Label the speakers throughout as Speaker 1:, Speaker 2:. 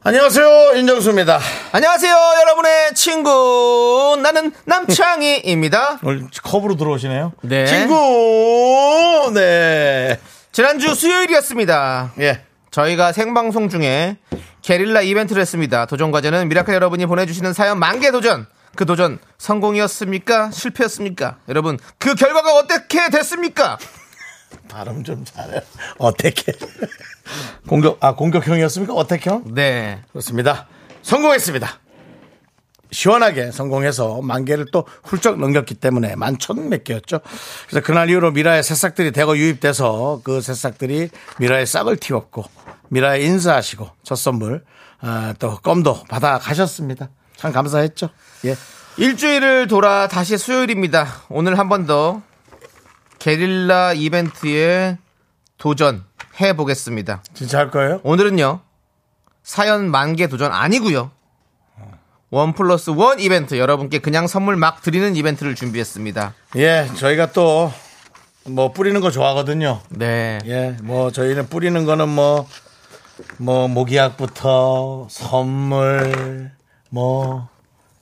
Speaker 1: 안녕하세요 윤정수입니다.
Speaker 2: 안녕하세요, 여러분의 친구. 나는 남창희입니다.
Speaker 1: 오늘 컵으로 들어오시네요.
Speaker 2: 네.
Speaker 1: 친구 네.
Speaker 2: 지난주 수요일이었습니다.
Speaker 1: 예.
Speaker 2: 저희가 생방송 중에 게릴라 이벤트를 했습니다. 도전과제는 미라클 여러분이 보내주시는 사연 만개 도전. 그 도전 성공이었습니까? 실패였습니까? 여러분, 그 결과가 어떻게 됐습니까?
Speaker 1: 발음 좀 잘해. 어떻게? 공격 아 공격형이었습니까? 어떻게형?
Speaker 2: 네.
Speaker 1: 그렇습니다. 성공했습니다. 시원하게 성공해서 만 개를 또 훌쩍 넘겼기 때문에 만천 몇 개였죠. 그래서 그날 이후로 미라의 새싹들이 대거 유입돼서 그 새싹들이 미라의 싹을 틔웠고 미라에 인사하시고 첫 선물 아, 또 껌도 받아 가셨습니다. 참 감사했죠. 예.
Speaker 2: 일주일을 돌아 다시 수요일입니다. 오늘 한 번 더 게릴라 이벤트에 도전해 보겠습니다.
Speaker 1: 진짜 할 거예요?
Speaker 2: 오늘은요 사연 만개 도전 아니고요 원 플러스 원 이벤트 여러분께 그냥 선물 막 드리는 이벤트를 준비했습니다
Speaker 1: 예, 저희가 또 뭐 뿌리는 거 좋아하거든요.
Speaker 2: 네
Speaker 1: 예, 뭐 저희는 뿌리는 거는 뭐, 뭐 모기약부터 선물 뭐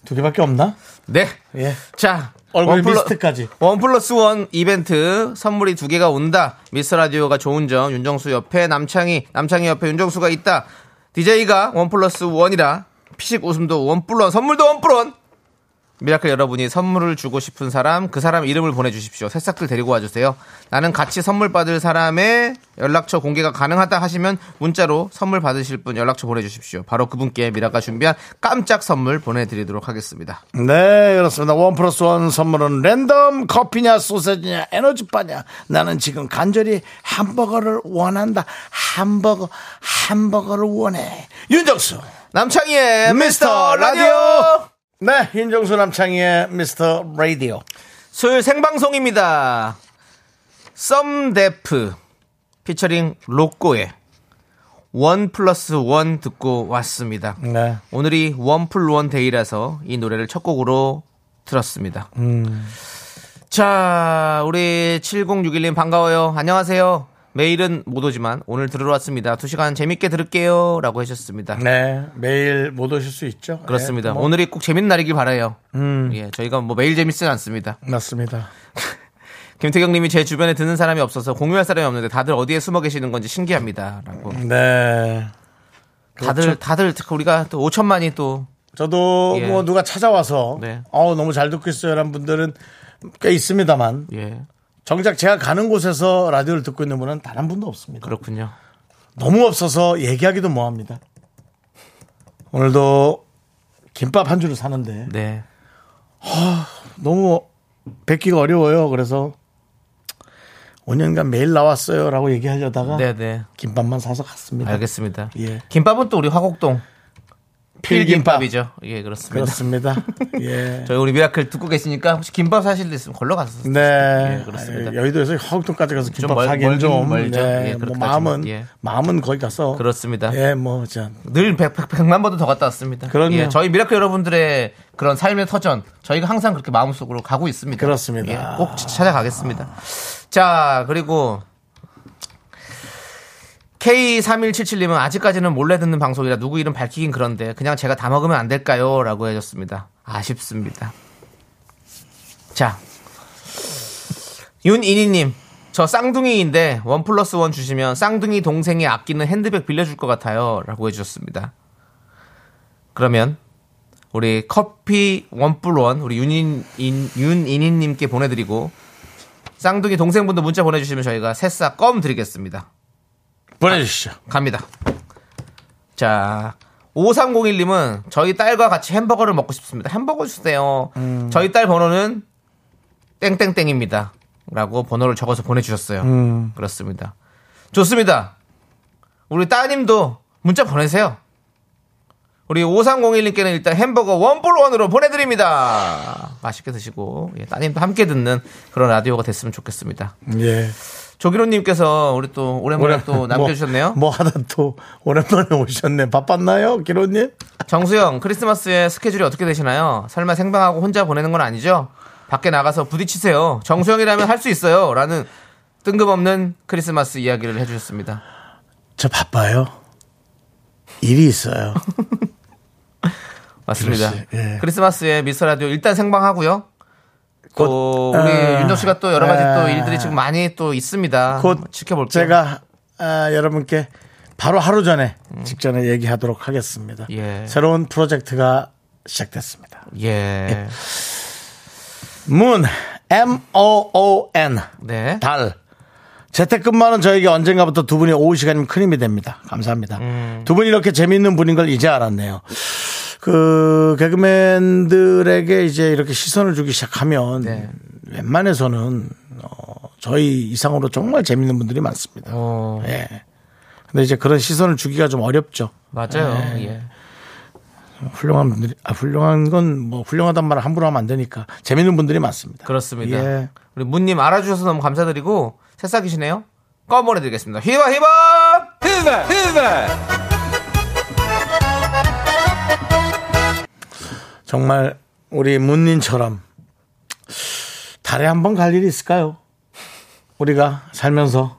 Speaker 1: 두 개밖에 없나?
Speaker 2: 네.
Speaker 1: 예.
Speaker 2: 자
Speaker 1: 얼굴
Speaker 2: 원 플러-
Speaker 1: 미스트까지.
Speaker 2: 원 플러스 원 이벤트 선물이 두 개가 온다 미스 라디오가 좋은 점 윤정수 옆에 남창희 남창희 옆에 윤정수가 있다 DJ가 원 플러스 원이라 피식 웃음도 원 플러스 원, 선물도 원 플러스 원 미라클 여러분이 선물을 주고 싶은 사람 그 사람 이름을 보내주십시오 새싹들 데리고 와주세요 나는 같이 선물 받을 사람의 연락처 공개가 가능하다 하시면 문자로 선물 받으실 분 연락처 보내주십시오 바로 그분께 미라가 준비한 깜짝 선물 보내드리도록 하겠습니다
Speaker 1: 네, 그렇습니다. 원 플러스 원 선물은 랜덤 커피냐 소세지냐 에너지바냐 나는 지금 간절히 햄버거를 원한다. 햄버거, 햄버거를 원해. 윤정수.
Speaker 2: 남창희의 미스터 라디오
Speaker 1: 네, 윤정수 남창희의 미스터 라디오.
Speaker 2: 수요일 생방송입니다 썸데프 피처링 로꼬의 원 플러스 원 듣고 왔습니다
Speaker 1: 네.
Speaker 2: 오늘이 원풀원 데이라서 이 노래를 첫 곡으로 들었습니다. 자, 우리 7061님 반가워요. 안녕하세요. 매일은 못 오지만 오늘 들으러 왔습니다. 두 시간 재밌게 들을게요. 라고 하셨습니다.
Speaker 1: 네, 매일 못 오실 수 있죠.
Speaker 2: 그렇습니다.
Speaker 1: 예, 뭐, 음.
Speaker 2: 오늘이 꼭 재밌는 날이길 바라요. 예, 저희가 뭐 매일 재밌진 않습니다.
Speaker 1: 맞습니다.
Speaker 2: 김태경 님이 제 주변에 듣는 사람이 없어서 공유할 사람이 없는데 다들 어디에 숨어 계시는 건지 신기합니다. 라고.
Speaker 1: 네,
Speaker 2: 다들, 다들 우리가 또 5천만이 또
Speaker 1: 저도
Speaker 2: 예.
Speaker 1: 뭐 누가 찾아와서
Speaker 2: 네.
Speaker 1: 어우 너무 잘 듣고 있어요라는 분들은 꽤 있습니다만
Speaker 2: 예,
Speaker 1: 정작 제가 가는 곳에서 라디오를 듣고 있는 분은 단 한 분도 없습니다.
Speaker 2: 그렇군요.
Speaker 1: 너무 없어서 얘기하기도 뭐합니다. 오늘도 김밥 한 줄을 사는데
Speaker 2: 네.
Speaker 1: 너무 뵙기가 어려워요. 그래서 5년간 매일 나왔어요라고 얘기하려다가
Speaker 2: 네, 아, 네.
Speaker 1: 김밥만 사서 갔습니다.
Speaker 2: 알겠습니다.
Speaker 1: 예.
Speaker 2: 김밥은 또 우리 화곡동
Speaker 1: 필김밥.
Speaker 2: 필김밥이죠. 예, 그렇습니다.
Speaker 1: 그렇습니다. 예.
Speaker 2: 저희 우리 미라클 듣고 계시니까 혹시 김밥 사실 일 있으면 걸러 가서
Speaker 1: 네,
Speaker 2: 예, 그렇습니다.
Speaker 1: 아, 여의도에서 허국동까지 가서
Speaker 2: 좀
Speaker 1: 김밥
Speaker 2: 멀-
Speaker 1: 사기는
Speaker 2: 멀긴
Speaker 1: 좀
Speaker 2: 멀죠.
Speaker 1: 네,
Speaker 2: 예,
Speaker 1: 뭐
Speaker 2: 그렇다지만,
Speaker 1: 마음은
Speaker 2: 예.
Speaker 1: 마음은 거기 가서
Speaker 2: 그렇습니다.
Speaker 1: 예, 뭐 자,
Speaker 2: 늘 100, 100만 번도 더 갔다 왔습니다.
Speaker 1: 그럼요.
Speaker 2: 예, 저희 미라클 여러분들의 그런 삶의 터전 저희가 항상 그렇게 마음속으로 가고 있습니다.
Speaker 1: 그렇습니다.
Speaker 2: 예, 꼭 찾아가겠습니다. 자, 그리고 K3177님은 아직까지는 몰래 듣는 방송이라 누구 이름 밝히긴 그런데 그냥 제가 다 먹으면 안 될까요? 라고 해줬습니다. 아쉽습니다. 자. 윤이니님. 저 쌍둥이인데 원 플러스 원 주시면 쌍둥이 동생이 아끼는 핸드백 빌려줄 것 같아요. 라고 해주셨습니다. 그러면 우리 커피 원뿔원 우리 윤인 인- 윤인인님께 보내드리고 쌍둥이 동생분도 문자 보내주시면 저희가 새싹 껌 드리겠습니다. 아,
Speaker 1: 보내주시죠.
Speaker 2: 갑니다. 자, 5301님은 저희 딸과 같이 햄버거를 먹고 싶습니다. 햄버거 주세요.
Speaker 1: 음.
Speaker 2: 저희 딸 번호는 땡땡땡입니다. 라고 번호를 적어서 보내주셨어요.
Speaker 1: 음.
Speaker 2: 그렇습니다. 좋습니다. 우리 따님도 문자 보내세요. 우리 5301님께는 일단 햄버거 원뿔원으로 보내드립니다. 맛있게 드시고, 예, 따님도 함께 듣는 그런 라디오가 됐으면 좋겠습니다.
Speaker 1: 예.
Speaker 2: 조기로님께서 우리 또 오랜만에 또 남겨주셨네요.
Speaker 1: 뭐, 뭐 하다 또 오랜만에 오셨네. 바빴나요, 기로님?
Speaker 2: 정수영, 크리스마스에 스케줄이 어떻게 되시나요? 설마 생방하고 혼자 보내는 건 아니죠? 밖에 나가서 부딪히세요. 정수영이라면 할 수 있어요. 라는 뜬금없는 크리스마스 이야기를 해주셨습니다.
Speaker 1: 저 바빠요. 일이 있어요.
Speaker 2: 맞습니다.
Speaker 1: 그렇지, 예.
Speaker 2: 크리스마스에 미스터 라디오 일단 생방하고요. 또
Speaker 1: 곧,
Speaker 2: 우리
Speaker 1: 아,
Speaker 2: 윤정 씨가 또 여러 가지 또
Speaker 1: 아.
Speaker 2: 일들이 지금 많이 또 있습니다.
Speaker 1: 곧
Speaker 2: 한번 지켜볼게요.
Speaker 1: 제가 아, 여러분께 바로 하루 전에 직전에 얘기하도록 하겠습니다.
Speaker 2: 음. 예.
Speaker 1: 새로운 프로젝트가 시작됐습니다.
Speaker 2: 예.
Speaker 1: 문 M O O N
Speaker 2: 네.
Speaker 1: 달 재택근무하는 저에게 언젠가부터 두 분이 오후 시간이면 큰 힘이 됩니다. 감사합니다.
Speaker 2: 음.
Speaker 1: 두 분이 이렇게 재미있는 분인 걸 이제 알았네요. 그 개그맨들에게 이제 이렇게 시선을 주기 시작하면
Speaker 2: 네.
Speaker 1: 웬만해서는 어, 저희 이상으로 정말 재밌는 분들이 많습니다.
Speaker 2: 어,
Speaker 1: 예. 근데 이제 그런 시선을 주기가 좀 어렵죠.
Speaker 2: 맞아요. 예.
Speaker 1: 훌륭한 분들이 아, 훌륭한 건 뭐 훌륭하단 말을 함부로 하면 안 되니까 재밌는 분들이 많습니다.
Speaker 2: 그렇습니다.
Speaker 1: 예.
Speaker 2: 우리 문님 알아주셔서 너무 감사드리고 새싹이시네요. 껌 보내드리겠습니다. 히바 히바 히바 히바.
Speaker 1: 정말 우리 문님처럼 달에 한 번 갈 일이 있을까요? 우리가 살면서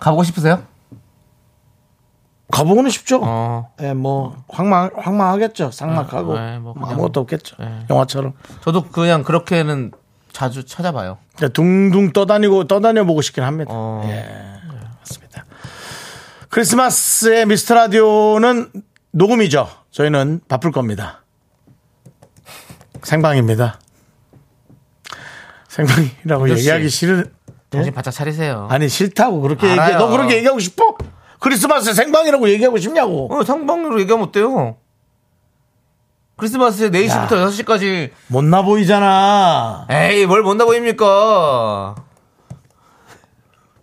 Speaker 2: 가보고 싶으세요?
Speaker 1: 가보고는 쉽죠.
Speaker 2: 어,
Speaker 1: 예, 뭐 황망 황망하겠죠. 삭막하고
Speaker 2: 네, 뭐 그냥 네.
Speaker 1: 아무것도 없겠죠. 영화처럼
Speaker 2: 저도 그냥 그렇게는 자주 찾아봐요.
Speaker 1: 그냥 둥둥 떠다니고 떠다녀 보고 싶긴 합니다.
Speaker 2: 어.
Speaker 1: 예, 맞습니다. 크리스마스의 미스터 라디오는 녹음이죠. 저희는 바쁠 겁니다. 생방입니다. 생방이라고
Speaker 2: 윤조 씨.
Speaker 1: 얘기하기 싫은
Speaker 2: 정신 바짝 차리세요.
Speaker 1: 아니 싫다고 그렇게
Speaker 2: 알아요.
Speaker 1: 얘기해. 너 그렇게 얘기하고 싶어? 크리스마스 생방이라고 얘기하고 싶냐고.
Speaker 2: 어, 상방으로 얘기하면 어때요? 크리스마스에 4시부터 6시까지
Speaker 1: 못나 보이잖아.
Speaker 2: 에이 뭘 못나 보입니까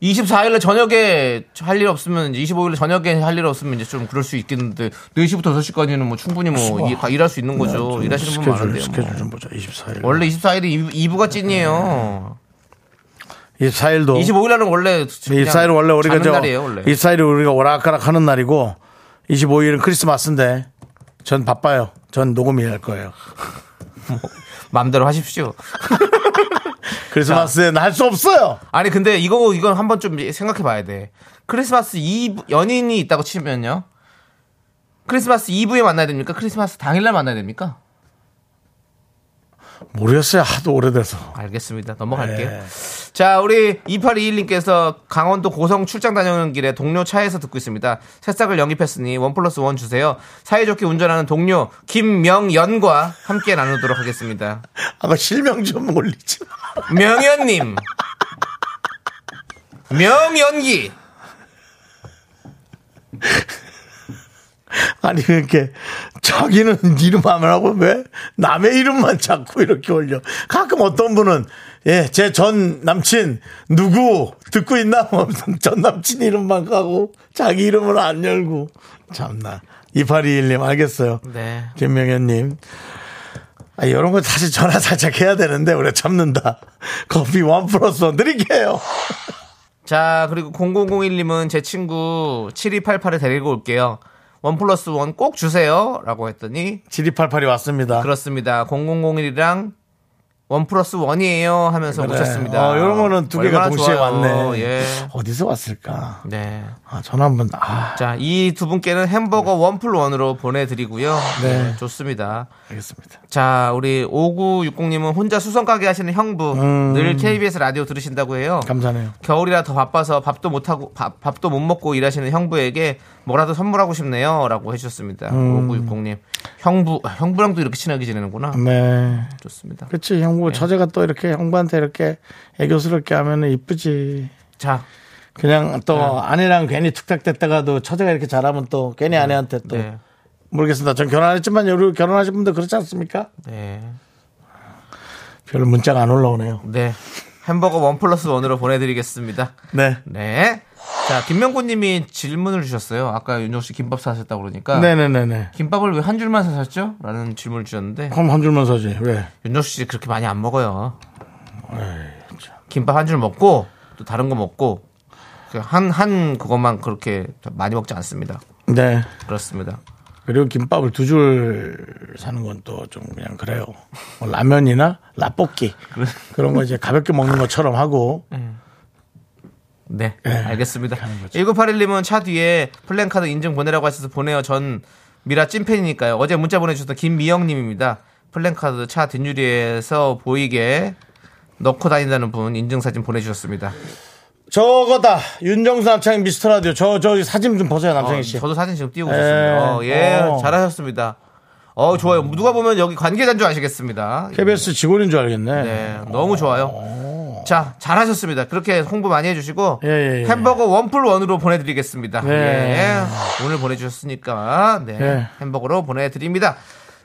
Speaker 2: 24일날 저녁에 할 일 없으면 이제 25일날 저녁에 할 일 없으면 이제 좀 그럴 수 있겠는데 4시부터 6시까지는 뭐 충분히 뭐 이- 다 일할 수 있는 거죠 일하시는 분 많은데요 뭐.
Speaker 1: 네, 스케줄 좀 보자. 24일.
Speaker 2: 원래 24일이 2부가 찐이에요
Speaker 1: 24일도
Speaker 2: 25일날은 원래
Speaker 1: 24일은 어. 네, 원래 우리가
Speaker 2: 자는
Speaker 1: 저
Speaker 2: 날이에요 원래
Speaker 1: 24일이 우리가 오락가락 하는 날이고 25일은 크리스마스인데 전 바빠요. 전 녹음이 할 거예요.
Speaker 2: 마음대로 하십시오
Speaker 1: 크리스마스에는 할 수 없어요.
Speaker 2: 아니 근데 이거 이건 한번 좀 생각해 봐야 돼. 크리스마스 이브 연인이 있다고 치면요. 크리스마스 이브에 만나야 됩니까? 크리스마스 당일날 만나야 됩니까?
Speaker 1: 모르겠어요. 하도 오래돼서.
Speaker 2: 알겠습니다. 넘어갈게요.
Speaker 1: 예.
Speaker 2: 자, 우리 2821님께서 강원도 고성 출장 다녀오는 길에 동료 차에서 듣고 있습니다. 새싹을 영입했으니 원 플러스 원 주세요. 사이좋게 운전하는 동료 김명연과 함께 나누도록 하겠습니다.
Speaker 1: 아까 실명 좀 올리지 마.
Speaker 2: 명연님. 명연기.
Speaker 1: 아니 그렇게 자기는 이름 안 하고 왜 남의 이름만 자꾸 이렇게 올려 가끔 어떤 분은 예 제 전 남친 누구 듣고 있나 하면서 전 남친 이름만 가고 자기 이름을 안 열고 참나 2821님 알겠어요
Speaker 2: 네.
Speaker 1: 김명현님 아, 이런 거 사실 전화 살짝 해야 되는데 우리 참는다 커피 원 플러스 원 드릴게요
Speaker 2: 자, 그리고 0001님은 제 친구 7288에 데리고 올게요. 원 플러스 원 꼭 주세요. 라고 했더니,
Speaker 1: 7288이 왔습니다
Speaker 2: 그렇죠. 그렇습니다. 0001이랑 원 플러스 원이에요. 하면서
Speaker 1: 네.
Speaker 2: 오셨습니다.
Speaker 1: 어, 이런 거는 두 개가
Speaker 2: 얼마나
Speaker 1: 동시에
Speaker 2: 좋아요.
Speaker 1: 왔네
Speaker 2: 예.
Speaker 1: 어디서 왔을까
Speaker 2: 네.
Speaker 1: 아, 전화 한번 아
Speaker 2: 자, 이 두 분께는 햄버거 원플 원으로 보내드리고요.
Speaker 1: 네.
Speaker 2: 네, 좋습니다.
Speaker 1: 알겠습니다.
Speaker 2: 자, 우리 5960님은 혼자 수선가게 하시는 형부.
Speaker 1: 음.
Speaker 2: 늘 KBS 라디오 들으신다고 해요.
Speaker 1: 감사해요.
Speaker 2: 겨울이라 더 바빠서 밥도 못 하고 밥, 밥도 못 먹고 일하시는 형부에게 뭐라도 선물하고 싶네요라고 해주셨습니다. 5960님 형부 아, 형부랑도 이렇게 친하게 지내는구나.
Speaker 1: 네.
Speaker 2: 좋습니다.
Speaker 1: 그치, 형부, 뭐
Speaker 2: 네.
Speaker 1: 처제가 또 이렇게 형부한테 이렇게 애교스럽게 하면은 이쁘지.
Speaker 2: 자
Speaker 1: 그냥
Speaker 2: 네.
Speaker 1: 또 아내랑 괜히 툭탁댔다가도 처제가 이렇게 잘하면 또 괜히 아내한테 또.
Speaker 2: 네.
Speaker 1: 모르겠습니다. 전 결혼 안 했지만 여러 결혼하신 분들 그렇지 않습니까?
Speaker 2: 네.
Speaker 1: 별 문자가 안 올라오네요.
Speaker 2: 네. 햄버거 원 플러스 원으로 보내드리겠습니다.
Speaker 1: 네.
Speaker 2: 네. 자, 김명곤 님이 질문을 주셨어요. 아까 윤종 씨 김밥 사셨다고 그러니까.
Speaker 1: 네네네네.
Speaker 2: 김밥을 왜 한 줄만 사셨죠? 라는 질문을 주셨는데
Speaker 1: 그럼 한 줄만 서지. 왜?
Speaker 2: 윤종 씨 그렇게 많이 안 먹어요. 김밥 한 줄 먹고 또 다른 거 먹고 한, 한 그것만 그렇게 많이 먹지 않습니다.
Speaker 1: 네.
Speaker 2: 그렇습니다.
Speaker 1: 그리고 김밥을 두 줄 사는 건 또 좀 그냥 그래요. 뭐 라면이나 라볶이 그런 거 이제 가볍게 먹는 것처럼 하고
Speaker 2: 네, 알겠습니다. 1981님은 차 뒤에 플랜카드 인증 보내라고 하셔서 보내요. 전 미라 찐팬이니까요. 어제 문자 보내주셨던 김미영님입니다. 플랜카드 차 뒷유리에서 보이게 넣고 다닌다는 분 인증사진 보내주셨습니다.
Speaker 1: 저거다 윤정수 남창희 미스터 라디오 저 저 사진 좀 보세요 남창희
Speaker 2: 어,
Speaker 1: 씨.
Speaker 2: 저도 사진 지금 띄우고
Speaker 1: 예.
Speaker 2: 있습니다. 어, 예,
Speaker 1: 어.
Speaker 2: 잘하셨습니다. 어, 좋아요. 누가 보면 여기 관계자인 줄 아시겠습니다.
Speaker 1: KBS 직원인 줄 알겠네.
Speaker 2: 네, 너무 좋아요. 자, 잘하셨습니다. 그렇게 홍보 많이 해주시고
Speaker 1: 예, 예, 예.
Speaker 2: 햄버거 원풀 원으로 보내드리겠습니다.
Speaker 1: 예.
Speaker 2: 예. 오늘 보내주셨으니까 네,
Speaker 1: 예.
Speaker 2: 햄버거로 보내드립니다.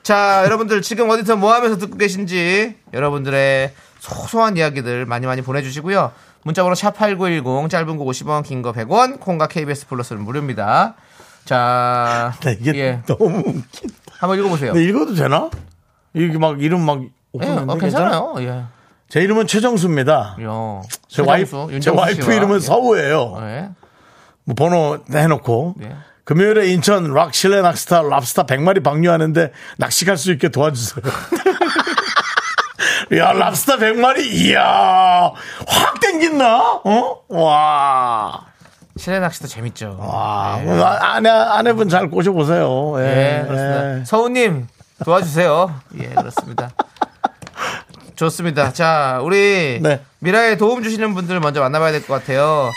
Speaker 2: 자, 여러분들 지금 어디서 뭐하면서 듣고 계신지 여러분들의 소소한 이야기들 많이 많이 보내주시고요. 문자번호 샵8910 짧은 거 50원 긴 거 100원 콩과 KBS 플러스는 무료입니다. 자,
Speaker 1: 네, 이게
Speaker 2: 예,
Speaker 1: 너무 웃긴다.
Speaker 2: 한번 읽어보세요.
Speaker 1: 근데 읽어도 되나? 이게 막 이름 막
Speaker 2: 예,
Speaker 1: 오픈했는데
Speaker 2: 어, 괜찮아요. 예.
Speaker 1: 제 이름은 최정수입니다.
Speaker 2: 요.
Speaker 1: 제
Speaker 2: 최정수,
Speaker 1: 와이프, 제
Speaker 2: 윤정수
Speaker 1: 와이프
Speaker 2: 씨와.
Speaker 1: 이름은
Speaker 2: 예.
Speaker 1: 서우예요.
Speaker 2: 예.
Speaker 1: 뭐 번호 해놓고
Speaker 2: 예.
Speaker 1: 금요일에 인천 락 실내 낚시타 랍스타 100마리 방류하는데 낚시갈 수 있게 도와주세요. 야 랍스타 100마리 이야 확 땡긴다 어? 어와
Speaker 2: 실내 낚시도 재밌죠.
Speaker 1: 와. 아, 아내 아내분 잘 꼬셔보세요 예,
Speaker 2: 예, 네. 그렇습니다.
Speaker 1: 예.
Speaker 2: 서우님 도와주세요. 예, 그렇습니다. 좋습니다. 자, 우리
Speaker 1: 네.
Speaker 2: 미라에 도움 주시는 분들 먼저 만나봐야 될 것 같아요.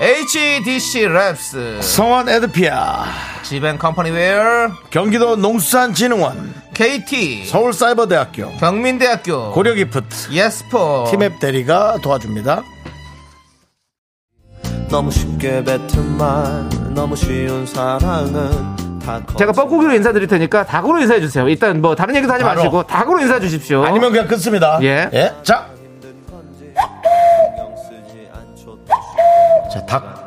Speaker 1: 예.
Speaker 2: HDC 랩스,
Speaker 1: 성원 에드피아
Speaker 2: 지벤 컴퍼니웨어,
Speaker 1: 경기도 농수산진흥원
Speaker 2: KT,
Speaker 1: 서울사이버대학교
Speaker 2: 경민대학교,
Speaker 1: 고려기프트
Speaker 2: 예스포,
Speaker 1: 팀앱 대리가 도와줍니다
Speaker 3: 너무 쉽게 뱉은 말 너무 쉬운 사랑은 다
Speaker 4: 제가 뻐꾸기로 인사드릴 테니까 닭으로 인사해 주세요. 일단 뭐 다른 얘기도 하지
Speaker 1: 바로.
Speaker 4: 마시고 닭으로 인사해 주십시오.
Speaker 1: 아니면 그냥 끊습니다
Speaker 4: 예.
Speaker 1: 자
Speaker 3: 경 쓰지 않죠
Speaker 1: 자, 닭.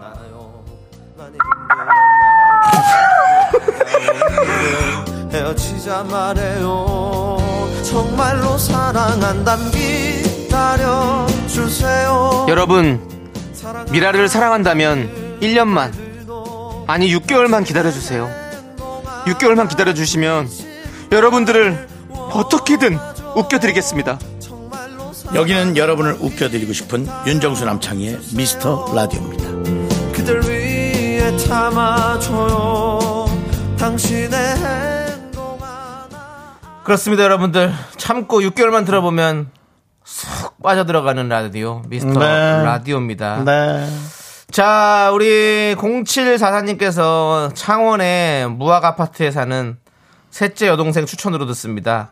Speaker 3: 헤어지자 말해요 정말로 사랑한담 기다려주세요
Speaker 2: 여러분, 미라를 사랑한다면 1년만, 아니 6개월만 기다려주세요. 6개월만 기다려주시면 여러분들을 어떻게든 웃겨드리겠습니다.
Speaker 1: 여기는 여러분을 웃겨드리고 싶은 윤정수 남창희의 미스터 라디오입니다
Speaker 3: 그들 위해 참아줘요 당신의 행동 하나
Speaker 2: 그렇습니다, 여러분들. 참고 6개월만 들어보면 쑥 빠져들어가는 라디오, 미스터
Speaker 1: 네.
Speaker 2: 라디오입니다.
Speaker 1: 네
Speaker 2: 자, 우리 0744님께서 창원의 무학 아파트에 사는 셋째 여동생 추천으로 듣습니다.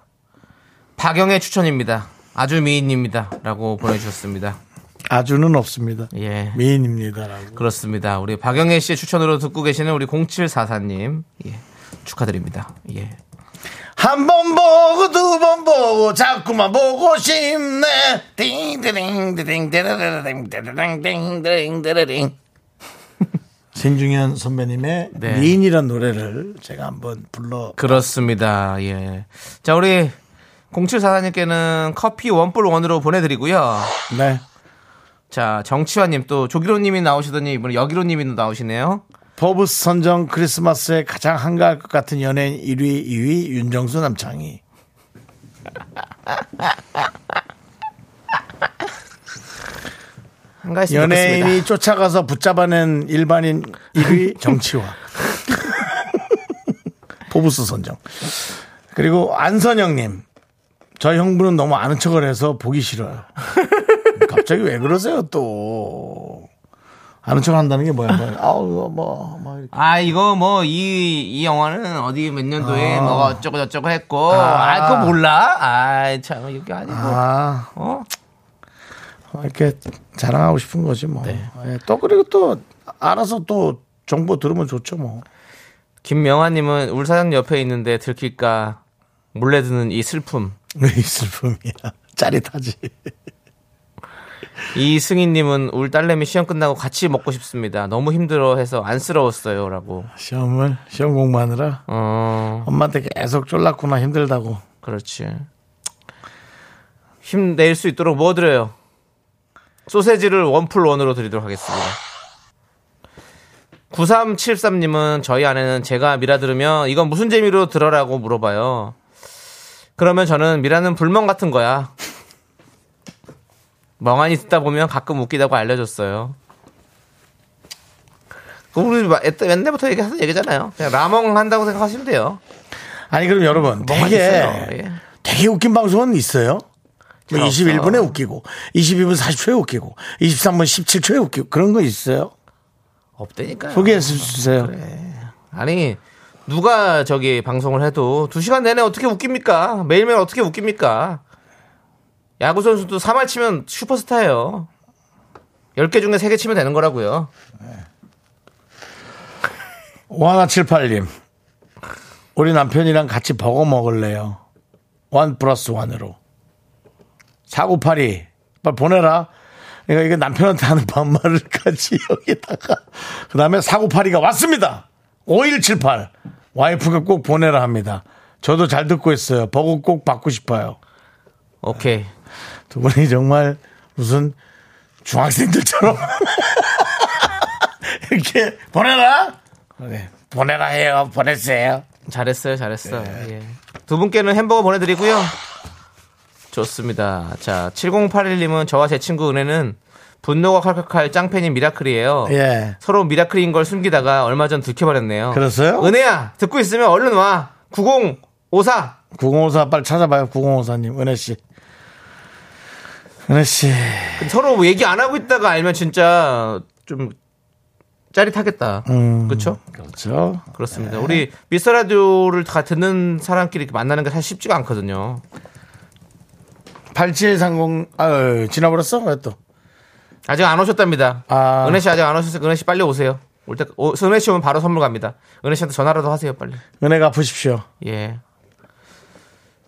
Speaker 2: 박영의 추천입니다. 아주 미인입니다. 라고 보내주셨습니다.
Speaker 1: 아주는 없습니다
Speaker 2: 예.
Speaker 1: 미인입니다라고
Speaker 2: 그렇습니다. 우리 박영애 씨의 추천으로 듣고 계시는 우리 0744님. 예. 축하드립니다. 예.
Speaker 1: 한 번 보고 두 번 보고 자꾸만 보고 싶네 띵디링디링디링디링디링디링디링디링 신중현 선배님의
Speaker 2: 네.
Speaker 1: 미인이란 노래를 제가 한번 불러
Speaker 2: 그렇습니다. 예. 자, 우리 0744님께는 커피 원뿔 원으로 보내드리고요.
Speaker 1: 네.
Speaker 2: 자, 정치환님 또 조기로님이 나오시더니 이번에 여기로님이 나오시네요.
Speaker 1: 포브스 선정 크리스마스에 가장 한가할 것 같은 연예인 1위, 2위 윤정수 남창희.
Speaker 2: 한가했으면 좋겠습니다.
Speaker 1: 연예인이 쫓아가서 붙잡아낸 일반인 1위 정치화. 포브스 선정. 그리고 안선영님. 저희 형부는 너무 아는 척을 해서 보기 싫어요. 갑자기 왜 그러세요 또. 아는 척 한다는 게 뭐야. 뭐야. 아우, 뭐, 뭐. 이렇게.
Speaker 2: 아, 이거 뭐, 이, 이 영화는 어디 몇 년도에 뭐 어쩌고저쩌고 했고. 아, 그거 몰라? 아, 참, 이게 아니고.
Speaker 1: 아.
Speaker 2: 어?
Speaker 1: 이렇게 자랑하고 싶은 거지 뭐.
Speaker 2: 네.
Speaker 1: 예, 또 그리고 또 알아서 또 정보 들으면 좋죠 뭐.
Speaker 2: 김명아님은 울산 옆에 있는데 들킬까 몰래 듣는 이 슬픔.
Speaker 1: 왜이 슬픔이야? 짜릿하지.
Speaker 2: 이승희님은 울 딸내미 시험 끝나고 같이 먹고 싶습니다. 너무 힘들어해서 안쓰러웠어요라고.
Speaker 1: 시험을 시험 공부하느라
Speaker 2: 어,
Speaker 1: 엄마한테 계속 쫄랐구나 힘들다고
Speaker 2: 그렇지. 힘낼 수 있도록 뭐 드려요? 소세지를 원풀 원으로 드리도록 하겠습니다. 9373님은 저희 아내는 제가 미라 들으면 이건 무슨 재미로 들어라고 물어봐요. 그러면 저는 미라는 불멍 같은 거야. 멍하니 듣다 보면 가끔 웃기다고 알려줬어요. 그거 우리 마- 옛- 옛날부터 얘기하던 얘기잖아요. 그냥 라멍 한다고 생각하시면 돼요.
Speaker 1: 아니 그럼 여러분
Speaker 2: 멍하니 있어요.
Speaker 1: 되게
Speaker 2: 예.
Speaker 1: 되게 웃긴 방송은 있어요 뭐
Speaker 2: 없어.
Speaker 1: 21분에 웃기고 22분 40초에 웃기고 23분 17초에 웃기고 그런 거 있어요
Speaker 2: 없다니까요.
Speaker 1: 소개해 주세요
Speaker 2: 아니 누가 저기 방송을 해도 두 시간 내내 어떻게 웃깁니까? 매일매일 어떻게 웃깁니까? 야구 선수도 3할 치면 슈퍼스타예요. 10개 중에 3개 치면 되는 거라고요.
Speaker 1: 5178님 우리 남편이랑 같이 버거 먹을래요 원 플러스 원으로 4982 빨리 보내라 그러니까 이거 남편한테 하는 반말을까지 여기다가 그 다음에 4982가 왔습니다 5178 와이프가 꼭 보내라 합니다 저도 잘 듣고 있어요 버거 꼭 받고 싶어요
Speaker 2: 오케이.
Speaker 1: 두 분이 정말 무슨 중학생들처럼 이렇게 보내라 네, 보내라 해요 보내세요
Speaker 2: 잘했어요. 잘했어.
Speaker 1: 네.
Speaker 2: 예. 두 분께는 햄버거 보내 드리고요. 좋습니다. 자, 7081님은 저와 제 친구 은혜는 분노가 칼칼칼 짱팬인 미라클이에요.
Speaker 1: 예.
Speaker 2: 서로 미라클인 걸 숨기다가 얼마 전 들켜버렸네요.
Speaker 1: 그랬어요?
Speaker 2: 은혜야, 듣고 있으면 얼른 와. 9054.
Speaker 1: 9054 빨리 찾아봐요. 9054님. 은혜 씨. 은혜 씨.
Speaker 2: 서로 뭐 얘기 안 하고 있다가 알면 진짜 좀 짜릿하겠다. 그렇죠?
Speaker 1: 그렇죠.
Speaker 2: 그렇습니다. 우리 미스터 라디오를 다 듣는 사람끼리 이렇게 만나는 게 사실 쉽지가 않거든요.
Speaker 1: 8730 아, 지나버렸어? 왜 또?
Speaker 2: 아직 안 오셨답니다.
Speaker 1: 아.
Speaker 2: 은혜 씨 아직 안 오셨어요. 은혜 씨 빨리 오세요. 올 때, 오, 은혜 씨 오면 바로 선물 갑니다. 은혜 씨한테 전화라도 하세요, 빨리.
Speaker 1: 은혜가 아프십시오.
Speaker 2: 예.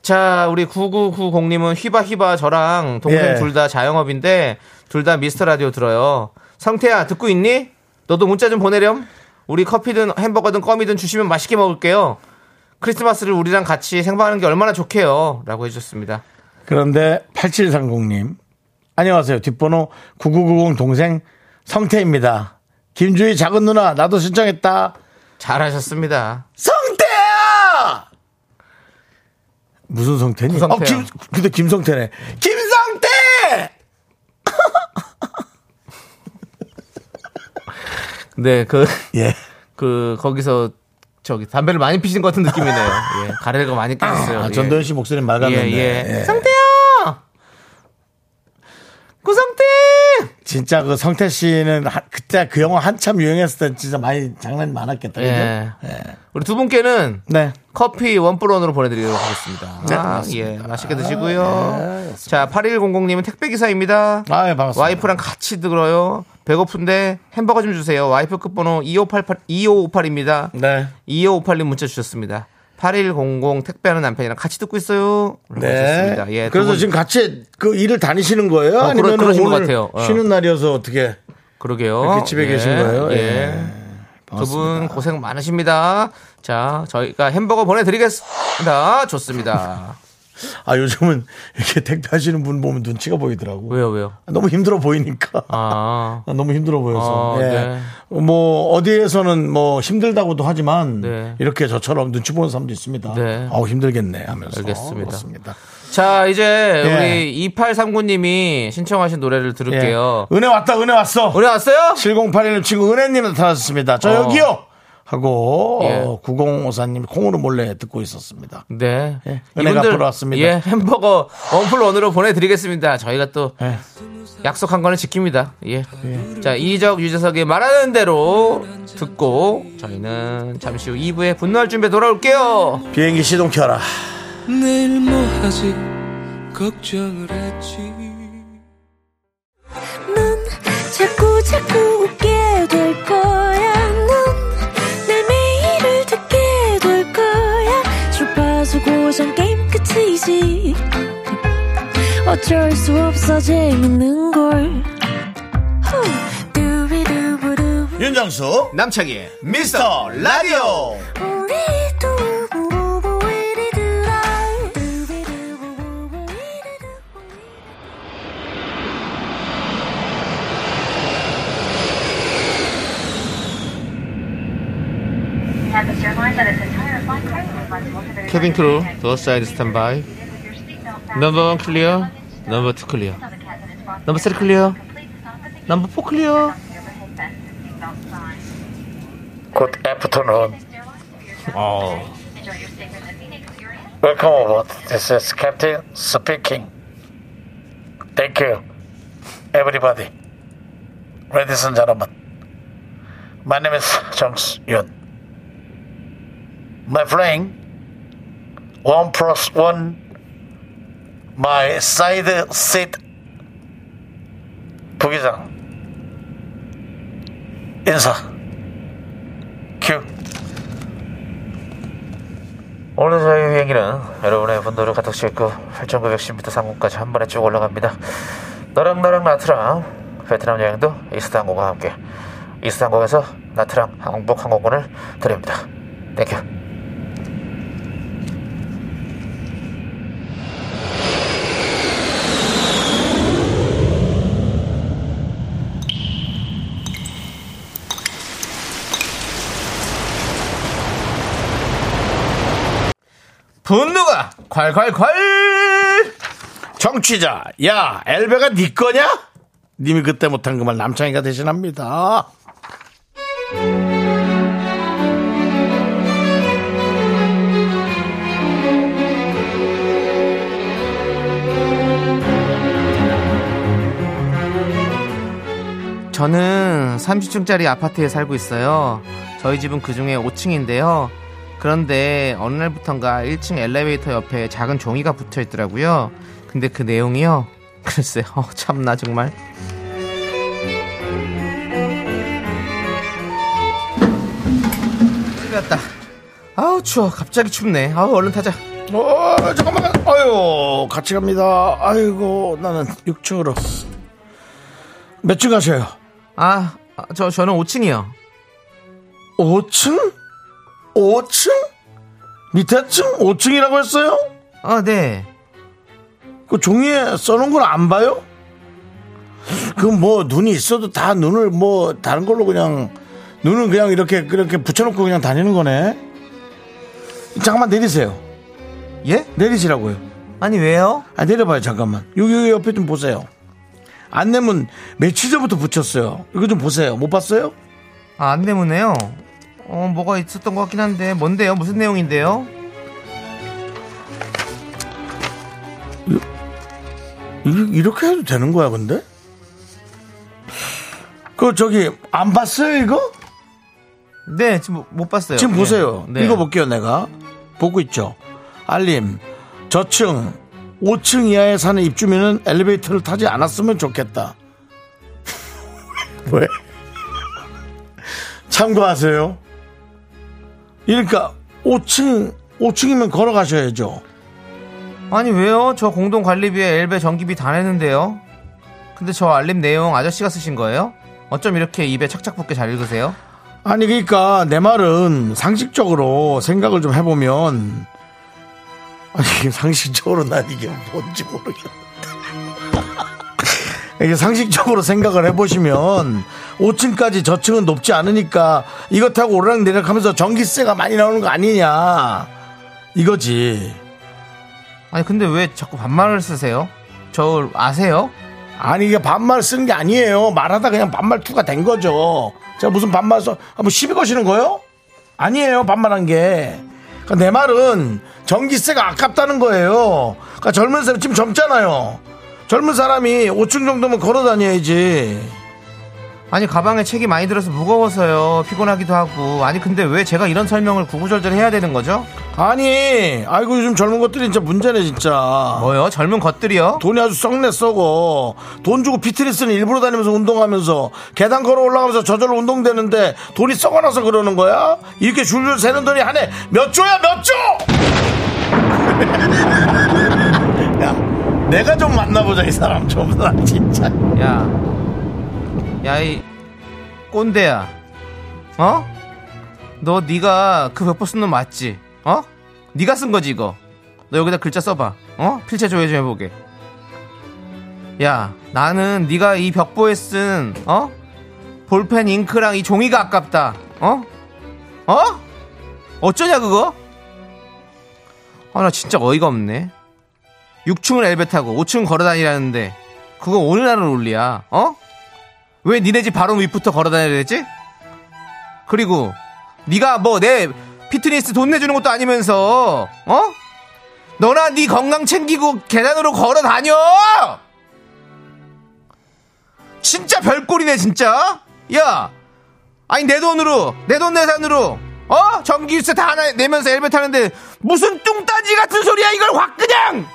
Speaker 2: 자, 우리 9990님은 휘바휘바 저랑 동생
Speaker 1: 예.
Speaker 2: 둘 다 자영업인데 둘 다 미스터 라디오 들어요. 성태야, 듣고 있니? 너도 문자 좀 보내렴. 우리 커피든 햄버거든 껌이든 주시면 맛있게 먹을게요. 크리스마스를 우리랑 같이 생방하는 게 얼마나 좋게요. 라고 해주셨습니다.
Speaker 1: 그런데 8730님. 안녕하세요. 뒷번호 9990 동생 성태입니다. 김주희 작은 누나 나도 신청했다.
Speaker 2: 잘하셨습니다.
Speaker 1: 성태야! 무슨 성태니?
Speaker 2: 구성태야.
Speaker 1: 어, 김, 근데 김성태네. 김성태!
Speaker 2: 네, 그,
Speaker 1: 예.
Speaker 2: 그, 거기서 저기 담배를 많이 피신 것 같은 느낌이네요. 예, 가래가 많이 끼셨어요.
Speaker 1: 아,
Speaker 2: 예.
Speaker 1: 전도현 씨 목소리
Speaker 2: 예,
Speaker 1: 맑았는데.
Speaker 2: 예.
Speaker 1: 예.
Speaker 2: 성태야! 구성태!
Speaker 1: 진짜 그 성태 씨는 하- 그때 그 영화 한참 유행했을 때 진짜 많이 장난 많았겠다. 그죠?
Speaker 2: 예. 우리 두 분께는
Speaker 1: 네.
Speaker 2: 커피 원뿔원으로 보내드리도록 하겠습니다. 아, 예. 맛있게 드시고요. 자, 8100님은 택배기사입니다.
Speaker 1: 네, 아, 예, 반갑습니다.
Speaker 2: 와이프랑 같이 들어요. 배고픈데 햄버거 좀 주세요. 와이프 끝번호 2588, 2558입니다.
Speaker 1: 네.
Speaker 2: 2558님 문자 주셨습니다. 8100 택배하는 남편이랑 같이 듣고 있어요. 라고
Speaker 1: 네.
Speaker 2: 하셨습니다. 예, 두
Speaker 1: 그래서
Speaker 2: 분
Speaker 1: 지금 같이 그 일을 다니시는 거예요?
Speaker 2: 그러-
Speaker 1: 아니면
Speaker 2: 그러신 것
Speaker 1: 오늘
Speaker 2: 같아요. 어.
Speaker 1: 쉬는 날이어서 어떻게
Speaker 2: 그러게요.
Speaker 1: 이렇게 집에 계신 거예요? 예.
Speaker 2: 두 분 고생 많으십니다. 자, 저희가 햄버거 보내드리겠습니다. 좋습니다.
Speaker 1: 아 요즘은 이렇게 택배하시는 분 보면 눈치가 보이더라고.
Speaker 2: 왜요, 왜요?
Speaker 1: 너무 힘들어 보이니까.
Speaker 2: 아,
Speaker 1: 아, 너무 힘들어 보여서.
Speaker 2: 아,
Speaker 1: 예.
Speaker 2: 네.
Speaker 1: 뭐 어디에서는 뭐 힘들다고도 하지만
Speaker 2: 네.
Speaker 1: 이렇게 저처럼 눈치 보는 사람도 있습니다.
Speaker 2: 네.
Speaker 1: 아우 힘들겠네 하면서.
Speaker 2: 알겠습니다.
Speaker 1: 그렇습니다.
Speaker 2: 자, 이제
Speaker 1: 예.
Speaker 2: 우리 2839님이 신청하신 노래를 들을게요.
Speaker 1: 예. 은혜 왔다, 은혜 왔어.
Speaker 2: 우리 왔어요?
Speaker 1: 7081님 친구 은혜님 나타났습니다. 저
Speaker 2: 어.
Speaker 1: 여기요! 하고
Speaker 2: 예.
Speaker 1: 어, 9054님 콩으로 몰래 듣고 있었습니다.
Speaker 2: 네.
Speaker 1: 예, 은혜가 돌아왔습니다.
Speaker 2: 예, 햄버거 원플 원으로 보내드리겠습니다. 저희가 또
Speaker 1: 예.
Speaker 2: 약속한 거는 지킵니다. 예. 자, 이적 유재석의 말하는 대로 듣고 저희는 잠시 후 2부에 분노할 준비에 돌아올게요.
Speaker 1: 비행기 시동 켜라.
Speaker 5: 내일 뭐 하지 걱정을 했지
Speaker 6: 넌 자꾸 자꾸 웃게 될 거야. 넌내 매일을 듣게 될 거야. 주파수 고정 게임 끝이지. 어쩔 수 없어 재밌는 걸.
Speaker 1: 윤정수
Speaker 2: 남창희의 미스터 라디오
Speaker 4: 케빈 크루, 도어 사이드 스탠바이. 넘버 원 클리어, 넘버 투 클리어, 넘버 쓰리 클리어, 넘버 포 클리어.
Speaker 1: 굿 애프터눈
Speaker 2: 어,
Speaker 1: 웰컴 어보드 This is Captain speaking Thank you Everybody Ladies and gentlemen My name is 정수윤 My friend One plus one My side seat 부기장 인사 큐
Speaker 7: 오늘 저희 비행기는 여러분의 분노를 가득 싣고 8,910m 상공까지 한 번에 쭉 올라갑니다. 너랑너랑 나트랑 베트남 여행도 이스타항공과 함께 이스타항공에서 나트랑 항복 항공권을 드립니다. 땡큐.
Speaker 2: 분노가 콸콸콸
Speaker 1: 정취자 야 엘베가 네 거냐? 님이 그때 못한 그 말 남창이가 대신합니다
Speaker 2: 저는 30층짜리 아파트에 살고 있어요. 저희 집은 그 중에 5층인데요. 그런데 어느 날부턴가 1층 엘리베이터 옆에 작은 종이가 붙어 있더라고요. 근데 그 내용이요. 글쎄, 어, 참나 정말. 큰일 났다. 아우 추워. 갑자기 춥네. 아우 얼른 타자.
Speaker 1: 어 잠깐만 아유 같이 갑니다 아이고 나는 6층으로 몇 층 가세요?
Speaker 2: 아, 아, 저 저는 5층이요.
Speaker 1: 5층? 5층? 밑에 층 5층이라고 했어요?
Speaker 2: 아, 네.
Speaker 1: 그 종이에 써놓은 걸 안 봐요? 그 뭐 눈이 있어도 다 눈을 뭐 다른 걸로 그냥 눈은 그냥 이렇게 그렇게 붙여놓고 그냥 다니는 거네. 잠깐만 내리세요.
Speaker 2: 예?
Speaker 1: 내리시라고요.
Speaker 2: 아니 왜요?
Speaker 1: 아 내려봐요 잠깐만. 여기, 여기 옆에 좀 보세요. 안내문 며칠 전부터 붙였어요. 이거 좀 보세요. 못 봤어요?
Speaker 2: 아, 안 되문에요. 어, 뭐가 있었던 것 같긴 한데 뭔데요? 무슨 내용인데요?
Speaker 1: 이- 이렇게 해도 되는 거야 근데? 그 저기 안 봤어요 이거?
Speaker 2: 네, 지금 못- 못 봤어요.
Speaker 1: 지금
Speaker 2: 네.
Speaker 1: 보세요.
Speaker 2: 네.
Speaker 1: 이거 볼게요, 내가. 보고 있죠. 알림. 저층 5층 이하에 사는 입주민은 엘리베이터를 타지 않았으면 좋겠다. 왜? 참고하세요. 그러니까 5층 5층이면 걸어가셔야죠.
Speaker 2: 아니 왜요? 저 공동 관리비에 엘베 전기비 다 내는데요. 근데 저 알림 내용 아저씨가 쓰신 거예요? 어쩜 이렇게 입에 착착 붙게 잘 읽으세요?
Speaker 1: 아니 그러니까 내 말은 상식적으로 생각을 좀 해보면 아니 이게 상식적으로 난 이게 뭔지 모르겠다. 이게 상식적으로 생각을 해보시면 5층까지 저층은 높지 않으니까 이것 타고 오르락내리락 하면서 전기세가 많이 나오는 거 아니냐 이거지
Speaker 2: 아니 근데 왜 자꾸 반말을 쓰세요? 저 아세요?
Speaker 1: 아니 이게 반말 쓰는 게 아니에요 말하다 그냥 반말 투가 된 거죠 제가 무슨 반말 써 아, 뭐 시비 거시는 거요? 아니에요 반말한 게 그러니까 내 말은 전기세가 아깝다는 거예요 그러니까 젊은 사람 지금 젊잖아요 젊은 사람이 5층 정도면 걸어 다녀야지
Speaker 2: 아니 가방에 책이 많이 들어서 무거워서요. 피곤하기도 하고. 아니 근데 왜 제가 이런 설명을 구구절절 해야 되는 거죠?
Speaker 1: 아니, 아이고 요즘 젊은 것들이 진짜 문제네 진짜.
Speaker 2: 뭐요? 젊은 것들이요?
Speaker 1: 돈이 아주 썩네 썩어. 돈 주고 피트니스는 일부러 다니면서 운동하면서 계단 걸어 올라가면서 저절로 운동되는데 돈이 썩어나서 그러는 거야? 이렇게 줄줄 새는 돈이 한 해 몇 조야 몇 조? 야, 내가 좀 만나보자 이 사람 좀나 진짜.
Speaker 2: 야, 야 이 꼰대야. 어? 너 네가 그 벽보 쓴 놈 맞지? 어? 네가 쓴 거지 이거. 너 여기다 글자 써봐. 어? 필체 조회 좀 해보게. 야, 나는 네가 이 벽보에 쓴 어? 볼펜 잉크랑 이 종이가 아깝다. 어? 어? 어쩌냐 그거? 아 나 진짜 어이가 없네. 6층을 엘베 타고 5층 걸어 다니라는데 그거 오늘날은 올리야. 어? 왜 니네 집 바로 밑부터 걸어 다녀야 되지? 그리고 네가 뭐 내 피트니스 돈 내주는 것도 아니면서 어? 너나 네 건강 챙기고 계단으로 걸어 다녀! 진짜 별꼴이네 진짜. 야, 아니 내 돈으로 내 돈 내산으로 어 전기세 다 하나 내면서 엘베 타는데 무슨 뚱딴지 같은 소리야 이걸 확 그냥.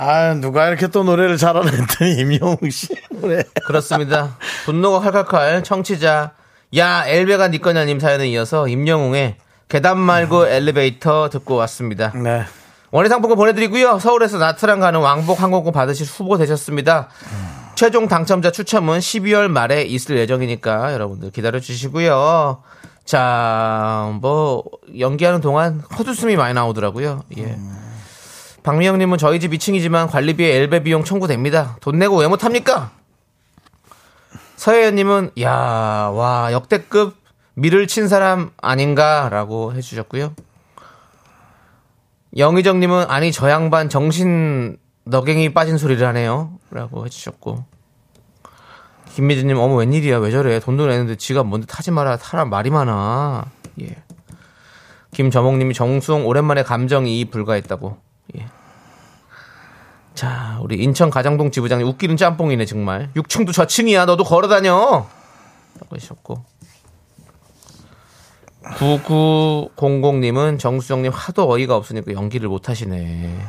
Speaker 1: 아, 누가 이렇게 또 노래를 잘하나 했더니 임영웅 씨 노래.
Speaker 2: 그렇습니다. 분노가 칼칼칼 청취자 야 엘베가 니 거냐님 사연에 이어서 임영웅의 계단 말고 엘리베이터 듣고 왔습니다.
Speaker 1: 네.
Speaker 2: 원예상품권 보내드리고요. 서울에서 나트랑 가는 왕복 항공권 받으실 후보 되셨습니다. 최종 당첨자 추첨은 12월 말에 있을 예정이니까 여러분들 기다려주시고요. 자, 뭐 연기하는 동안 헛웃음이 많이 나오더라고요. 예. 박미영님은 저희 집 2층이지만 관리비에 엘베 비용 청구됩니다. 돈 내고 왜 못합니까? 서혜연님은 야, 와 역대급 미를 친 사람 아닌가라고 해주셨고요. 영희정님은 아니 저 양반 정신 너갱이 빠진 소리를 하네요라고 해주셨고 김미진님 어머 웬일이야 왜 저래 돈도 내는데 지가 뭔데 타지 마라 타라 말이 많아 예 김저몽님이 정수홍 오랜만에 감정이입 불가했다고 예. 자 우리 인천 가장동 지부장님 웃기는 짬뽕이네 정말 6층도 저층이야 너도 걸어다녀 라고 해주셨고 9900님은 정수정님 하도 어이가 없으니까 연기를 못 하시네.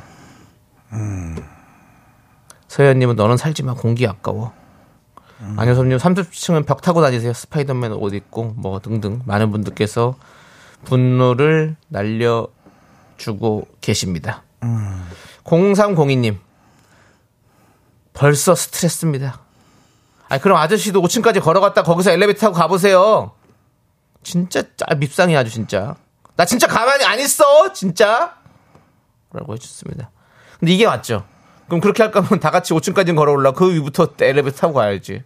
Speaker 2: 서현님은 너는 살지 마 공기 아까워. 안효섭님 30층은 벽 타고 다니세요. 스파이더맨 옷 입고 뭐 등등 많은 분들께서 분노를 날려주고 계십니다. 0302님 벌써 스트레스입니다. 아 그럼 아저씨도 5층까지 걸어갔다 거기서 엘리베이터 타고 가보세요. 진짜 짜 밉상이 아주 진짜. 나 진짜 가만히 안 있어 진짜. 라고 해줬습니다. 근데 이게 맞죠. 그럼 그렇게 할 거면 다 같이 5층까지 걸어 올라 그 위부터 엘리베이터 타고 가야지.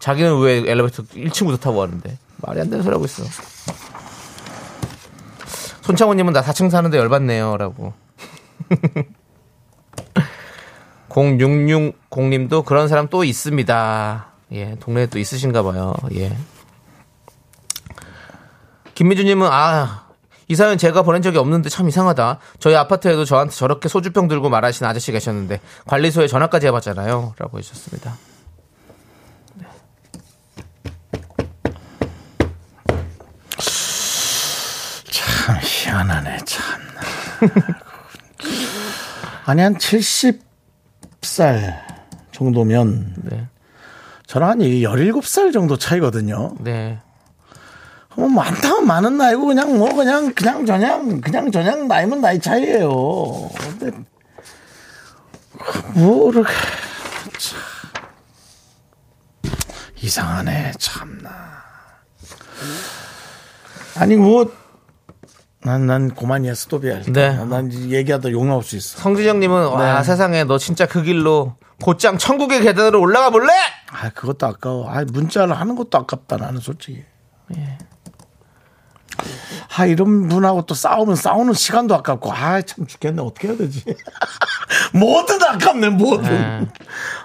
Speaker 2: 자기는 왜 엘리베이터 1층부터 타고 가는데 말이 안 되는 소리 하고 있어. 손창호님은 나 4층 사는데 열받네요라고. 0660님도 그런 사람 또 있습니다. 예, 동네에 또 있으신가 봐요. 예. 김미주님은 아. 이 사연 제가 보낸 적이 없는데 참 이상하다. 저희 아파트에도 저한테 저렇게 소주병 들고 말하시는 아저씨 계셨는데 관리소에 전화까지 해봤잖아요. 라고 해주셨습니다. 네.
Speaker 1: 참 희한하네, 참. 아니, 한 70살 정도면
Speaker 2: 네.
Speaker 1: 저랑 한 17살 정도 차이거든요.
Speaker 2: 네.
Speaker 1: 뭐 많다면 많은 나이고 그냥 뭐 그냥 그냥 저냥 그냥 저냥 나이면 나이 차이예요. 근데 뭐를 참 이상하네 참나. 아니 뭐, 뭐난난 고만이야 스톱이야. 일단.
Speaker 2: 네.
Speaker 1: 난 이제 얘기하다 욕 나올 수 있어.
Speaker 2: 성진영님은 와 세상에 너 진짜 그 길로 곧장 천국의 계단으로 올라가 볼래?
Speaker 1: 아 그것도 아까워. 아 문자를 하는 것도 아깝다 나는 솔직히.
Speaker 2: 예.
Speaker 1: 아 이런 분하고 또 싸우면 싸우는 시간도 아깝고 아 참 죽겠네 어떻게 해야 되지? 뭐든 아깝네 뭐든.
Speaker 2: 예.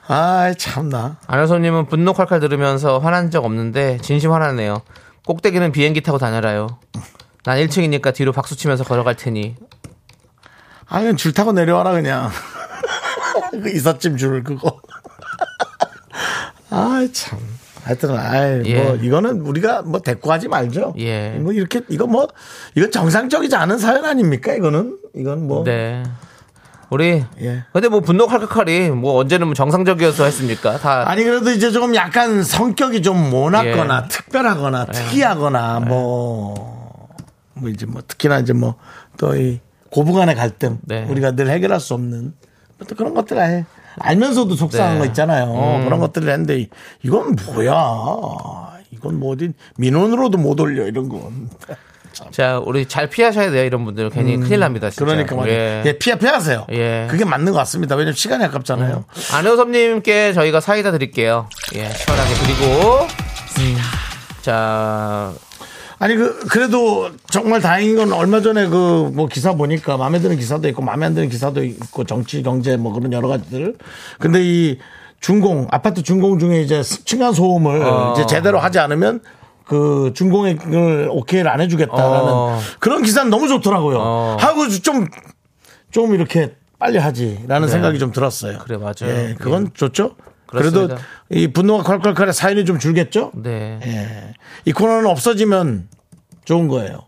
Speaker 1: 아 참나.
Speaker 2: 안효섭님은 분노 칼칼 들으면서 화난 적 없는데 진심 화나네요. 꼭대기는 비행기 타고 다녀라요. 난 1층이니까 뒤로 박수 치면서 걸어갈 테니
Speaker 1: 아 그냥 줄 타고 내려와라 그냥. 그 이삿짐 줄 그거. 아 참. 하여튼 아이
Speaker 2: 예.
Speaker 1: 뭐 이거는 우리가 뭐 대꾸하지 말죠.
Speaker 2: 예.
Speaker 1: 뭐 이렇게 이거 뭐 이건 정상적이지 않은 사연 아닙니까 이거는 이건 뭐.
Speaker 2: 네. 우리
Speaker 1: 예.
Speaker 2: 근데 뭐 분노 칼칼칼이 뭐 언제는 뭐 정상적이어서 했습니까? 다
Speaker 1: 아니 그래도 이제 조금 약간 성격이 좀
Speaker 2: 예.
Speaker 1: 모나거나 특별하거나 특이하거나 뭐, 뭐 이제 뭐 특히나 이제 뭐 또 이 고부간의 갈등
Speaker 2: 네.
Speaker 1: 우리가 늘 해결할 수 없는 뭐또 그런 것들 아예 알면서도 속상한
Speaker 2: 네.
Speaker 1: 거 있잖아요 그런 것들을 했는데 이- 이건 뭐야 이건 뭐 어디 민원으로도 못 올려 이런 건.
Speaker 2: 아, 자, 우리 잘 피하셔야 돼요. 이런 분들은 괜히 큰일 납니다. 진짜.
Speaker 1: 그러니까 말이에요.
Speaker 2: 예.
Speaker 1: 예. 피해 피하세요.
Speaker 2: 예. 음.
Speaker 1: 그게 맞는 것 같습니다. 왜냐면 시간이 아깝잖아요.
Speaker 2: 안효섭님께 저희가 사이다 드릴게요. 예, 시원하게 드리고. 음, 자,
Speaker 1: 아니 그 그래도 정말 다행인 건 얼마 전에 그 뭐 기사 보니까 마음에 드는 기사도 있고 마음에 안 드는 기사도 있고 정치 경제 뭐 그런 여러 가지들. 근데 이 준공 아파트 준공 중에 이제 층간 소음을
Speaker 2: 어.
Speaker 1: 이제 제대로 하지 않으면 그 준공을 오케이를 안 해주겠다라는
Speaker 2: 어.
Speaker 1: 그런 기사는 너무 좋더라고요.
Speaker 2: 어.
Speaker 1: 하고 좀 좀 이렇게 빨리 하지라는 생각이 좀 들었어요.
Speaker 2: 네. 그래, 맞아요.
Speaker 1: 예, 그건
Speaker 2: 예.
Speaker 1: 좋죠. 그래도
Speaker 2: 그렇습니다.
Speaker 1: 이 분노가 콸콸콸의 사연이 좀 줄겠죠?
Speaker 2: 네.
Speaker 1: 예. 이 코너는 없어지면 좋은 거예요.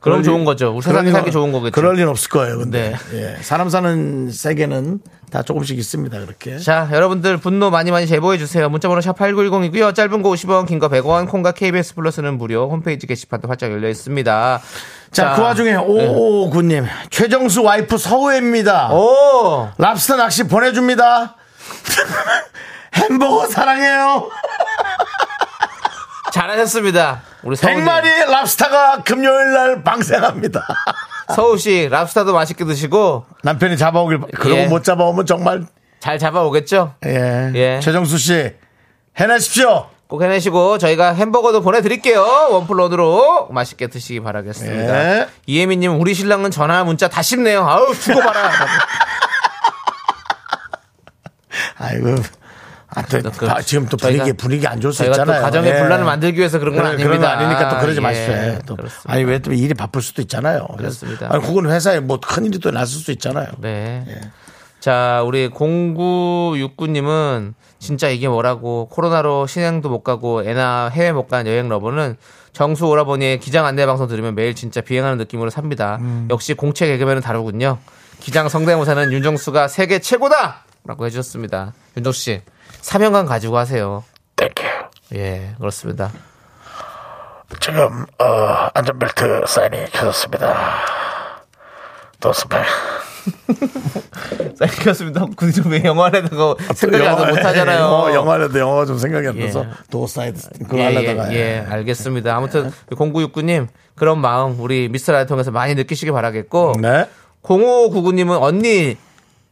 Speaker 2: 그럼
Speaker 1: 그럴
Speaker 2: 좋은
Speaker 1: 일-
Speaker 2: 거죠. 우리
Speaker 1: 그럴
Speaker 2: 세상에
Speaker 1: 일-
Speaker 2: 살기 좋은 거겠죠.
Speaker 1: 그럴 일 없을 거예요. 근데
Speaker 2: 네.
Speaker 1: 예. 사람 사는 세계는 다 조금씩 있습니다. 그렇게.
Speaker 2: 자, 여러분들 분노 많이 많이 제보해 주세요. 문자번호 샵 8910이고요. 짧은 거 50원, 긴 거 100원, 콩과 KBS 플러스는 무료. 홈페이지 게시판도 활짝 열려 있습니다.
Speaker 1: 자, 그 와중에
Speaker 2: 네.
Speaker 1: 5559님 최정수 와이프 서우입니다.
Speaker 2: 어? 오!
Speaker 1: 랍스터 낚시 보내줍니다. 햄버거 사랑해요.
Speaker 2: 잘하셨습니다. 우리 서우
Speaker 1: 100마리 랍스터가 금요일 날 방생합니다.
Speaker 2: 서우 씨 랍스타도 맛있게 드시고
Speaker 1: 남편이 잡아오길 바- 그러고
Speaker 2: 예.
Speaker 1: 못 잡아오면 정말
Speaker 2: 잘 잡아오겠죠?
Speaker 1: 예.
Speaker 2: 예.
Speaker 1: 최정수 씨 해내십시오.
Speaker 2: 꼭 해내시고 저희가 햄버거도 보내드릴게요. 원플러드로 맛있게 드시기 바라겠습니다.
Speaker 1: 예.
Speaker 2: 이혜민님 우리 신랑은 전화 문자 다 씹네요. 아우 죽어 봐라.
Speaker 1: 아이고. 아, 또,
Speaker 2: 그,
Speaker 1: 아, 지금 또 분위기
Speaker 2: 저희가-
Speaker 1: 분위기 안 좋을 수
Speaker 2: 저희가 또
Speaker 1: 있잖아요. 예. 네,
Speaker 2: 가정의 분란을 만들기 위해서 그런 건
Speaker 1: 그런-
Speaker 2: 아닙니다.
Speaker 1: 그런 거 아니니까 또 그러지
Speaker 2: 예,
Speaker 1: 마십시오. 또.
Speaker 2: 그렇습니다.
Speaker 1: 아니 왜 또 일이 바쁠 수도 있잖아요. 그래서-
Speaker 2: 그렇습니다.
Speaker 1: 아니, 혹은 회사에 뭐 큰 일이 또 났을 수도 있잖아요. 예.
Speaker 2: 네. 자, 우리 0969님은 진짜 이게 뭐라고 코로나로 신행도 못 가고 애나 해외 못 간 여행 러버는 정수 오라버니의 기장 안내 방송 들으면 매일 진짜 비행하는 느낌으로 삽니다. 역시 공채 개그맨은 다르군요. 기장 성대모사는 윤정수가 세계 최고다! 라고 해주셨습니다. 윤정수 씨, 사명감 가지고 하세요. 예, 그렇습니다.
Speaker 1: 지금 어, 안전벨트 사인이 켜졌습니다. 도스팔.
Speaker 2: 쌀겼습니다. 근데 왜 영화에다가 생각이 나서 못하잖아요.
Speaker 1: 아, 영어, 영화라도 영어 좀 생각이 안
Speaker 2: 예.
Speaker 1: 나서 도사이드 그걸
Speaker 2: 예,
Speaker 1: 하려다가
Speaker 2: 예, 예, 알겠습니다. 아무튼 0969님 그런 마음 우리 미스라이 통해서 많이 느끼시길 바라겠고
Speaker 1: 네.
Speaker 2: 0599님은 언니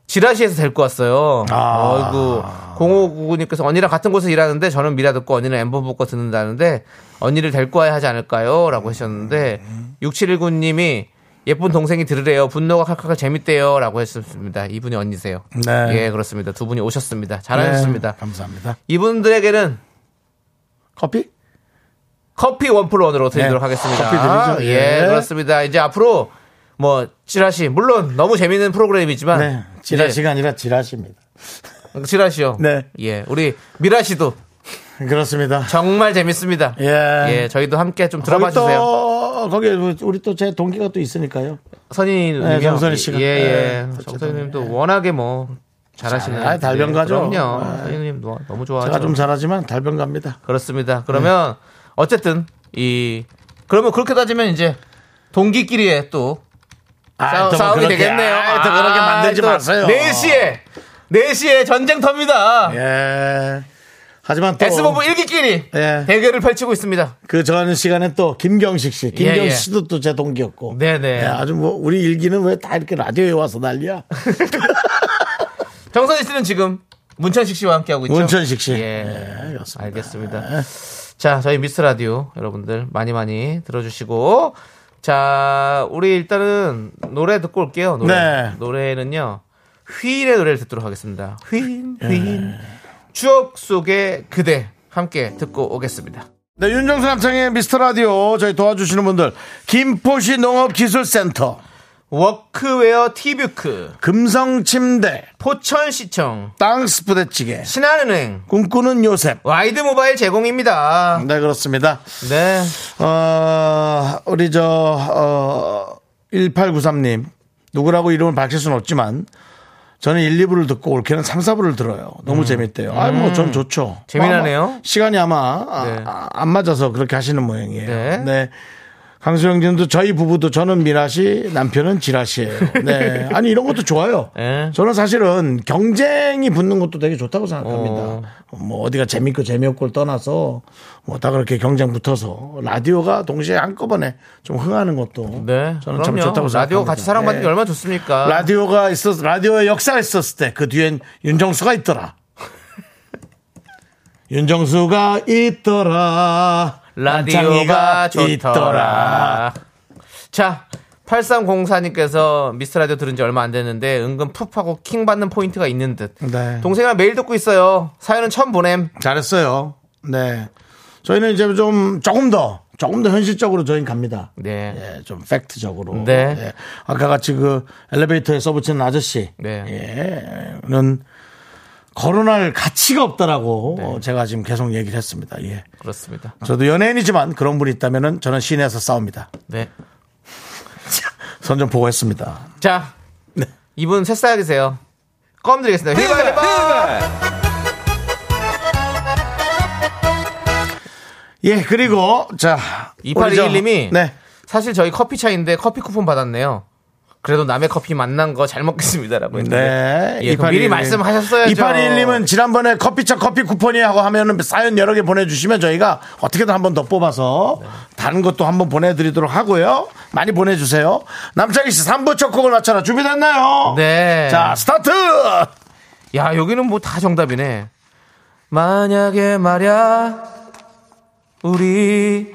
Speaker 2: 지라시에서 데리고 왔어요.
Speaker 1: 아.
Speaker 2: 어이구 0599님께서 언니랑 같은 곳에서 일하는데 저는 미라 듣고 언니는 엠버 듣고 듣는다는데 언니를 데리고 와야 하지 않을까요?라고 하셨는데 6719님이 예쁜 동생이 들으래요. 분노가 칼칼칼 재밌대요라고 했습니다. 이분이 언니세요.
Speaker 1: 네.
Speaker 2: 예, 그렇습니다. 두 분이 오셨습니다.
Speaker 1: 네,
Speaker 2: 잘하셨습니다.
Speaker 1: 감사합니다.
Speaker 2: 이분들에게는
Speaker 1: 커피?
Speaker 2: 커피 원플 원으로
Speaker 1: 네.
Speaker 2: 드리도록 하겠습니다.
Speaker 1: 커피 드리죠.
Speaker 2: 예,
Speaker 1: 예.
Speaker 2: 그렇습니다. 이제 앞으로 뭐 지라시 물론 너무 재밌는 프로그램이지만
Speaker 1: 네.
Speaker 2: 예.
Speaker 1: 지라시가 아니라 지라시입니다.
Speaker 2: 이제 지라시요.
Speaker 1: 네.
Speaker 2: 예, 우리 미라 씨도
Speaker 1: 그렇습니다.
Speaker 2: 정말 재밌습니다.
Speaker 1: 예.
Speaker 2: 저희도 함께 좀
Speaker 1: 거기
Speaker 2: 들어봐 주세요.
Speaker 1: 또 거기 우리 또 제 동기가 또 있으니까요.
Speaker 2: 선희
Speaker 1: 네,
Speaker 2: 님이요.
Speaker 1: 정선희 씨가.
Speaker 2: 예, 예.
Speaker 1: 네,
Speaker 2: 정선희 님도 워낙에 뭐 잘하시는
Speaker 1: 잘- 아, 달변가죠.
Speaker 2: 그럼요.
Speaker 1: 아.
Speaker 2: 선희 님 너무
Speaker 1: 제가
Speaker 2: 좋아하죠.
Speaker 1: 좀 네. 잘하지만 달변 갑니다.
Speaker 2: 그렇습니다. 그러면 어쨌든 이 그러면 그렇게 따지면 이제 동기끼리의 또 싸,
Speaker 1: 아, 또뭐
Speaker 2: 싸움이
Speaker 1: 그렇게,
Speaker 2: 되겠네요.
Speaker 1: 아, 또 그렇게 만들지
Speaker 2: 또
Speaker 1: 마세요.
Speaker 2: 4시에 4시에 전쟁터입니다.
Speaker 1: 예. 하지만 또
Speaker 2: S본부 1기끼리
Speaker 1: 예.
Speaker 2: 대결을 펼치고 있습니다.
Speaker 1: 그저 하는 시간에 또 김경식 씨, 김경식
Speaker 2: 예, 예.
Speaker 1: 씨도 또 제 동기였고.
Speaker 2: 네네.
Speaker 1: 예, 아주 뭐 우리 일기는 왜 다 이렇게 라디오에 와서 난리야?
Speaker 2: 그렇죠. 정선희 씨는 지금 문천식 씨와 함께하고 있죠.
Speaker 1: 문천식 씨.
Speaker 2: 예.
Speaker 1: 예, 그렇습니다.
Speaker 2: 알겠습니다. 자, 저희 미스 라디오 여러분들 많이 많이 들어주시고 자, 우리 일단은 노래 듣고 올게요. 노래.
Speaker 1: 네.
Speaker 2: 노래는요. 휘인의 노래를 듣도록 하겠습니다. 휘인,
Speaker 1: 예.
Speaker 2: 휘인. 추억 속의 그대 함께 듣고 오겠습니다.
Speaker 1: 네, 윤정수 남창의 미스터 라디오 저희 도와주시는 분들 김포시 농업기술센터,
Speaker 2: 워크웨어 티뷰크,
Speaker 1: 금성침대,
Speaker 2: 포천시청,
Speaker 1: 땅스부대찌개,
Speaker 2: 신한은행,
Speaker 1: 꿈꾸는 요셉.
Speaker 2: 와이드 모바일 제공입니다.
Speaker 1: 네, 그렇습니다.
Speaker 2: 네.
Speaker 1: 어, 우리 저, 어, 1893님. 누구라고 이름을 밝힐 수는 없지만, 저는 1, 2부를 듣고 올케는 3, 4부를 들어요. 너무 재밌대요. 아, 뭐, 전 좋죠.
Speaker 2: 음. 재미나네요.
Speaker 1: 아마 시간이 아마 아,
Speaker 2: 네.
Speaker 1: 아, 안 맞아서 그렇게 하시는 모양이에요.
Speaker 2: 네.
Speaker 1: 네. 강수영님도 저희 부부도 저는 미라 씨, 남편은 지라 씨예요. 네, 아니 이런 것도 좋아요.
Speaker 2: 예.
Speaker 1: 저는 사실은 경쟁이 붙는 것도 되게 좋다고 생각합니다.
Speaker 2: 어.
Speaker 1: 뭐 어디가 재밌고 재미없고를 떠나서 뭐 다 그렇게 경쟁 붙어서 라디오가 동시에 한꺼번에 좀 흥하는 것도
Speaker 2: 네.
Speaker 1: 저는 참
Speaker 2: 그럼요.
Speaker 1: 좋다고 생각합니다.
Speaker 2: 라디오 같이 사랑받는 게
Speaker 1: 예.
Speaker 2: 얼마나 좋습니까?
Speaker 1: 라디오가 있었 라디오의 역사가 있었을 때 그 뒤엔 윤정수가 있더라. 윤정수가 있더라.
Speaker 2: 라디오가
Speaker 1: 남창희가
Speaker 2: 좋더라. 자, 8304님께서 미스 라디오 들은 지 얼마 안 됐는데 은근 푹하고 킹 받는 포인트가 있는 듯.
Speaker 1: 네.
Speaker 2: 동생이랑 매일 듣고 있어요. 사연은 처음 보냄.
Speaker 1: 잘했어요. 네. 저희는 이제 좀 조금 더 조금 더 현실적으로 저희는 갑니다.
Speaker 2: 네.
Speaker 1: 예, 좀 팩트적으로.
Speaker 2: 네.
Speaker 1: 예. 아까 같이 그 엘리베이터에 써붙이는 아저씨.
Speaker 2: 네.
Speaker 1: 예. 는 거론할 가치가 없다라고
Speaker 2: 네.
Speaker 1: 어, 제가 지금 계속 얘기를 했습니다. 예.
Speaker 2: 그렇습니다.
Speaker 1: 저도 연예인이지만 그런 분이 있다면은 저는 시내에서 싸웁니다.
Speaker 2: 네.
Speaker 1: 선 좀 보고 했습니다.
Speaker 2: 자.
Speaker 1: 네.
Speaker 2: 이분 새싹이세요. 껌 드리겠습니다. 휘발, 휘발.
Speaker 1: 예, 그리고 자. 우리 저-
Speaker 2: 2821님이
Speaker 1: 네.
Speaker 2: 사실 저희 커피차인데 커피 쿠폰 받았네요. 그래도 남의 커피 만난 거 잘 먹겠습니다라고 했는데
Speaker 1: 네.
Speaker 2: 예, 그럼 미리 말씀하셨어야죠.
Speaker 1: 2821님은 지난번에 커피차 커피 쿠폰이 하고 하면은 사연 여러 개 보내주시면 저희가 어떻게든 한 번 더 뽑아서 다른 것도 한번 보내드리도록 하고요. 많이 보내주세요. 남창희 씨 3부 첫 곡을 맞춰라. 준비됐나요?
Speaker 2: 네.
Speaker 1: 자, 스타트!
Speaker 2: 야 여기는 뭐 다 정답이네. 만약에 말야 우리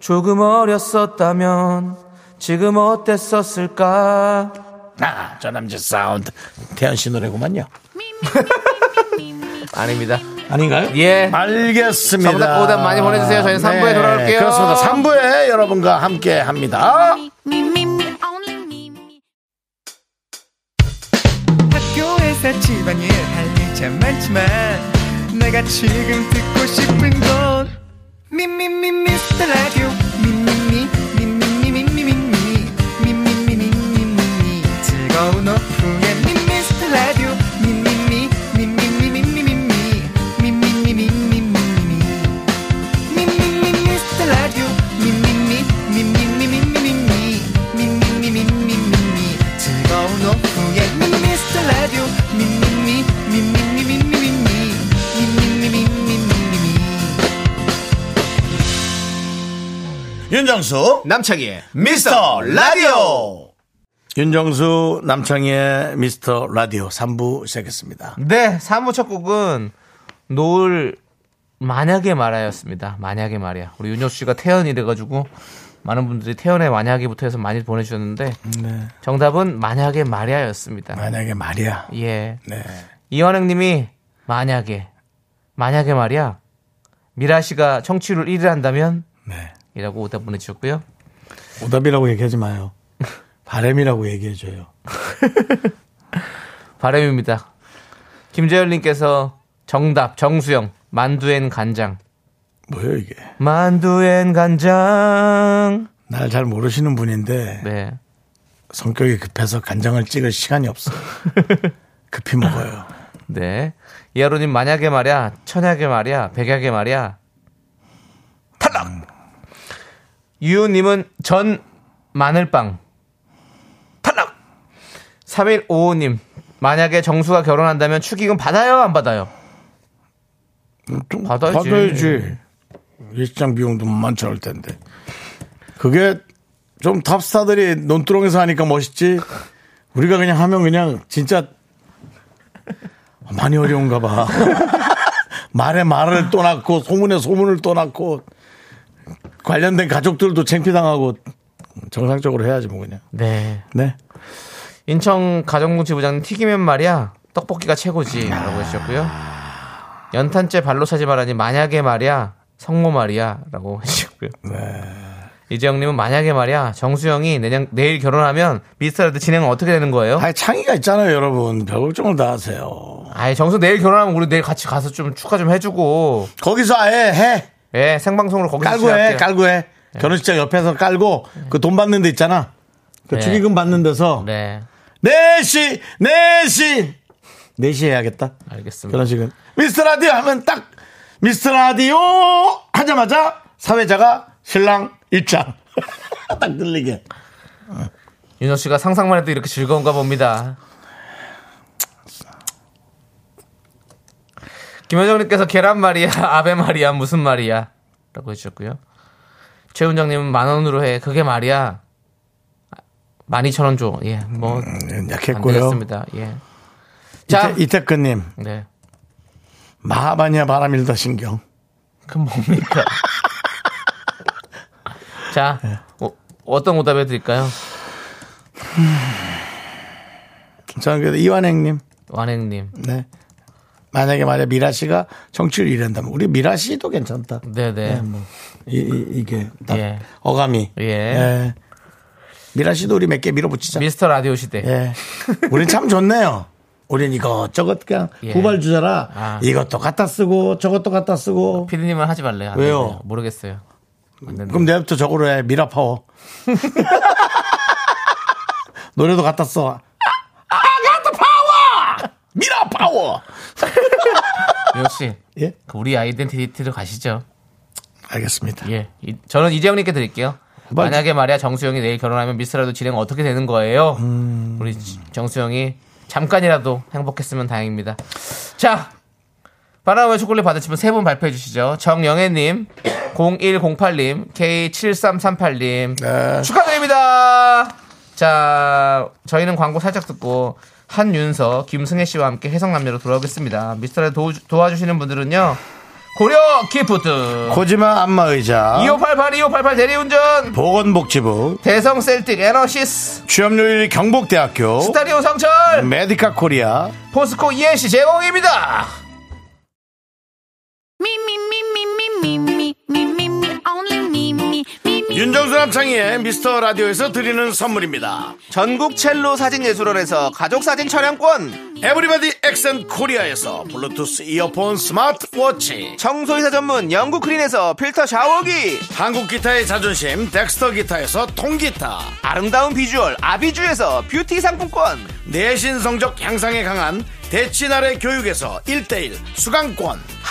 Speaker 2: 조금 어렸었다면 지금 어땠었을까?
Speaker 1: 아, 저남자 사운드. 태연 씨 노래구만요.
Speaker 2: 아닙니다.
Speaker 1: 아닌가요?
Speaker 2: 예.
Speaker 1: 알겠습니다. 네,
Speaker 2: 정답, 오답 많이 보내주세요. 저희는 삼부에 돌아올게요.
Speaker 1: 그렇습니다. 3부에 여러분과 함께 합니다.
Speaker 6: Me, me, me, only me, me.
Speaker 8: 학교에서 집안일 할 일 참 많지만 내가 지금 듣고 싶은 건 미미미 미스터 라디오 미미미 미미미 미미미 미미미 미미미 즐거운 오후에 미스터 라디오 미미미 미미미 미미미 미미미 미미미 미미미 미스터 라디오 미미미 미미미 미미미 미미미 미미미 즐거운 오후에 미스터 라디오 미미미 미미미 미미미 미미미 미미미
Speaker 1: 윤정수,
Speaker 2: 남창희의
Speaker 1: 미스터 라디오! 윤정수, 남창희의 미스터 라디오 3부 시작했습니다.
Speaker 2: 네, 3부 첫 곡은 노을 만약에 말하였습니다. 만약에 말이야. 우리 윤혁 씨가 태연이 돼가지고 많은 분들이 태연의 만약에부터 해서 많이 보내주셨는데
Speaker 1: 네.
Speaker 2: 정답은 만약에 말이야였습니다.
Speaker 1: 만약에 말이야.
Speaker 2: 예.
Speaker 1: 네.
Speaker 2: 이환영님이 만약에 만약에 말이야 미라 씨가 청취율 1위를 한다면
Speaker 1: 네.
Speaker 2: 이라고 오답 보내주셨고요.
Speaker 1: 오답이라고 얘기하지 마요. 바램이라고 얘기해줘요.
Speaker 2: 바람입니다. 김재열님께서 정답 정수영 만두엔 간장
Speaker 1: 뭐예요, 이게?
Speaker 2: 만두엔 간장
Speaker 1: 날 잘 모르시는 분인데
Speaker 2: 네.
Speaker 1: 성격이 급해서 간장을 찍을 시간이 없어요. 급히 먹어요.
Speaker 2: 네. 이하로님 만약에 말이야, 천약에 말이야, 백약에 말이야.
Speaker 1: 음.
Speaker 2: 탈락. 유우님은 전 마늘빵. 탈락. 3155님 만약에 정수가 결혼한다면 축의금 받아요, 안 받아요?
Speaker 1: 좀
Speaker 2: 받아야지.
Speaker 1: 받아야지. 일시장 비용도 만만치 않을 텐데. 그게 좀 탑스타들이 논두렁에서 하니까 멋있지. 우리가 그냥 하면 그냥 진짜 많이 어려운가 봐. 말에 말을 또 낳고 소문에 소문을 또 낳고 관련된 가족들도 창피당하고 정상적으로 해야지 뭐 그냥.
Speaker 2: 네.
Speaker 1: 네.
Speaker 2: 인천 가정공치 부장님 튀기면 말이야 떡볶이가 최고지라고 해주셨고요. 연탄재 발로 차지 말하니 만약에 말이야 성모 말이야라고 해주셨고요.
Speaker 1: 네.
Speaker 2: 이재영님은 만약에 말이야 정수영이 내년 내일 결혼하면 미스터라드 진행은 어떻게 되는 거예요?
Speaker 1: 아니 창의가 있잖아요 여러분. 별 걱정을 다 하세요.
Speaker 2: 아예 정수 내일 결혼하면 우리 내일 같이 가서 좀 축하 좀 해주고
Speaker 1: 거기서 아예 해.
Speaker 2: 예 생방송으로 거기서
Speaker 1: 깔고 해,
Speaker 2: 진행할게요.
Speaker 1: 깔고 해. 결혼식장 옆에서 깔고 그 돈 받는 데 있잖아. 그
Speaker 2: 네.
Speaker 1: 축의금 받는 데서
Speaker 2: 네
Speaker 1: 네시네시네시 해야겠다.
Speaker 2: 알겠습니다.
Speaker 1: 결혼식은 미스터 라디오 하면 딱 미스터 라디오 하자마자 사회자가 신랑 입장. 딱 들리게.
Speaker 2: 윤정 씨가 상상만 해도 이렇게 즐거운가 봅니다. 김현정님께서 계란 말이야, 아베 말이야, 무슨 말이야? 라고 해주셨고요. 최훈정님은 만 원으로 해. 그게 말이야. 만 이천 원 줘. 예, 뭐. 안
Speaker 1: 네, 약했고요.
Speaker 2: 되겠습니다. 예. 자,
Speaker 1: 음, 이태, 이태근님,
Speaker 2: 네.
Speaker 1: 마하바냐 바람 일다 신경.
Speaker 2: 그 뭡니까? 자,
Speaker 1: 네.
Speaker 2: 어, 어떤 오답 해드릴까요?
Speaker 1: 저는 그래도 이완행님,
Speaker 2: 완행님.
Speaker 1: 네. 만약에 말이야 미라 씨가 정치를 이른다면 우리 미라 씨도 괜찮다.
Speaker 2: 네네.
Speaker 1: 이, 이, 게
Speaker 2: 예.
Speaker 1: 어감이.
Speaker 2: 예.
Speaker 1: 미라 씨도 우리 몇 개 밀어붙이자.
Speaker 2: 미스터 라디오 시대.
Speaker 1: 예. 우린 참 좋네요. 우린 이것저것 그냥
Speaker 2: 예.
Speaker 1: 구발 주자라
Speaker 2: 아.
Speaker 1: 이것도 갖다 쓰고 저것도 갖다 쓰고
Speaker 2: 피디님은 하지 말래요. 안
Speaker 1: 왜요?
Speaker 2: 되네요. 모르겠어요. 안 된다.
Speaker 1: 그럼 내일부터 저거로 해 미라 파워 노래도 갖다 써. 아, 갖다 파워 미라 파워.
Speaker 2: 역시
Speaker 1: 예,
Speaker 2: 그 우리 아이덴티티로 가시죠.
Speaker 1: 알겠습니다.
Speaker 2: 예. 이- 저는 이재영님께 드릴게요.
Speaker 1: 맞-
Speaker 2: 만약에 말이야 정수영이 내일 결혼하면 미스라도 진행 어떻게 되는 거예요? 우리 지- 정수영이 잠깐이라도 행복했으면 다행입니다. 자, 바나나 초콜릿 받으신 분세 분 발표해 주시죠. 정영애님, 0108님, K7338님
Speaker 1: 네.
Speaker 2: 축하드립니다. 자, 저희는 광고 살짝 듣고 한윤서, 김승혜 씨와 함께 해성남녀로 돌아오겠습니다. 미스터를 도, 도와주시는 분들은요. 고려 기프트.
Speaker 1: 어. 코지마
Speaker 2: 아?
Speaker 1: 안마의자
Speaker 2: 2588, 2588 대리운전,
Speaker 1: 보건복지부
Speaker 2: 대성 셀틱 에너시스,
Speaker 1: 취업률 일 경북대학교
Speaker 2: 스타디오 성철,
Speaker 1: 메디카 코리아
Speaker 2: 포스코 이엔씨 제공입니다.
Speaker 6: Me, me, me, me, me, me, me, me, me, me, only me, me, me, me.
Speaker 1: 윤정수 남창희의 미스터 라디오에서 드리는 선물입니다.
Speaker 2: 전국 첼로 사진예술원에서 가족사진 촬영권,
Speaker 1: 에브리바디 엑센 코리아에서 블루투스 이어폰 스마트워치
Speaker 2: 청소이사 전문 영국 크린에서 필터 샤워기,
Speaker 1: 한국 기타의 자존심 덱스터 기타에서 통기타
Speaker 2: 아름다운 비주얼 아비주에서 뷰티 상품권,
Speaker 1: 내신 성적 향상에 강한 대치나래 교육에서 1대1 수강권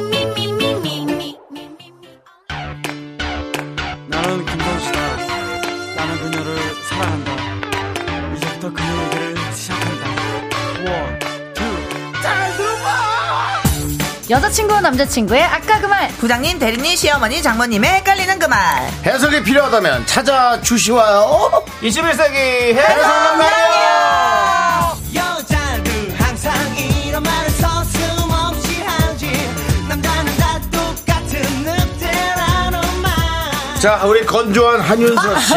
Speaker 6: me, me, me, me, me, me, me, me.
Speaker 8: 나는 김선수다. 나는 그녀를 사랑한다. 이제부터 그녀에게를 시작한다. 원, 투, 잘 들어봐!
Speaker 9: 여자친구 남자친구의 아까 그 말
Speaker 8: 부장님, 대리님, 시어머니, 장모님의 헷갈리는 그 말.
Speaker 1: 해석이 필요하다면 찾아주시와요
Speaker 2: 21세기 해성남녀
Speaker 8: 여자는 항상 이런 말을 서슴없이 하지. 남자는 다 똑같은 늑대라는 말.
Speaker 1: 자, 우리 건조한 한윤서 씨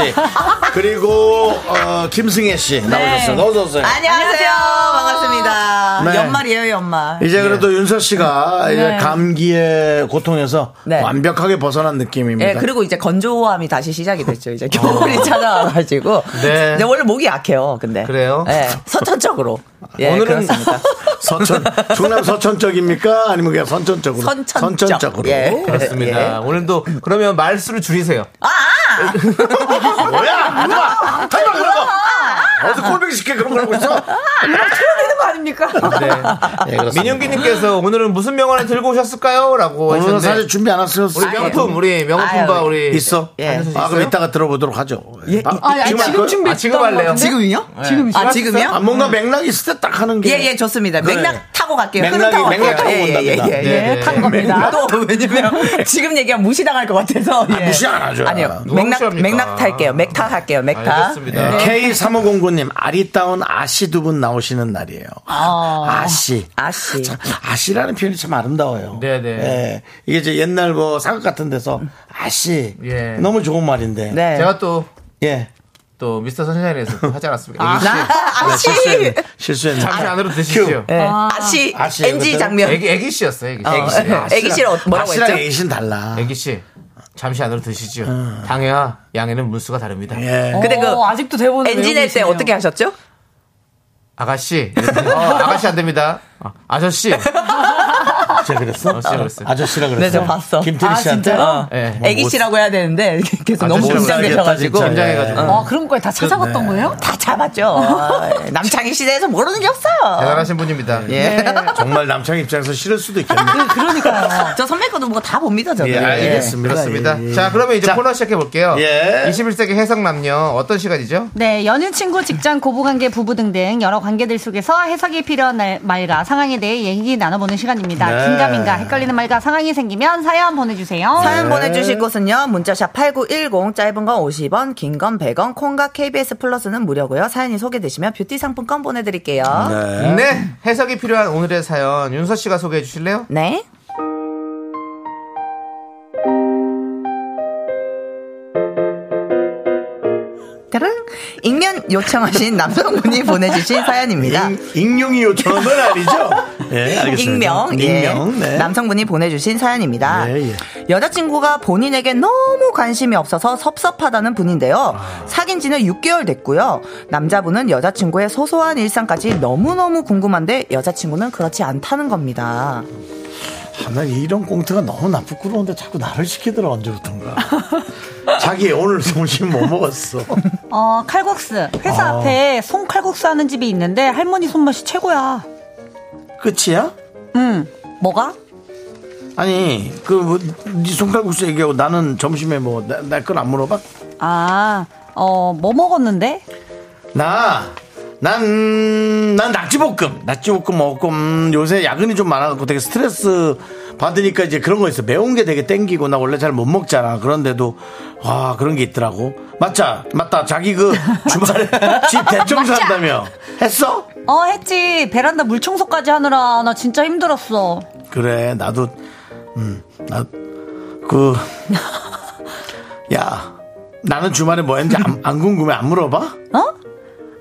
Speaker 1: 그리고 어, 김승혜 씨
Speaker 8: 네.
Speaker 1: 나오셨어요. 어서 오세요.
Speaker 8: 아,
Speaker 9: 안녕하세요.
Speaker 8: 반갑습니다.
Speaker 1: 네.
Speaker 8: 연말이에요, 연말.
Speaker 1: 이제 그래도 윤서 씨가 이제 감기의 고통에서
Speaker 8: 네.
Speaker 1: 완벽하게 벗어난 느낌입니다.
Speaker 8: 예, 그리고 이제 건조함이 다시 시작이 됐죠. 이제 겨울이 찾아와가지고.
Speaker 2: 네.
Speaker 8: 근데 원래 목이 약해요, 근데.
Speaker 2: 그래요?
Speaker 8: 예, 선천적으로. 예,
Speaker 2: 오늘은-
Speaker 8: 그렇습니다.
Speaker 1: 서천 충남 서천 쪽입니까? 아니면 그냥 선천 쪽으로?
Speaker 8: 선천
Speaker 1: 으로
Speaker 8: 쪽. 예.
Speaker 2: 그렇습니다.
Speaker 8: 예.
Speaker 2: 오늘도 그러면 말수를 줄이세요.
Speaker 1: 뭐야? 누가? 탈발 누가? 어디서 꼴뱅이 시켜 그런 걸 하고 있어?
Speaker 8: 되는 거 아닙니까?
Speaker 2: 네. 민영기님께서 오늘은 무슨 명언을 들고 오셨을까요?라고
Speaker 1: 오늘은
Speaker 2: 하셨는데
Speaker 1: 사실 준비 안 왔어요.
Speaker 2: 우리 명품 우리
Speaker 8: 아유.
Speaker 2: 명품바 우리
Speaker 1: 있어?
Speaker 8: 예.
Speaker 1: 아 그럼 이따가 들어보도록 하죠. 아, 지금 할 거예요?
Speaker 2: 아, 지금 할래요.
Speaker 9: 지금이요? 지금
Speaker 8: 아,
Speaker 1: 아,
Speaker 8: 지금요?
Speaker 1: 뭔가 맥락이 있을 때 딱 하는 게.
Speaker 8: 예, 예, 좋습니다.
Speaker 1: 그래.
Speaker 8: 맥락 타고 갈게요.
Speaker 1: 맥락이-
Speaker 8: 흐름 타고
Speaker 1: 맥락 타고
Speaker 8: 갈게요. 예, 예,
Speaker 1: 본답니다.
Speaker 8: 예, 예.
Speaker 2: 네, 네.
Speaker 9: 탄 겁니다.
Speaker 8: 또 왜냐면 지금 얘기하면 무시당할 것 같아서 예.
Speaker 1: 무시 안 하죠.
Speaker 8: 아니요
Speaker 2: 누가
Speaker 8: 맥락
Speaker 2: 무시합니까?
Speaker 8: 맥락 탈게요 맥타 할게요
Speaker 2: 네,
Speaker 8: 맥타
Speaker 2: 알겠습니다.
Speaker 1: K3509님, 아리따운 아씨 두 분 나오시는 날이에요. 아. 씨
Speaker 8: 아씨
Speaker 1: 참, 아씨라는 표현이 참 아름다워요.
Speaker 2: 네네.
Speaker 1: 예. 이게 이제 옛날 뭐 사극 같은 데서 아씨.
Speaker 2: 예.
Speaker 1: 너무 좋은 말인데.
Speaker 8: 네
Speaker 2: 제가 또 또
Speaker 1: 예.
Speaker 2: 미스터 선샤인에서 하지 않았습니까?
Speaker 8: 아,
Speaker 2: 애기 씨
Speaker 8: 아씨
Speaker 1: 실수했네. 실수했네. 아,
Speaker 2: 잠시 안으로 드시죠.
Speaker 8: 예.
Speaker 1: 네.
Speaker 8: 아씨
Speaker 1: 아씨, 그때는?
Speaker 8: NG
Speaker 1: 네.
Speaker 8: 장면
Speaker 2: 애기 애기 씨였어요. 애기 씨.
Speaker 8: 어, 애기 씨를 어- 뭐라고
Speaker 1: 아씨랑
Speaker 8: 했죠?
Speaker 1: 애기신 달라.
Speaker 2: 애기 씨. 잠시 안으로 드시죠. 당해와 양해는 문수가 다릅니다.
Speaker 1: 예.
Speaker 8: 근데 그
Speaker 9: 어, 아직도 대본을
Speaker 8: NG 낼 때
Speaker 9: 외우고 계시네요.
Speaker 8: 어떻게 하셨죠?
Speaker 2: 아가씨. 이러면서, 어, 아가씨 안 됩니다. 어, 아저씨.
Speaker 1: 진짜 그랬어?
Speaker 2: 어, 진짜 그랬어요.
Speaker 1: 아저씨라 그랬어.
Speaker 8: 네, 저 봤어.
Speaker 1: 김태리 씨한테. 뭐,
Speaker 8: 아, 진짜요?
Speaker 9: 네.
Speaker 2: 예.
Speaker 8: 애기씨라고 해야 되는데 계속 너무
Speaker 2: 아저씨라고
Speaker 8: 긴장되셔가지고
Speaker 2: 해야겠다, 진짜. 긴장해가지고.
Speaker 8: 어,
Speaker 9: 아, 그런 걸 다 찾아봤던
Speaker 1: 네.
Speaker 9: 거예요?
Speaker 8: 다 잡았죠. 남창희 씨 대해서 모르는 게 없어요.
Speaker 2: 대단하신 분입니다. 예.
Speaker 8: 예.
Speaker 1: 정말 남창 입장에서 싫을 수도 있겠네.
Speaker 8: 그- 그러니까요. 저 선배 것도 뭐 다 봅니다, 저는.
Speaker 1: 예, 알겠습니다.
Speaker 2: 그렇습니다.
Speaker 1: 예, 예.
Speaker 2: 자, 그러면 이제 코너 시작해 볼게요.
Speaker 1: 예.
Speaker 2: 21세기 해석 남녀 어떤 시간이죠?
Speaker 9: 네, 연인, 친구, 직장, 고부관계, 부부 등등 여러 관계들 속에서 해석이 필요한 날- 말과 상황에 대해 얘기 나눠보는 시간입니다.
Speaker 1: 네.
Speaker 9: 긴가민가 헷갈리는 말과 상황이 생기면 사연 보내주세요.
Speaker 1: 네.
Speaker 8: 사연 보내주실 곳은요. 문자샵 8910 짧은 건 50원 긴 건 100원 콩과 KBS 플러스는 무료고요. 사연이 소개되시면 뷰티 상품권 보내드릴게요.
Speaker 1: 네.
Speaker 2: 네. 해석이 필요한 오늘의 사연 윤서 씨가 소개해 주실래요?
Speaker 8: 네. 따랑 익명 요청하신 남성분이 보내주신 사연입니다.
Speaker 1: 익, 룡이 요청한 건 아니죠? 예, 알겠습니다.
Speaker 8: 익명, 예.
Speaker 1: 익명, 네.
Speaker 8: 남성분이 보내주신 사연입니다.
Speaker 1: 예, 예.
Speaker 8: 여자친구가 본인에게 너무 관심이 없어서 섭섭하다는 분인데요.
Speaker 1: 아.
Speaker 8: 사귄 지는 6개월 됐고요. 남자분은 여자친구의 소소한 일상까지 너무너무 궁금한데 여자친구는 그렇지 않다는 겁니다.
Speaker 1: 아, 난 이런 꽁트가 너무나 부끄러운데 자꾸 나를 시키더라, 언제부턴가. 자기 오늘 점심 뭐 먹었어?
Speaker 9: 어, 칼국수. 회사
Speaker 2: 아.
Speaker 9: 앞에 송칼국수 하는 집이 있는데 할머니 손맛이 최고야.
Speaker 1: 끝이야?
Speaker 9: 응. 뭐가?
Speaker 1: 아니, 그, 뭐, 네 손칼국수 얘기하고 나는 점심에 뭐, 나, 나 그건 안 물어봐?
Speaker 9: 아, 어, 뭐 먹었는데?
Speaker 1: 나, 난, 난 낙지볶음. 낙지볶음 먹고, 음, 요새 야근이 좀 많아갖고 되게 스트레스 받으니까 이제 그런 거 있어. 매운 게 되게 땡기고, 나 원래 잘 못 먹잖아. 그런데도, 와, 그런 게 있더라고. 맞자, 맞다. 자기 그 주말에 집 대청소
Speaker 9: 맞자.
Speaker 1: 한다며. 했어?
Speaker 9: 어, 했지. 베란다 물 청소까지 하느라 나 진짜 힘들었어.
Speaker 1: 그래, 나도, 음, 나, 그, 야, 나는 주말에 뭐 했는지 안, 안 궁금해. 안 물어봐?
Speaker 9: 어?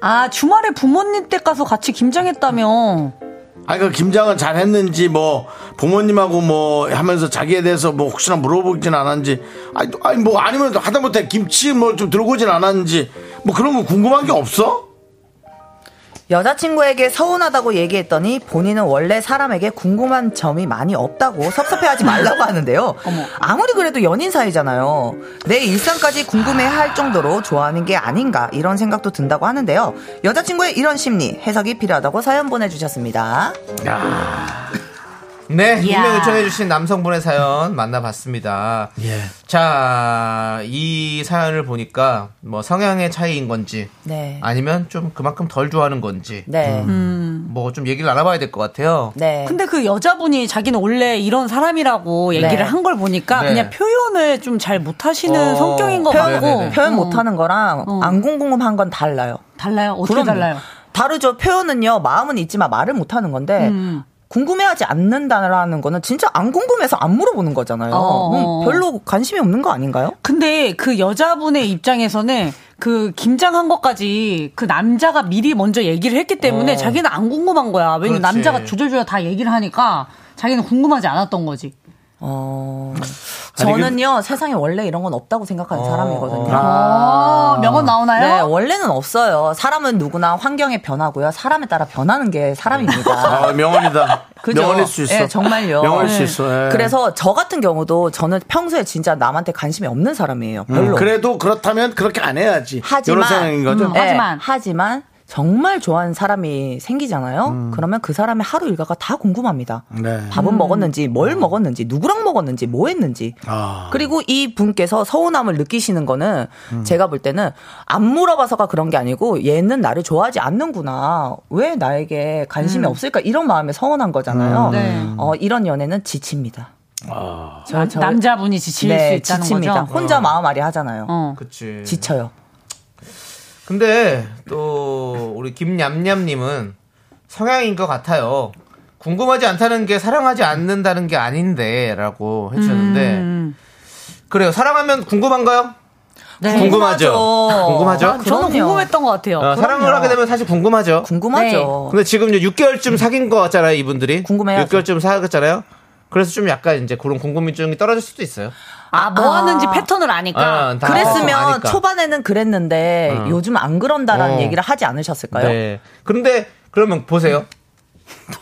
Speaker 9: 아, 주말에 부모님 댁 가서 같이 김장했다며.
Speaker 1: 아니 그 김장은 잘 했는지 뭐 부모님하고 뭐 하면서 자기에 대해서 뭐 혹시나 물어보진 않았는지 아니, 또- 아니 뭐 아니면 또 하다못해 김치 뭐 좀 들고 오진 않았는지 뭐 그런 거 궁금한 게 없어?
Speaker 8: 여자친구에게 서운하다고 얘기했더니 본인은 원래 사람에게 궁금한 점이 많이 없다고 섭섭해하지 말라고 하는데요. 아무리 그래도 연인 사이잖아요. 내 일상까지 궁금해할 정도로 좋아하는 게 아닌가 이런 생각도 든다고 하는데요. 여자친구의 이런 심리 해석이 필요하다고 사연 보내주셨습니다.
Speaker 2: 네,
Speaker 9: 이야.
Speaker 2: 익명 요청해 주신 남성분의 사연 만나봤습니다.
Speaker 1: 예.
Speaker 2: 자, 이 사연을 보니까 뭐 성향의 차이인 건지
Speaker 8: 네.
Speaker 2: 아니면 좀 그만큼 덜 좋아하는 건지
Speaker 8: 네.
Speaker 2: 뭐 좀 얘기를 알아봐야 될 것 같아요.
Speaker 8: 네.
Speaker 9: 근데 그 여자분이 자기는 원래 이런 사람이라고 얘기를
Speaker 8: 네.
Speaker 9: 한 걸 보니까
Speaker 2: 네.
Speaker 9: 그냥 표현을 좀 잘 못하시는
Speaker 2: 어,
Speaker 9: 성격인 것
Speaker 2: 표현-
Speaker 9: 같고.
Speaker 2: 네네네.
Speaker 8: 표현 못하는 거랑 안 궁금한 건 어. 달라요.
Speaker 9: 달라요? 어떻게
Speaker 8: 그럼요.
Speaker 9: 달라요?
Speaker 8: 다르죠. 표현은요, 마음은 있지만 말을 못하는 건데, 궁금해하지 않는다라는 거는 진짜 안 궁금해서 안 물어보는 거잖아요.
Speaker 9: 어.
Speaker 8: 그럼 별로 관심이 없는 거 아닌가요?
Speaker 9: 근데 그 여자분의 입장에서는 그 김장한 것까지 그 남자가 미리 먼저 얘기를 했기 때문에
Speaker 8: 어.
Speaker 9: 자기는 안 궁금한 거야.
Speaker 2: 그렇지.
Speaker 9: 왜냐면 남자가 조절조절 다 얘기를 하니까 자기는 궁금하지 않았던 거지.
Speaker 8: 어.
Speaker 1: 아니,
Speaker 8: 저는요, 세상에 원래 이런 건 없다고 생각하는 사람이거든요.
Speaker 9: 아, 명언
Speaker 8: 어, 네,
Speaker 9: 나오나요?
Speaker 8: 원래는 없어요. 사람은 누구나 환경에 변하고요. 사람에 따라 변하는 게 사람입니다.
Speaker 1: 아 명언이다.
Speaker 8: 그죠?
Speaker 1: 명언일 수 있어.
Speaker 8: 예, 정말요.
Speaker 1: 명언일 수
Speaker 8: 예.
Speaker 1: 있어. 예.
Speaker 8: 그래서 저 같은 경우도 저는 평소에 진짜 남한테 관심이 없는 사람이에요.
Speaker 1: 음,
Speaker 8: 별로.
Speaker 1: 그래도 그렇다면 그렇게 안 해야지.
Speaker 8: 하지만 예,
Speaker 1: 이런 생각인 거죠.
Speaker 9: 음. 하지만.
Speaker 8: 하지만 정말 좋아하는 사람이 생기잖아요.
Speaker 1: 음.
Speaker 8: 그러면 그 사람의 하루 일과가 다 궁금합니다.
Speaker 1: 네.
Speaker 8: 밥은
Speaker 2: 음.
Speaker 8: 먹었는지,
Speaker 2: 어.
Speaker 8: 뭘 먹었는지, 누구랑 먹었는지, 뭐 했는지.
Speaker 1: 아.
Speaker 8: 그리고 이 분께서 서운함을 느끼시는 거는
Speaker 2: 음.
Speaker 8: 제가 볼 때는 안 물어봐서가 그런 게 아니고 얘는 나를 좋아하지 않는구나. 왜 나에게 관심이 없을까? 이런 마음에 서운한 거잖아요.
Speaker 9: 네.
Speaker 8: 어, 이런 연애는 지칩니다.
Speaker 2: 아.
Speaker 8: 저, 저-
Speaker 9: 남자분이 지칠 수
Speaker 8: 네,
Speaker 9: 있다는
Speaker 8: 지칩니다.
Speaker 9: 거죠.
Speaker 8: 혼자 마음 아리 하잖아요.
Speaker 9: 어.
Speaker 2: 그치.
Speaker 8: 지쳐요.
Speaker 2: 근데 또 우리 김냠냠님은 성향인 것 같아요. 궁금하지 않다는 게 사랑하지 않는다는 게 아닌데라고 해주셨는데 그래요. 사랑하면 궁금한가요?
Speaker 9: 네.
Speaker 2: 궁금하죠.
Speaker 8: 궁금하죠.
Speaker 2: 궁금하죠?
Speaker 8: 아,
Speaker 9: 저는
Speaker 8: 그럼요.
Speaker 9: 궁금했던 것 같아요.
Speaker 2: 어, 사랑을 하게 되면 사실 궁금하죠.
Speaker 8: 궁금하죠.
Speaker 2: 근데 지금 이제 6개월쯤 사귄 거 같잖아요, 이분들이.
Speaker 8: 궁금해요.
Speaker 2: 6개월쯤 사귀었잖아요. 그래서 좀 약간 이제 그런 궁금증이 떨어질 수도 있어요.
Speaker 9: 아, 뭐
Speaker 8: 아.
Speaker 9: 하는지 패턴을 아니까.
Speaker 2: 아, 다
Speaker 8: 그랬으면
Speaker 2: 아니까.
Speaker 8: 초반에는 그랬는데 요즘 안 그런다라는
Speaker 2: 어.
Speaker 8: 얘기를 하지 않으셨을까요?
Speaker 2: 네. 그런데 그러면 보세요.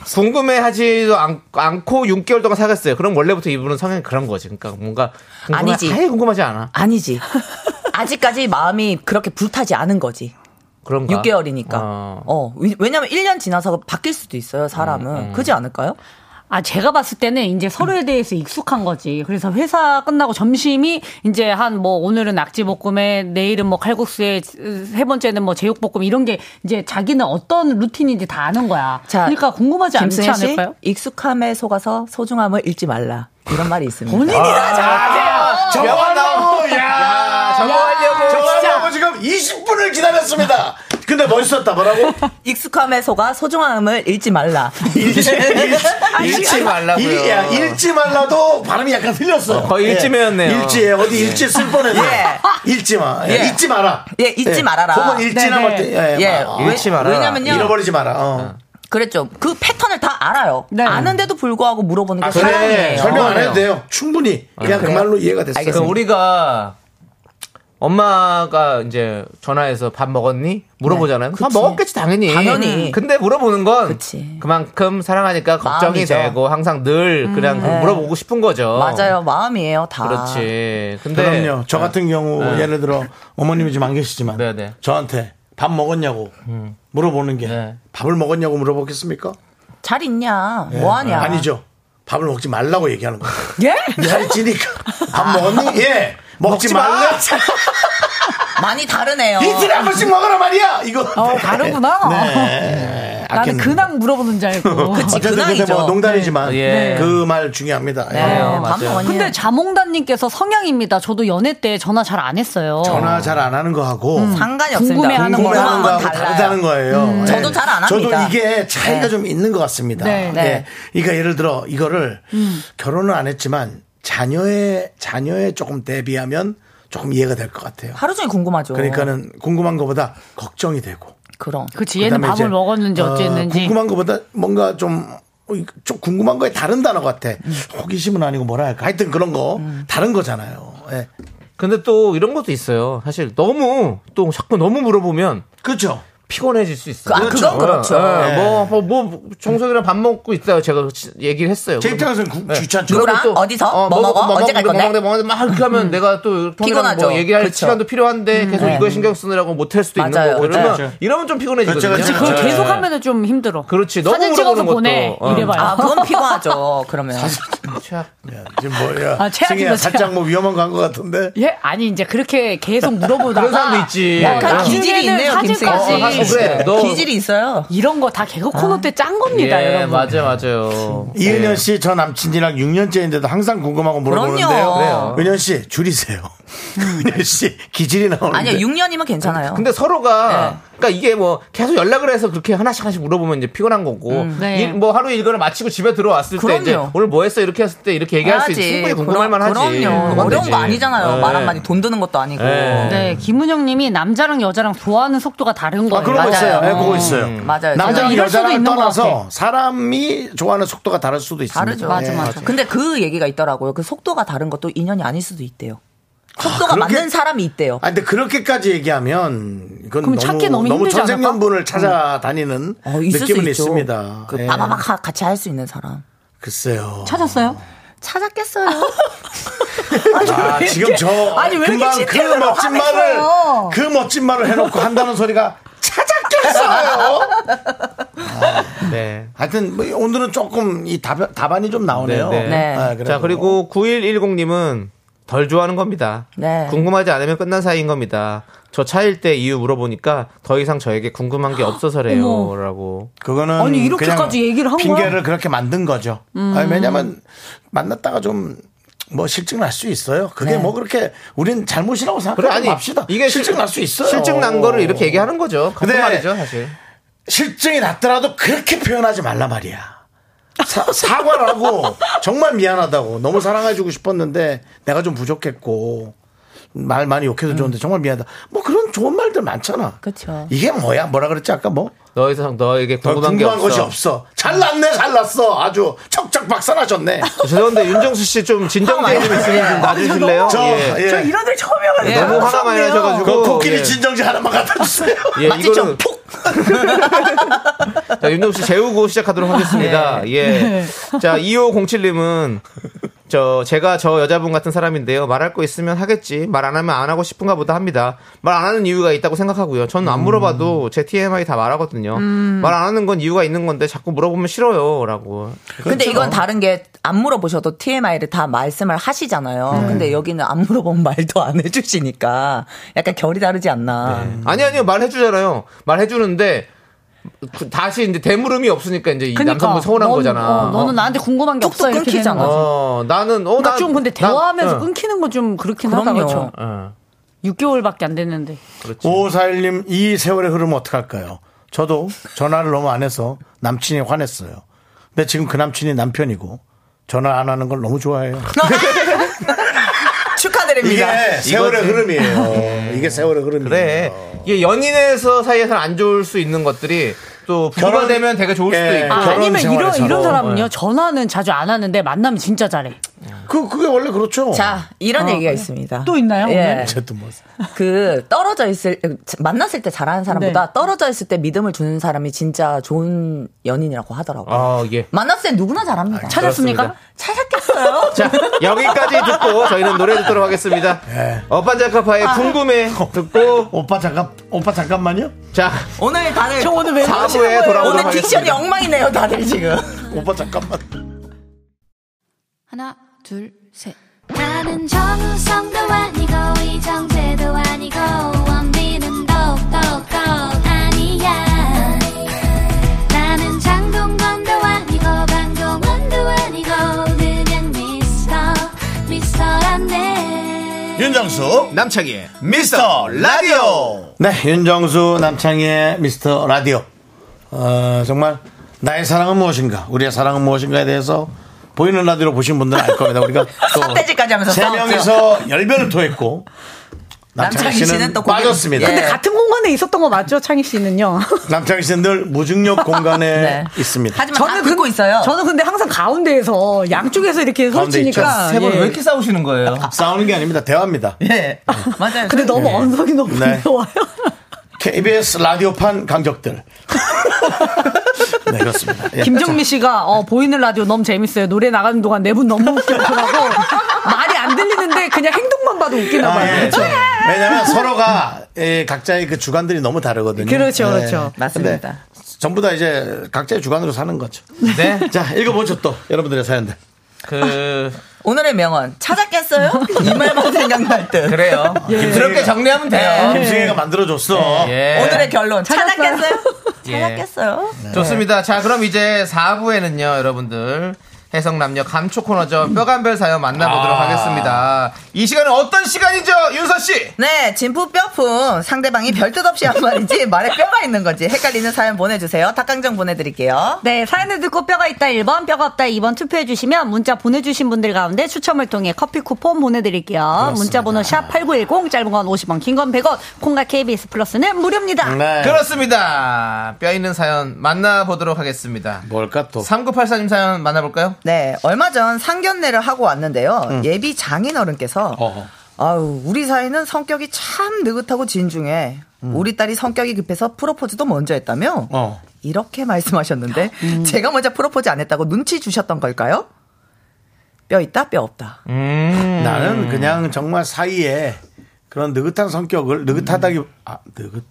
Speaker 2: 궁금해하지도 않, 않고 6개월 동안 사귀었어요. 그럼 원래부터 이분은 성향이 그런 거지. 그러니까 뭔가 궁금해-
Speaker 8: 아니지.
Speaker 2: 아예 궁금하지 않아.
Speaker 8: 아니지. 아직까지 마음이 그렇게 불타지 않은 거지.
Speaker 2: 그런가?
Speaker 8: 6개월이니까.
Speaker 2: 어.
Speaker 8: 어. 왜- 왜냐면 1년 지나서 바뀔 수도 있어요, 사람은.
Speaker 2: 음,
Speaker 8: 그지 않을까요?
Speaker 9: 아, 제가 봤을 때는 이제
Speaker 8: 음.
Speaker 9: 서로에 대해서 익숙한 거지. 그래서 회사 끝나고 점심이 이제 한 뭐 오늘은 낙지볶음에 내일은 뭐 칼국수에 세 번째는 뭐 제육볶음 이런 게
Speaker 8: 네.
Speaker 9: 이제 자기는 어떤 루틴인지 다 아는 거야. 그러니까 궁금하지 않지
Speaker 8: 김승혜 씨,
Speaker 9: 않을까요?
Speaker 8: 익숙함에 속아서 소중함을 잃지 말라. 이런 말이 있습니다. 아.
Speaker 1: 본인이나 잘하세요. 저거 아, 야, 야
Speaker 8: 저거 하려고
Speaker 1: 저거
Speaker 8: 진짜.
Speaker 1: 하려고 지금 20분을 기다렸습니다. 근데 멋있었다 뭐라고?
Speaker 8: 익숙함에 속아 소중함을 잃지 말라. 예.
Speaker 1: 잃지,
Speaker 8: 아니,
Speaker 2: 잃지 말라고요.
Speaker 1: 예, 일- 야, 잃지 말라도 발음이 약간 틀렸어.
Speaker 2: 거의 일지매였네요.
Speaker 1: 일지에 예, 어디 일지 쓸 뻔했네.
Speaker 8: 예.
Speaker 1: 잃지 마.
Speaker 8: 예.
Speaker 1: 잊지 마라.
Speaker 8: 예, 잊지 말아라.
Speaker 1: 혹은 잃지나
Speaker 8: 네네.
Speaker 1: 할 때.
Speaker 8: 예,
Speaker 1: 마.
Speaker 2: 잃지 마라.
Speaker 8: 왜냐면요.
Speaker 1: 잃어버리지 마라. 어.
Speaker 8: 그랬죠. 그 패턴을 다 알아요.
Speaker 9: 네.
Speaker 8: 아는데도 불구하고 물어보는 게
Speaker 2: 아, 그래.
Speaker 8: 사랑이에요.
Speaker 1: 설명 안
Speaker 2: 그러네요.
Speaker 1: 해도 돼요. 충분히. 그냥 그
Speaker 8: 그래요?
Speaker 1: 말로 이해가 됐어요.
Speaker 2: 그러니까 우리가 엄마가 이제 전화해서 밥 먹었니? 물어보잖아요. 밥
Speaker 8: 네. 그치.
Speaker 2: 먹었겠지 당연히. 음.
Speaker 8: 당연히.
Speaker 2: 근데 물어보는 건
Speaker 8: 그치.
Speaker 2: 그만큼 사랑하니까 걱정이
Speaker 8: 마음이죠.
Speaker 2: 되고 항상 늘 그냥
Speaker 8: 네.
Speaker 2: 물어보고 싶은 거죠.
Speaker 8: 맞아요. 아. 마음이에요, 다.
Speaker 2: 그렇지. 근데
Speaker 1: 그럼요. 저 같은 경우
Speaker 2: 네.
Speaker 1: 예를 들어 어머님이 지금 안 계시지만
Speaker 2: 네, 네.
Speaker 1: 저한테 밥 먹었냐고 물어보는 게
Speaker 2: 네.
Speaker 1: 밥을 먹었냐고 물어보겠습니까?
Speaker 8: 잘 있냐?
Speaker 2: 예.
Speaker 8: 뭐 하냐?
Speaker 1: 아니죠. 밥을 먹지 말라고 얘기하는 거예요.
Speaker 9: 예?
Speaker 1: 살이 찌니까 밥 먹었니? 예. 먹지, 말래.
Speaker 9: 어.
Speaker 8: 많이 다르네요.
Speaker 1: 이틀에 한 번씩 먹으라 말이야. 이거.
Speaker 9: 어, 다르구나.
Speaker 1: 네.
Speaker 9: 나는
Speaker 1: 아꼈는데.
Speaker 9: 근황 물어보는
Speaker 8: 그
Speaker 9: 줄 알고.
Speaker 1: 어쨌든 근데
Speaker 8: 근황이죠.
Speaker 1: 뭐 농담이지만
Speaker 2: 네.
Speaker 1: 그 말 중요합니다. 예.
Speaker 8: 네,
Speaker 2: 어,
Speaker 8: 밥
Speaker 2: 맞아요.
Speaker 8: 먹었냐?
Speaker 9: 근데 자몽단님께서 성향입니다. 저도 연애 때 전화 잘 안 했어요.
Speaker 1: 전화 잘 안 하는 거하고
Speaker 9: 음.
Speaker 8: 예. 상관이
Speaker 9: 궁금해
Speaker 8: 없습니다.
Speaker 9: 하는
Speaker 1: 궁금해
Speaker 9: 거랑 음.
Speaker 1: 하는
Speaker 8: 궁금한 건
Speaker 1: 네, 거하고
Speaker 8: 달라요.
Speaker 1: 다르다는 거예요. 예.
Speaker 8: 저도 잘안
Speaker 1: 저도
Speaker 8: 합니다.
Speaker 1: 이게 차이가
Speaker 8: 네.
Speaker 1: 좀 있는 것 같습니다.
Speaker 9: 네. 음.
Speaker 8: 네.
Speaker 1: 예. 그러니까 예를 들어 이거를 결혼은 안 했지만 자녀의 자녀에 조금 대비하면 조금 이해가 될 것 같아요.
Speaker 8: 하루 종일 궁금하죠.
Speaker 1: 그러니까는 궁금한 것보다 걱정이 되고
Speaker 8: 그럼.
Speaker 9: 그치, 얘는
Speaker 1: 그다음에
Speaker 9: 밥을
Speaker 1: 이제,
Speaker 9: 먹었는지
Speaker 1: 어,
Speaker 9: 어쨌는지.
Speaker 1: 궁금한 것보다 뭔가 좀, 어, 이- 좀 궁금한 거에 다른 단어 같아.
Speaker 9: 음.
Speaker 1: 호기심은 아니고 뭐라 할까. 하여튼 그런 거 다른 거잖아요. 예.
Speaker 2: 근데 또 이런 것도 있어요. 사실 너무 또 자꾸 너무 물어보면
Speaker 1: 그렇죠.
Speaker 2: 피곤해질 수 있어요.
Speaker 8: 아, 그건 그렇죠.
Speaker 2: 예,
Speaker 1: 네.
Speaker 2: 뭐, 뭐, 뭐, 정석이랑 밥 먹고 있어요. 제가 지- 얘기를 했어요.
Speaker 1: 제 입장에서는 구- 귀찮죠.
Speaker 8: 누구랑? 어디서? 뭐 먹어? 언제 갈 건데? 음.
Speaker 2: 먹는데 먹는데 막 이렇게 하면 내가 또 형이랑
Speaker 8: 피곤하죠.
Speaker 2: 뭐 얘기할
Speaker 8: 그렇죠. 네.
Speaker 2: 시간도 필요한데 계속 이거에 신경 쓰느라고 못 할 수도
Speaker 8: 맞아요.
Speaker 2: 있는 거고 이러면
Speaker 1: 그렇죠.
Speaker 2: 이러면 좀 피곤해지거든요.
Speaker 1: 그렇죠, 그렇죠.
Speaker 9: 그걸
Speaker 1: 네.
Speaker 9: 계속 하면 좀 힘들어.
Speaker 2: 그렇지, 너무
Speaker 9: 사진 찍어서
Speaker 2: 물어보는 것도.
Speaker 9: 보내.
Speaker 2: 어.
Speaker 9: 이래봐요.
Speaker 8: 아, 그건 피곤하죠. 그러면.
Speaker 1: 야,
Speaker 2: 최악.
Speaker 1: 예, 지금 뭐야.
Speaker 9: 아, 최악이다,
Speaker 1: 승희야,
Speaker 9: 최악.
Speaker 1: 살짝 뭐 위험한 거 한 것 같은데.
Speaker 9: 예? 아니, 이제 그렇게 계속 물어보다가.
Speaker 2: 그런 사람도 있지.
Speaker 9: 약간
Speaker 2: 어.
Speaker 8: 기질이 있네요,
Speaker 9: 사진까지.
Speaker 2: 어, 사실 그래. 너-
Speaker 8: 기질이 있어요.
Speaker 9: 이런 거 다 개그 코너 때 짠 겁니다,
Speaker 2: 예,
Speaker 9: 여러분.
Speaker 2: 맞아요, 맞아요.
Speaker 9: 음.
Speaker 1: 이은현 씨, 저 남친이랑 6년째인데도 항상 궁금하고
Speaker 8: 그럼요.
Speaker 1: 물어보는데요.
Speaker 8: 그래요.
Speaker 1: 은현 씨, 줄이세요. 은현 씨, 기질이 나오는데.
Speaker 8: 아니요, 6년이면 괜찮아요.
Speaker 2: 근데 서로가
Speaker 8: 네.
Speaker 2: 그러니까 이게 뭐 계속 연락을 해서 그렇게 하나씩 하나씩 물어보면 이제 피곤한 거고
Speaker 9: 네.
Speaker 2: 일, 뭐 하루 일과를 마치고 집에 들어왔을 때
Speaker 8: 음, 그럼요.
Speaker 2: 이제 오늘 뭐 했어 이렇게 했을 때 이렇게 얘기할 수
Speaker 8: 해야지.
Speaker 2: 있지 충분히
Speaker 8: 그럼-
Speaker 2: 궁금할 만하지
Speaker 8: 그럼요.
Speaker 2: 그건
Speaker 8: 어려운
Speaker 2: 되지.
Speaker 8: 거 아니잖아요.
Speaker 2: 예.
Speaker 8: 말 한마디 돈 드는 것도 아니고.
Speaker 2: 예.
Speaker 9: 네, 김은영 님이 남자랑 여자랑 좋아하는 속도가 다른
Speaker 1: 아,
Speaker 9: 거예요. 음,
Speaker 1: 그런 거 있어요. 예,
Speaker 8: 맞아요.
Speaker 1: 그거 있어요.
Speaker 8: 맞아요. 저는
Speaker 1: 남자랑
Speaker 9: 이럴 수도
Speaker 1: 여자랑
Speaker 9: 있는 것
Speaker 1: 떠나서
Speaker 9: 같아.
Speaker 1: 사람이 좋아하는 속도가 다를 수도 있습니다.
Speaker 8: 다르죠.
Speaker 9: 맞아,
Speaker 1: 예.
Speaker 9: 맞아.
Speaker 8: 근데 그 얘기가 있더라고요. 그 속도가 다른 것도 인연이 아닐 수도 있대요. 속도가
Speaker 1: 그렇게-
Speaker 8: 맞는 사람이 있대요.
Speaker 1: 아, 근데 그렇게까지 얘기하면 이건
Speaker 9: 그럼
Speaker 1: 너무,
Speaker 9: 찾기 너무 힘들지 않을까? 음.
Speaker 1: 천생연분을 찾아다니는
Speaker 8: 어, 있을 수
Speaker 1: 느낌은
Speaker 8: 있죠.
Speaker 1: 있습니다.
Speaker 8: 그
Speaker 1: 예.
Speaker 8: 빠바박 하- 같이 할 수 있는 사람.
Speaker 1: 글쎄요.
Speaker 9: 찾았어요?
Speaker 8: 찾았겠어요.
Speaker 1: 아, 지금 저
Speaker 8: 아니, 왜 이렇게
Speaker 1: 금방 그
Speaker 8: 진지하게
Speaker 1: 멋진 말을
Speaker 8: 화냈어요?
Speaker 1: 그 멋진 말을 해놓고 한다는 소리가 찾았겠어요.
Speaker 2: 네.
Speaker 1: 하여튼 뭐 오늘은 조금 이 답, 답안이 좀 나오네요.
Speaker 2: 네, 네.
Speaker 8: 네.
Speaker 1: 아, 그래도.
Speaker 2: 자 그리고 9110님은 덜 좋아하는 겁니다.
Speaker 8: 네.
Speaker 2: 궁금하지 않으면 끝난 사이인 겁니다. 저 차일 때 이유 물어보니까 더 이상 저에게 궁금한 게
Speaker 9: 어머.
Speaker 2: 없어서래요.라고.
Speaker 1: 그거는
Speaker 9: 아니, 이렇게까지
Speaker 1: 그냥
Speaker 9: 얘기를 한 거야?
Speaker 1: 핑계를 그렇게 만든 거죠. 아니, 왜냐면 만났다가 좀 뭐 실증 날 수 있어요. 그게 뭐 그렇게 우린 잘못이라고
Speaker 2: 그래
Speaker 1: 생각하지
Speaker 2: 아니
Speaker 1: 맙시다.
Speaker 2: 이게
Speaker 1: 실증 날 수 있어요. 네.
Speaker 2: 실증 난 거를 이렇게 얘기하는 거죠. 같은
Speaker 1: 근데
Speaker 2: 말이죠, 사실.
Speaker 1: 실증이 났더라도 그렇게 표현하지 말라 말이야. 사, 사과를 하고 정말 미안하다고 너무 사랑해주고 싶었는데 내가 좀 부족했고 말 많이 욕해서 좋은데 정말 미안하다. 뭐 그런 좋은 말들 많잖아.
Speaker 8: 음. 그쵸.
Speaker 1: 이게 뭐야? 뭐라 그랬지 아까 뭐?
Speaker 2: 너이상 너에게
Speaker 1: 더
Speaker 2: 궁금한, 게 없어.
Speaker 1: 것이 없어. 잘났네, 잘났어. 아주 척척 박살나셨네.
Speaker 2: 죄송한데 윤정수 씨 좀 진정되어 좀 있으면 좀 놔주실래요?
Speaker 1: 저,
Speaker 2: 예.
Speaker 1: 예.
Speaker 8: 어, 저 이런 데 처음 해가지고
Speaker 2: 예, 너무 화가 많이
Speaker 8: 무섭네요.
Speaker 2: 나셔가지고
Speaker 1: 그 코끼리
Speaker 2: 예.
Speaker 1: 진정제 하나만 갖다 주세요.
Speaker 2: 예,
Speaker 8: 맞지
Speaker 2: 이거는
Speaker 8: 좀 푹.
Speaker 2: 자, 윤정수 씨 재우고 시작하도록 하겠습니다. 예. 자, 2507님은 저 제가 저 여자분 같은 사람인데요. 말할 거 있으면 하겠지. 말 안 하면 안 하고 싶은가 보다 합니다. 말 안 하는 이유가 있다고 생각하고요. 저는 안 물어봐도 제 TMI 다 말하거든요. 말 안 하는 건 이유가 있는 건데 자꾸 물어보면 싫어요라고.
Speaker 8: 근데 이건 다른 게 안 물어보셔도 TMI를 다 말씀을 하시잖아요. 근데 여기는 안 물어보면 말도 안 해주시니까 약간 결이 다르지 않나.
Speaker 2: 네. 아니 아니요. 말해 주잖아요. 말해 주는데 그- 다시 이제 대물음이 없으니까 이제 이 남성분 서운한
Speaker 9: 넌,
Speaker 2: 거잖아.
Speaker 9: 어, 너는 나한테 궁금한 게
Speaker 8: 뚝뚝
Speaker 9: 없어 이렇게 되는
Speaker 8: 끊기잖아.
Speaker 9: 거지.
Speaker 2: 어, 나는 어,
Speaker 9: 그러니까
Speaker 2: 나-
Speaker 9: 좀 근데
Speaker 2: 나-
Speaker 9: 대화하면서
Speaker 2: 어,
Speaker 9: 끊기는 건 좀 그렇긴 하다
Speaker 8: 그럼요.
Speaker 9: 그렇죠.
Speaker 2: 어.
Speaker 9: 6개월밖에 안 됐는데.
Speaker 1: 오사일님, 이 세월의 흐름 어떡할까요? 저도 전화를 너무 안 해서 남친이 화냈어요. 근데 지금 그 남친이 남편이고 전화 안 하는 걸 너무 좋아해요. 이게
Speaker 8: 축하드립니다.
Speaker 1: 세월의
Speaker 2: 이거지. 음.
Speaker 1: 흐름이에요. 이게 세월의 흐름이에요.
Speaker 2: 그래. 이게 연인에서 사이에서는 안 좋을 수 있는 것들이 또 부부가
Speaker 1: 결혼-
Speaker 2: 되면 되게 좋을 수도
Speaker 1: 예.
Speaker 2: 있고.
Speaker 9: 아,
Speaker 1: 결혼
Speaker 9: 아니면 이런
Speaker 1: 생활에서도.
Speaker 9: 이런 사람은요 전화는 자주 안 하는데 만나면 진짜 잘해.
Speaker 1: 그, 그게 원래 그렇죠.
Speaker 8: 자, 이런 얘기가 있습니다.
Speaker 9: 또 있나요,
Speaker 8: 예.
Speaker 9: 오늘?
Speaker 1: 어쨌든 뭐.
Speaker 8: 그 떨어져 있을 만났을 때 잘하는 사람보다
Speaker 9: 네.
Speaker 8: 떨어져 있을 때 믿음을 주는 사람이 진짜 좋은 연인이라고 하더라고요.
Speaker 2: 아, 예.
Speaker 8: 만났을 때 누구나 잘합니다.
Speaker 9: 찾았습니까?
Speaker 8: 찾았겠어요?
Speaker 2: 자, 여기까지 듣고 저희는 노래 듣도록 하겠습니다.
Speaker 9: 아.
Speaker 2: 어반자카파의 궁금해 듣고
Speaker 1: 오빠 잠깐, 오빠 잠깐만요.
Speaker 2: 자,
Speaker 8: 오늘 다들
Speaker 9: 저 오늘 왜
Speaker 2: 사부에
Speaker 9: 이러시는 거예요?
Speaker 2: 돌아오도록
Speaker 8: 오늘 딕션이
Speaker 2: 하겠습니다.
Speaker 8: 엉망이네요, 다들 지금.
Speaker 1: 오빠 잠깐만.
Speaker 10: 하나, 둘, 셋.
Speaker 6: 나는 정우성도 아니고 이정재도 아니고 원빈은 더욱더 아니야 나는 장동건도 아니고 방종원도 아니고 그냥 미스터 미스터란데
Speaker 1: 윤정수,
Speaker 2: 남창희의
Speaker 1: 미스터 라디오. 네, 윤정수 남창희의 미스터 라디오. 어, 정말 나의 사랑은 무엇인가, 우리의 사랑은 무엇인가에 대해서 보이는 라디오로 보신 분들은 알 겁니다. 우리가
Speaker 8: 삿대질까지 하면서
Speaker 1: 세
Speaker 8: 싸웠죠.
Speaker 1: 명이서 열변을 토했고 남창희
Speaker 8: 남창희 씨는
Speaker 1: 씨는
Speaker 8: 또 고개를-
Speaker 1: 빠졌습니다.
Speaker 8: 예.
Speaker 9: 근데 같은 공간에 있었던 거 맞죠, 창희 씨는요?
Speaker 1: 남창희 씨는 늘 무중력 공간에
Speaker 8: 네.
Speaker 1: 있습니다.
Speaker 8: 하지만 저는 듣고 있어요.
Speaker 9: 저는 근데 항상 가운데에서 양쪽에서 이렇게
Speaker 1: 가운데
Speaker 9: 소리치니까.
Speaker 2: 세 분 왜
Speaker 9: 예.
Speaker 2: 이렇게 싸우시는 거예요?
Speaker 1: 싸우는 게 아닙니다. 대화입니다.
Speaker 8: 예. 맞아요.
Speaker 9: 근데 너무 언성이 너무
Speaker 1: 네.
Speaker 9: 무서워요.
Speaker 1: KBS 라디오판 강적들. 네, 그렇습니다. 예.
Speaker 9: 김정미 씨가 어, 보이는 라디오 너무 재밌어요. 노래 나가는 동안 네 분 너무 웃겨서라고 말이 안 들리는데 그냥 행동만 봐도 웃기나
Speaker 1: 아,
Speaker 9: 봐요.
Speaker 1: 예. 왜냐면 서로가 예, 각자의 그 주관들이 너무 다르거든요.
Speaker 9: 그렇죠,
Speaker 1: 예.
Speaker 9: 그렇죠.
Speaker 8: 맞습니다.
Speaker 1: 전부 다 이제 각자의 주관으로 사는 거죠.
Speaker 2: 네.
Speaker 1: 자, 읽어보죠 또 여러분들의 사연들.
Speaker 2: 그
Speaker 8: 오늘의 명언 찾았겠어요? 이 말만 생각날 듯.
Speaker 2: 그래요.
Speaker 9: 예.
Speaker 2: 그렇게 정리하면 돼요.
Speaker 8: 네.
Speaker 1: 김승혜가 만들어줬어.
Speaker 2: 예.
Speaker 8: 오늘의 결론
Speaker 9: 찾았어요?
Speaker 8: 찾았겠어요?
Speaker 2: 예.
Speaker 8: 찾았겠어요?
Speaker 2: 좋습니다. 자, 그럼 이제 4부에는요, 여러분들. 해성남녀 감초 코너죠. 뼈간별 사연 만나보도록 하겠습니다. 이 시간은 어떤 시간이죠, 윤서씨?
Speaker 8: 네, 진품 뼈품 상대방이 별뜻 없이 한 말인지 말에 뼈가 있는 건지 헷갈리는 사연 보내주세요. 닭강정 보내드릴게요.
Speaker 9: 네, 사연을 듣고 뼈가 있다 1번, 뼈가 없다 2번 투표해주시면 문자 보내주신 분들 가운데 추첨을 통해 커피 쿠폰 보내드릴게요. 문자번호 샵8910, 짧은 건 50원, 긴 건 100원, 콩과 KBS 플러스는 무료입니다.
Speaker 1: 네.
Speaker 2: 그렇습니다. 뼈 있는 사연 만나보도록 하겠습니다.
Speaker 1: 뭘까 또.
Speaker 2: 3984님 사연 만나볼까요?
Speaker 8: 네, 얼마 전 상견례를 하고 왔는데요. 예비 장인어른께서
Speaker 1: 어허.
Speaker 8: 아우 우리 사이는 성격이 참 느긋하고 진중해. 우리 딸이 성격이 급해서 프로포즈도 먼저 했다며
Speaker 1: 어.
Speaker 8: 이렇게 말씀하셨는데 제가 먼저 프로포즈 안 했다고 눈치 주셨던 걸까요? 뼈 있다 뼈 없다. 음.
Speaker 1: 나는 그냥 정말 사이에 그런 느긋한 성격을 느긋하다기 아 느긋해.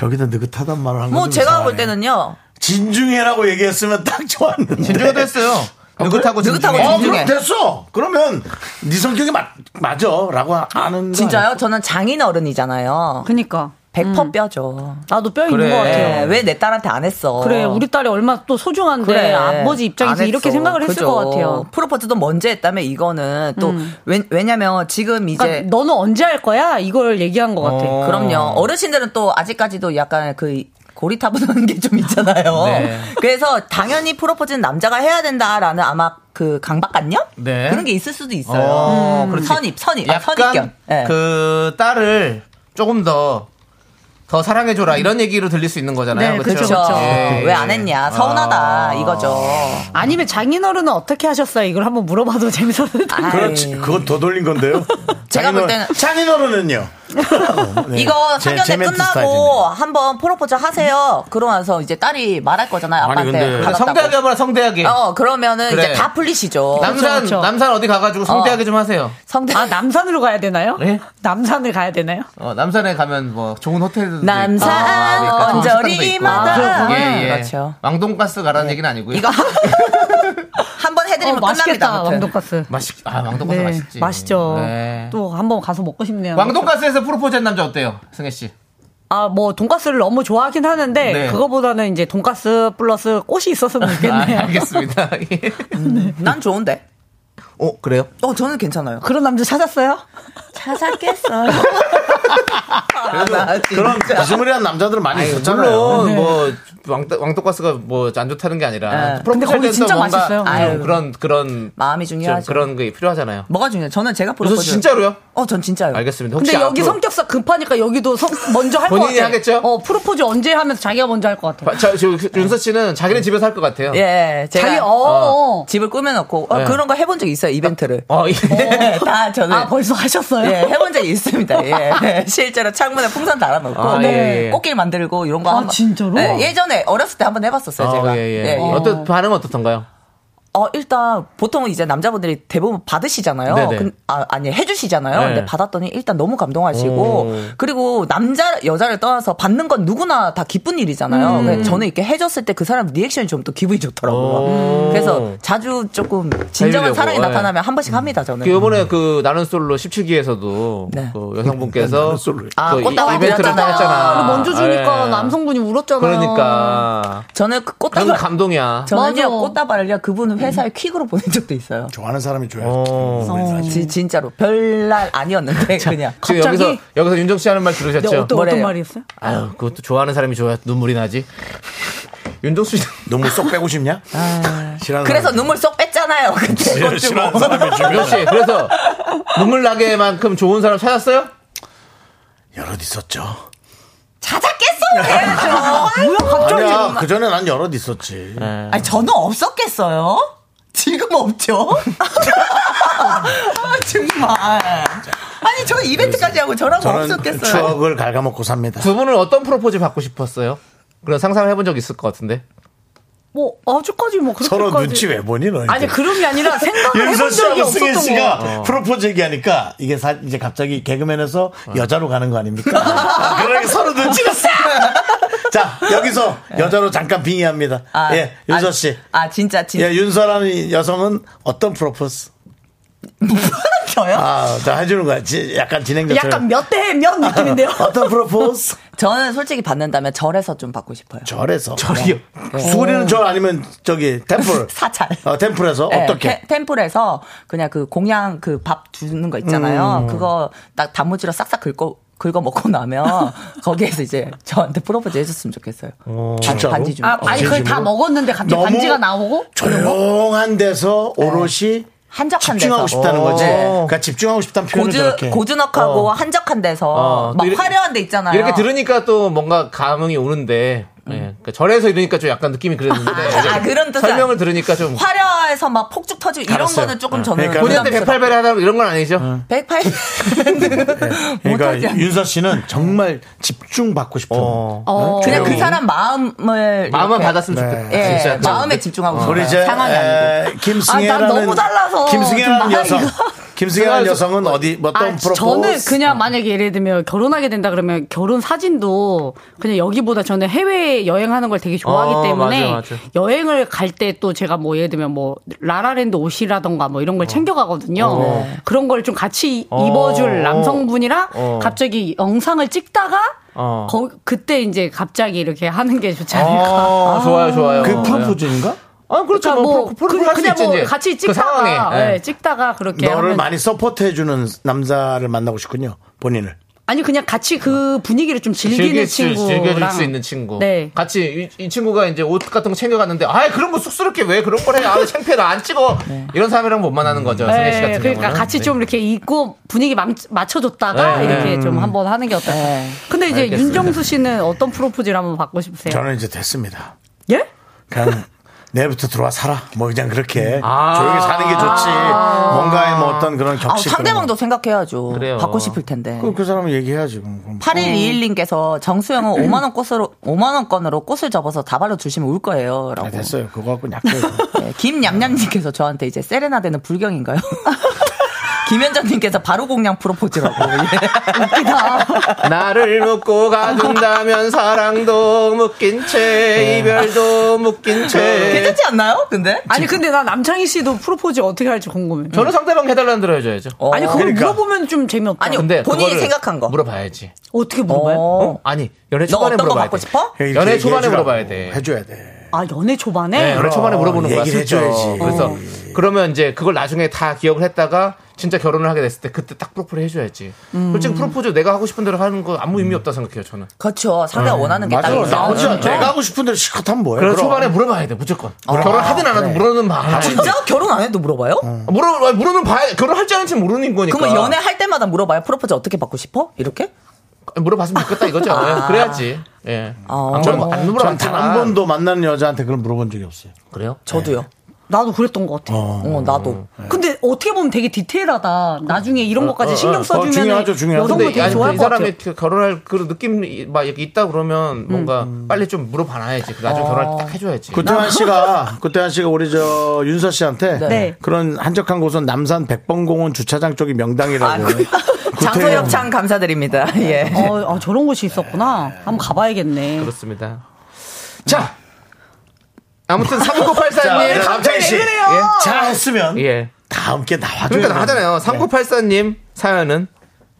Speaker 1: 여기다 느긋하단 말을 한 건.
Speaker 8: 뭐
Speaker 1: 좀
Speaker 8: 제가 볼
Speaker 1: 이상하네.
Speaker 8: 때는요.
Speaker 1: 진중해라고 얘기했으면 딱 좋았는데. 아,
Speaker 2: 진주가 됐어요. 느긋하고
Speaker 8: 그래?
Speaker 2: 진중해.
Speaker 8: 느긋하고
Speaker 1: 어,
Speaker 8: 진중해.
Speaker 1: 그럼 됐어. 그러면 네 성격이 맞 맞아라고 하는. 거
Speaker 8: 진짜요? 저는 장인어른이잖아요.
Speaker 9: 그니까.
Speaker 8: 100%
Speaker 9: 음.
Speaker 8: 뼈죠.
Speaker 9: 나도 뼈
Speaker 2: 그래.
Speaker 9: 있는 것 같아요.
Speaker 8: 예, 왜 내 딸한테 안 했어?
Speaker 9: 네. 그래, 우리 딸이 얼마나 또 소중한데
Speaker 8: 그래.
Speaker 9: 아버지 입장에서
Speaker 8: 안
Speaker 9: 이렇게
Speaker 8: 했어.
Speaker 9: 생각을 했을
Speaker 8: 그죠.
Speaker 9: 것 같아요. 음.
Speaker 8: 프로포즈도 먼저 했다며 이거는 또 왜, 냐면 지금 이제
Speaker 9: 그러니까 너는 언제 할 거야? 이걸 얘기한 것 같아.
Speaker 2: 어.
Speaker 8: 그럼요. 어르신들은 또 아직까지도 약간 그 고리타분한 게 좀 있잖아요.
Speaker 2: 네.
Speaker 8: 그래서 당연히 프로포즈는 남자가 해야 된다라는 아마 그 강박관념
Speaker 2: 네.
Speaker 8: 그런 게 있을 수도 있어요.
Speaker 2: 어,
Speaker 8: 음.
Speaker 2: 그렇지.
Speaker 9: 그
Speaker 8: 선입, 선입, 아,
Speaker 2: 약간
Speaker 8: 선입견. 예.
Speaker 2: 그 딸을 조금 그 더 더 사랑해줘라 이런 얘기로 들릴 수 있는 거잖아요. 예.
Speaker 8: 네, 그렇죠, 그렇죠. 왜 안 했냐.
Speaker 9: 네.
Speaker 8: 서운하다.
Speaker 9: 아.
Speaker 8: 이거죠.
Speaker 9: 아니면 장인어른은 어떻게 하셨어요? 이걸 한번 물어봐도 재밌었을 텐데.
Speaker 1: 그렇지. 그건 더 돌린 건데요.
Speaker 8: 제가 볼
Speaker 1: 장인어른-
Speaker 8: 때는-
Speaker 1: 장인어른은요. 네.
Speaker 8: 이거
Speaker 1: 제-
Speaker 8: 상견례
Speaker 1: 제 멘트
Speaker 8: 끝나고
Speaker 1: 스타일이네.
Speaker 8: 한번 프로포즈 하세요. 그러면서 이제 딸이 말할 거잖아요.
Speaker 2: 아니
Speaker 8: 아빠한테.
Speaker 2: 근데
Speaker 8: 받았다고.
Speaker 2: 성대하게 해봐라 성대하게.
Speaker 8: 어, 그러면은
Speaker 2: 그래.
Speaker 8: 이제 다 풀리시죠. 그렇죠.
Speaker 2: 남산 남산 어디 가가지고 성대하게
Speaker 8: 어.
Speaker 2: 좀 하세요.
Speaker 8: 성대 예?
Speaker 9: 아 남산으로 가야 되나요?
Speaker 2: 네?
Speaker 9: 남산을 가야 되나요?
Speaker 2: 어, 남산에 가면 뭐 좋은 호텔도 있고,
Speaker 8: 남산
Speaker 2: 아, 그러니까 좋은 식당도 있고.
Speaker 8: 언저리마다.
Speaker 2: 아, 예, 예.
Speaker 8: 그렇죠.
Speaker 2: 왕돈가스 가라는 얘기는 아니고요.
Speaker 8: 이거 한번
Speaker 9: 뭐
Speaker 8: 해드리면 끝납니다.
Speaker 9: 어, 맛있겠다
Speaker 8: 아무튼.
Speaker 9: 왕돈가스.
Speaker 2: 맛있 아 왕돈가스
Speaker 9: 네,
Speaker 2: 맛있지.
Speaker 9: 맛있죠.
Speaker 2: 네.
Speaker 9: 또 한번 가서 먹고 싶네요.
Speaker 2: 왕돈가스에서 프로포즈한 남자 어때요, 승혜 씨?
Speaker 9: 아뭐 돈가스를 너무 좋아하긴 하는데
Speaker 2: 네.
Speaker 9: 그거보다는 이제 돈가스 플러스 꽃이 있었으면
Speaker 2: 아,
Speaker 9: 좋겠네요.
Speaker 2: 알겠습니다. 예.
Speaker 8: 난 좋은데.
Speaker 2: 어 그래요?
Speaker 8: 어, 저는 괜찮아요.
Speaker 9: 그런 남자 찾았어요?
Speaker 2: 아,
Speaker 8: 찾았겠어요. 아, 나
Speaker 1: 그런
Speaker 8: 진짜.
Speaker 1: 거짓말이란 남자들은 많이 있었잖아요.
Speaker 2: 네, 물론 뭐 왕, 왕돈가스가 뭐 안 좋다는 게 아니라
Speaker 8: 네.
Speaker 2: 프로포즈할
Speaker 9: 근데 거기
Speaker 2: 때는
Speaker 9: 진짜
Speaker 2: 또 뭔가
Speaker 9: 맛있어요.
Speaker 2: 좀
Speaker 8: 아유.
Speaker 2: 그런 그런
Speaker 8: 마음이
Speaker 2: 좀
Speaker 8: 중요하죠.
Speaker 2: 그런 게 필요하잖아요.
Speaker 8: 뭐가 중요해? 저는 제가
Speaker 2: 그래서
Speaker 8: 프로포즈.
Speaker 2: 진짜로요?
Speaker 8: 어, 전 진짜요.
Speaker 2: 알겠습니다. 혹시
Speaker 9: 근데 여기
Speaker 2: 앞으로-
Speaker 9: 성격상 급하니까 여기도 성- 먼저 할 것 같아.
Speaker 2: 본인이 하겠죠?
Speaker 9: 어 프로포즈 언제 하면서 자기가 먼저 할 것 같아.
Speaker 2: 바- 저, 저 윤서 씨는 자기는 집에서 할 것 같아요.
Speaker 8: 예, 제가
Speaker 9: 자기 어. 어.
Speaker 8: 집을 꾸며놓고 어,
Speaker 2: 예.
Speaker 8: 그런 거 해본 적 있어요 이벤트를.
Speaker 2: 어, 예.
Speaker 8: 네, 다 저는
Speaker 9: 아 벌써 하셨어요?
Speaker 8: 예, 해본 적이 있습니다. 예. 실제로 창문에 풍선 달아놓고
Speaker 2: 아, 예, 예.
Speaker 8: 꽃길 만들고 이런 거.
Speaker 9: 아,
Speaker 8: 한번-
Speaker 9: 진짜로?
Speaker 8: 예, 예전에 어렸을 때 한번 해봤었어요
Speaker 2: 어,
Speaker 8: 제가.
Speaker 2: 예, 예.
Speaker 8: 예, 예. 어.
Speaker 2: 어떤 반응 어떻던가요?
Speaker 8: 일단 보통은 이제 남자분들이 대부분 받으시잖아요.
Speaker 2: 네네.
Speaker 8: 근- 아, 아니 해주시잖아요.
Speaker 2: 네.
Speaker 8: 근데 받았더니 일단 너무 감동하시고
Speaker 2: 오.
Speaker 8: 그리고 남자 여자를 떠나서 받는 건 누구나 다 기쁜 일이잖아요.
Speaker 9: 음.
Speaker 8: 근데 저는 이렇게 해줬을 때 그 사람 리액션이 좀 더 기분이 좋더라고요.
Speaker 2: 오.
Speaker 8: 그래서 자주 조금 진정한
Speaker 2: 살리려고,
Speaker 8: 사랑이
Speaker 2: 예.
Speaker 8: 나타나면 한 번씩 합니다
Speaker 9: 네.
Speaker 8: 저는.
Speaker 2: 그 요번에 그 나는 솔로 17기에서도
Speaker 8: 네.
Speaker 2: 그 여성분께서
Speaker 1: 솔로예요.
Speaker 8: 아,
Speaker 2: 그
Speaker 8: 꽃다발
Speaker 2: 이- 이벤트를 딱
Speaker 8: 드렸잖아요.
Speaker 2: 했잖아.
Speaker 9: 먼저 주니까
Speaker 2: 예.
Speaker 9: 남성분이 울었잖아요.
Speaker 2: 그러니까
Speaker 8: 저는 그
Speaker 2: 그런 거
Speaker 8: 꽃다발
Speaker 2: 감동이야.
Speaker 8: 저는요
Speaker 9: 맞아.
Speaker 8: 꽃다발을요 그분은
Speaker 9: 음.
Speaker 8: 회사에 퀵으로 보낸 적도 있어요.
Speaker 1: 좋아하는 사람이 줘야
Speaker 8: 어.
Speaker 9: 아,
Speaker 8: 지- 진짜로 별날 아니었는데 그냥
Speaker 2: 지금
Speaker 9: 갑자기?
Speaker 2: 여기서 여기서 윤정 씨 하는 말
Speaker 9: 네,
Speaker 2: 들으셨죠?
Speaker 9: 어떤, 어떤
Speaker 8: 뭐래요?
Speaker 9: 말이었어요?
Speaker 2: 아유 그것도 좋아하는 사람이 좋아야 눈물이 나지. 윤정수 씨
Speaker 1: 눈물 쏙 빼고 싶냐? 싫어하는
Speaker 8: 아. 그래서
Speaker 1: 사람.
Speaker 8: 눈물 쏙 뺐잖아요 그때 꽃 주고
Speaker 1: 싫어하는 사람이
Speaker 2: 윤정 씨 그래서 눈물 나게만큼 좋은 사람 찾았어요?
Speaker 1: 여럿 있었죠.
Speaker 8: 찾았겠어요 그래야죠.
Speaker 9: 뭐야 갑자기
Speaker 1: 아니야 그 전에 난 여럿 있었지.
Speaker 9: 네.
Speaker 8: 아니 저는 없었겠어요 지금 없죠 아, 정말 아니 저 이벤트까지 하고 저랑
Speaker 1: 저는
Speaker 8: 없었겠어요
Speaker 1: 추억을 갉아먹고 삽니다.
Speaker 2: 두 분은 어떤 프로포즈 받고 싶었어요? 그런 상상을 해본 적 있을 것 같은데.
Speaker 9: 뭐 아주까지 뭐 그렇게까지
Speaker 1: 서로 눈치 왜 보니 너?
Speaker 9: 아니 그런 게 아니라 생각을 해본
Speaker 1: 윤서
Speaker 9: 적이
Speaker 1: 씨하고 승혜
Speaker 9: 없었던 어. 거.
Speaker 1: 씨가 프로포즈 얘기하니까 이게 사, 이제 갑자기 개그맨에서
Speaker 9: 어.
Speaker 1: 여자로 가는 거 아닙니까? 그러니 서로 눈치가 싹. 자 여기서
Speaker 9: 예.
Speaker 1: 여자로 잠깐 빙의합니다.
Speaker 8: 아,
Speaker 1: 예 윤서
Speaker 8: 아,
Speaker 1: 씨.
Speaker 8: 아 진짜 진짜
Speaker 1: 예 윤서라는 여성은 어떤 프로포즈?
Speaker 8: 저요
Speaker 1: 아자 해주는 거야. 지, 약간 진행자처럼.
Speaker 9: 약간 몇 대 몇 느낌인데요.
Speaker 1: 어떤 프로포즈?
Speaker 8: 저는 솔직히 받는다면 절에서 좀 받고 싶어요
Speaker 1: 절에서. 어.
Speaker 2: 저기요.
Speaker 9: 어.
Speaker 1: 수그리는 절 아니면 저기 템플.
Speaker 8: 사찰.
Speaker 1: 어, 템플에서
Speaker 9: 예,
Speaker 8: 네,
Speaker 1: 어떻게?
Speaker 8: 테- 템플에서 그냥 그 공양 그 밥 주는 거
Speaker 1: 음.
Speaker 8: 있잖아요. 그거 딱 단무지로 싹싹 긁고 긁어 먹고 나면 거기에서 이제 저한테 프로포즈 해줬으면 좋겠어요. 반-
Speaker 1: 진짜로?
Speaker 8: 반지 좀.
Speaker 9: 아, 아니 그걸 다 먹었는데 갑자기
Speaker 1: 너무
Speaker 9: 반지가 나오고
Speaker 1: 조용한 데서 오롯이
Speaker 8: 한적한
Speaker 1: 집중하고
Speaker 8: 뭐? 네. 데서.
Speaker 1: 싶다는 거지.
Speaker 8: 네.
Speaker 1: 그러니까 집중하고 싶다는 표현을 저렇게.
Speaker 8: 고즈, 고즈넉하고 한적한 데서
Speaker 2: 어,
Speaker 8: 막
Speaker 2: 또 이렇게-
Speaker 8: 화려한 데 있잖아요.
Speaker 2: 이렇게 들으니까 또 뭔가 감흥이 오는데. 예. 그러니까 절에서 이러니까 좀 약간 느낌이 그랬는데.
Speaker 8: 음. 아, 그런 뜻은
Speaker 2: 설명을 들으니까 좀
Speaker 8: 화려해서 막 폭죽 터지고 이런
Speaker 1: 알았어요.
Speaker 8: 거는 조금 저는
Speaker 1: 그러니까
Speaker 2: 본인한테 배팔배를 하다 이런 건 아니죠?
Speaker 8: 108 못하지
Speaker 1: 네. 그러니까
Speaker 8: 않
Speaker 1: 윤서 씨는 정말 집중받고 싶은.
Speaker 2: 어.
Speaker 9: 어,
Speaker 8: 그냥 그
Speaker 1: 조용히.
Speaker 8: 사람 마음을
Speaker 2: 마음만
Speaker 8: 이렇게-
Speaker 2: 받았으면
Speaker 1: 네.
Speaker 2: 좋겠다.
Speaker 8: 예,
Speaker 2: 진짜. 그,
Speaker 8: 마음에 집중하고 싶어요.
Speaker 1: 우리 이제
Speaker 8: 상황이 아니고.
Speaker 1: 에, 김승혜라는
Speaker 9: 아, 난 너무 달라서
Speaker 1: 김승혜라는
Speaker 9: 좀
Speaker 1: 여성.
Speaker 9: 나이가.
Speaker 1: 김승혜라는 여성은 어디 뭐 어떤
Speaker 9: 아,
Speaker 1: 프로포즈?
Speaker 9: 저는
Speaker 2: 어.
Speaker 9: 그냥 만약에 예를 들면 결혼하게 된다 그러면 결혼 사진도 그냥 여기보다 저는 해외 여행하는 걸 되게 좋아하기
Speaker 2: 어,
Speaker 9: 때문에
Speaker 2: 맞아, 맞아.
Speaker 9: 여행을 갈 때 또 제가 뭐 예를 들면 뭐 라라랜드 옷이라던가 뭐 이런 걸 챙겨가거든요. 그런 걸 좀 같이
Speaker 2: 어.
Speaker 9: 입어줄 남성분이랑
Speaker 2: 어.
Speaker 9: 갑자기 영상을 찍다가
Speaker 2: 어.
Speaker 9: 거- 그때 이제 갑자기 이렇게 하는 게 좋지 않을까.
Speaker 2: 어, 좋아요, 좋아요.
Speaker 1: 그 프로포즈인가?
Speaker 2: 아, 그렇죠.
Speaker 9: 그러니까
Speaker 2: 뭐,
Speaker 9: 뭐,
Speaker 2: 프로, 프로, 할수
Speaker 9: 그냥
Speaker 2: 있지,
Speaker 9: 뭐
Speaker 2: 이제.
Speaker 9: 같이
Speaker 2: 그 상황에.
Speaker 9: 찍다가
Speaker 2: 예.
Speaker 8: 네,
Speaker 9: 예, 찍다가 그렇게
Speaker 1: 너를
Speaker 9: 하면
Speaker 1: 많이 서포트해주는 남자를 만나고 싶군요. 본인을.
Speaker 9: 아니 그냥 같이 그 분위기를 좀 즐기는
Speaker 2: 즐길 수,
Speaker 9: 친구랑
Speaker 2: 즐겨줄 수 있는 친구.
Speaker 9: 네.
Speaker 2: 같이 이, 이 친구가 이제 옷 같은 거 챙겨갔는데, 아 그런 거 쑥스럽게 왜 그런 걸 해? 아, 창피해, 나안 찍어. 이런 사람이랑 못 만나는 거죠.
Speaker 8: 네,
Speaker 2: 승혜 씨 같은
Speaker 9: 그러니까
Speaker 2: 경우는.
Speaker 9: 같이
Speaker 2: 네.
Speaker 9: 좀 이렇게 입고 분위기 맘- 맞춰줬다가
Speaker 2: 네.
Speaker 9: 이렇게 좀
Speaker 2: 음.
Speaker 9: 한번 하는 게 어떨까. 근데 이제
Speaker 1: 알겠습니다.
Speaker 9: 윤정수 씨는 어떤 프로포즈를 한번 받고
Speaker 8: 네.
Speaker 9: 싶으세요?
Speaker 1: 저는 이제 됐습니다.
Speaker 9: 예?
Speaker 1: 그냥 내일부터 들어와 살아. 뭐 그냥 그렇게
Speaker 8: 아.
Speaker 1: 조용히 사는 게 좋지. 뭔가의 뭐 어떤 그런
Speaker 8: 아,
Speaker 1: 격식.
Speaker 8: 상대방도 생각해야죠.
Speaker 1: 그래요.
Speaker 8: 받고 싶을 텐데.
Speaker 1: 그럼 어. 그 사람은 얘기해야지. 그럼. 그럼.
Speaker 8: 8121님께서 정수영은
Speaker 1: 음.
Speaker 8: 5만원 꽃으로, 5만원권으로 꽃을 접어서 다발로 주시면 울 거예요. 라고.
Speaker 1: 아, 됐어요. 그거 갖고 약해요.
Speaker 8: 네, 김양양님께서 저한테 이제 세레나데는 불경인가요? 김현정님께서 바로 공략 프로포즈라고. 예.
Speaker 2: 나를 묶고 가둔다면 사랑도 묶인 채, 이별도 묶인
Speaker 1: 예.
Speaker 2: 채.
Speaker 8: 네. 괜찮지 않나요? 근데?
Speaker 9: 아니 근데 나 남창희 씨도 프로포즈 어떻게 할지 궁금해.
Speaker 2: 저는 상대방 해달라는 대로 해줘야죠.
Speaker 8: 어,
Speaker 9: 아니 그걸 물어보면 좀 재미없다.
Speaker 2: 근데 그거를 물어봐야지.
Speaker 9: 어떻게 물어봐요?
Speaker 2: 어? 아니 연애
Speaker 9: 너
Speaker 2: 초반에
Speaker 9: 어떤 거
Speaker 2: 물어봐야
Speaker 9: 받고
Speaker 2: 돼.
Speaker 9: 싶어?
Speaker 2: 연애 초반에
Speaker 1: 얘기해주라고.
Speaker 2: 물어봐야 돼.
Speaker 1: 해줘야 돼.
Speaker 9: 아 연애 초반에?
Speaker 2: 네, 연애 초반에 물어보는 거야.
Speaker 1: 얘기를
Speaker 2: 슬쩍.
Speaker 1: 해줘야지.
Speaker 2: 그래서 그러면 이제 그걸 나중에 다 기억을 했다가 진짜 결혼을 하게 됐을 때 그때 딱 프로포즈를 해줘야지.
Speaker 8: 음.
Speaker 2: 솔직히 프로포즈 내가 하고 싶은 대로 하는 거 아무
Speaker 1: 음.
Speaker 2: 의미 없다 생각해요 저는.
Speaker 8: 그렇죠.
Speaker 1: 예.
Speaker 8: 상대가 원하는 게
Speaker 2: 맞아.
Speaker 8: 딱. 있어요.
Speaker 2: 나오지 않죠? 내가
Speaker 1: 하고 싶은 대로 실컷 하면 뭐예요?
Speaker 2: 네. 그래서 초반에 물어봐야 돼 무조건.
Speaker 8: 아,
Speaker 2: 결혼하든 안 하든
Speaker 8: 그래.
Speaker 2: 물어는 봐.
Speaker 8: 아,
Speaker 9: 네.
Speaker 8: 진짜? 결혼 안 해도 물어봐요?
Speaker 2: 물어 아니, 물어는 봐야 결혼할지 안 할지 모르는 거니까.
Speaker 8: 그러면 연애할 때마다 물어봐요. 프로포즈 어떻게 받고 싶어? 이렇게?
Speaker 2: 물어봤으면 좋겠다 이거죠.
Speaker 8: 아.
Speaker 2: 그래야지. 예. 안 물어봐. 안 물어봐.
Speaker 1: 전단한
Speaker 2: 아.
Speaker 1: 번도 만나는 여자한테 그걸 물어본 적이 없어요.
Speaker 2: 그래요?
Speaker 8: 저도요.
Speaker 9: 네. 나도 그랬던 것 같아요.
Speaker 8: 어.
Speaker 9: 어.
Speaker 8: 나도.
Speaker 9: 근데 어떻게 보면 되게 디테일하다. 나중에 이런
Speaker 2: 어,
Speaker 9: 것까지 신경 써주면 여성분
Speaker 2: 근데
Speaker 9: 되게
Speaker 2: 아니,
Speaker 9: 좋아할
Speaker 2: 이
Speaker 9: 뭐 것 같아요. 음,
Speaker 2: 사람이 그 결혼할 그런 느낌이 막 이렇게 있다 그러면 뭔가 빨리 좀 물어봐놔야지. 그 나중에
Speaker 1: 어.
Speaker 2: 결혼할 때 딱 해줘야지.
Speaker 1: 구태환 씨가 구태환 씨가 우리 저 윤서 씨한테
Speaker 2: 네.
Speaker 1: 그런 한적한 곳은 남산 백범공원 주차장 쪽이
Speaker 2: 아,
Speaker 1: 명당이라고.
Speaker 8: 아, 장소협찬 감사드립니다. 예.
Speaker 9: 네. 어, 아, 저런 곳이 있었구나. 한번 가봐야겠네.
Speaker 2: 그렇습니다. 자. 아무튼
Speaker 9: 네,
Speaker 2: 3984님.
Speaker 1: 자, 남창희 씨. 잘했으면
Speaker 2: 예.
Speaker 1: 다 함께 나와줘야
Speaker 9: 네.
Speaker 2: 그러니까
Speaker 1: 돼요.
Speaker 2: 하잖아요. 3984님 사연은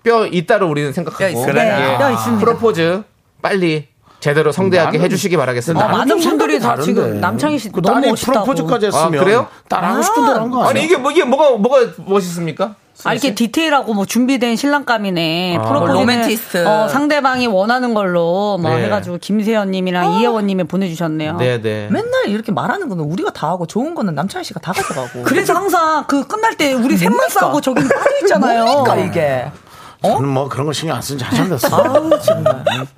Speaker 2: 뼈 있다로 우리는 생각하고.
Speaker 1: 있어요. 네, 뼈 있습니다.
Speaker 2: 프로포즈 빨리 제대로 성대하게 해주시기 바라겠습니다. 네,
Speaker 9: 아, 많은 분들이 다
Speaker 1: 네.
Speaker 9: 지금 남창희
Speaker 1: 그
Speaker 9: 씨 너무 멋있다고.
Speaker 2: 아, 그래요? 아니 이게 뭐 이게 뭐가 뭐가 멋있습니까?
Speaker 9: 아, 이렇게 디테일하고 뭐 준비된 신랑감이네.
Speaker 2: 아.
Speaker 9: 프로포즈는
Speaker 2: 로맨티스트.
Speaker 9: 어, 상대방이 원하는 걸로 뭐
Speaker 2: 네.
Speaker 9: 해가지고 김세현님이랑
Speaker 2: 아.
Speaker 9: 이혜원님이 보내주셨네요.
Speaker 2: 네.
Speaker 8: 맨날 이렇게 말하는 거는 우리가 다 하고 좋은 거는 남창희 씨가 다 가져가고.
Speaker 9: 그래서 항상 그 끝날 때 우리 셋만
Speaker 8: 뭡니까?
Speaker 9: 싸고 저기 빠져 있잖아요.
Speaker 8: 뭡니까, 이게?
Speaker 9: 어?
Speaker 1: 저는 뭐 그런 거 신경 안 쓴지 한참 됐어.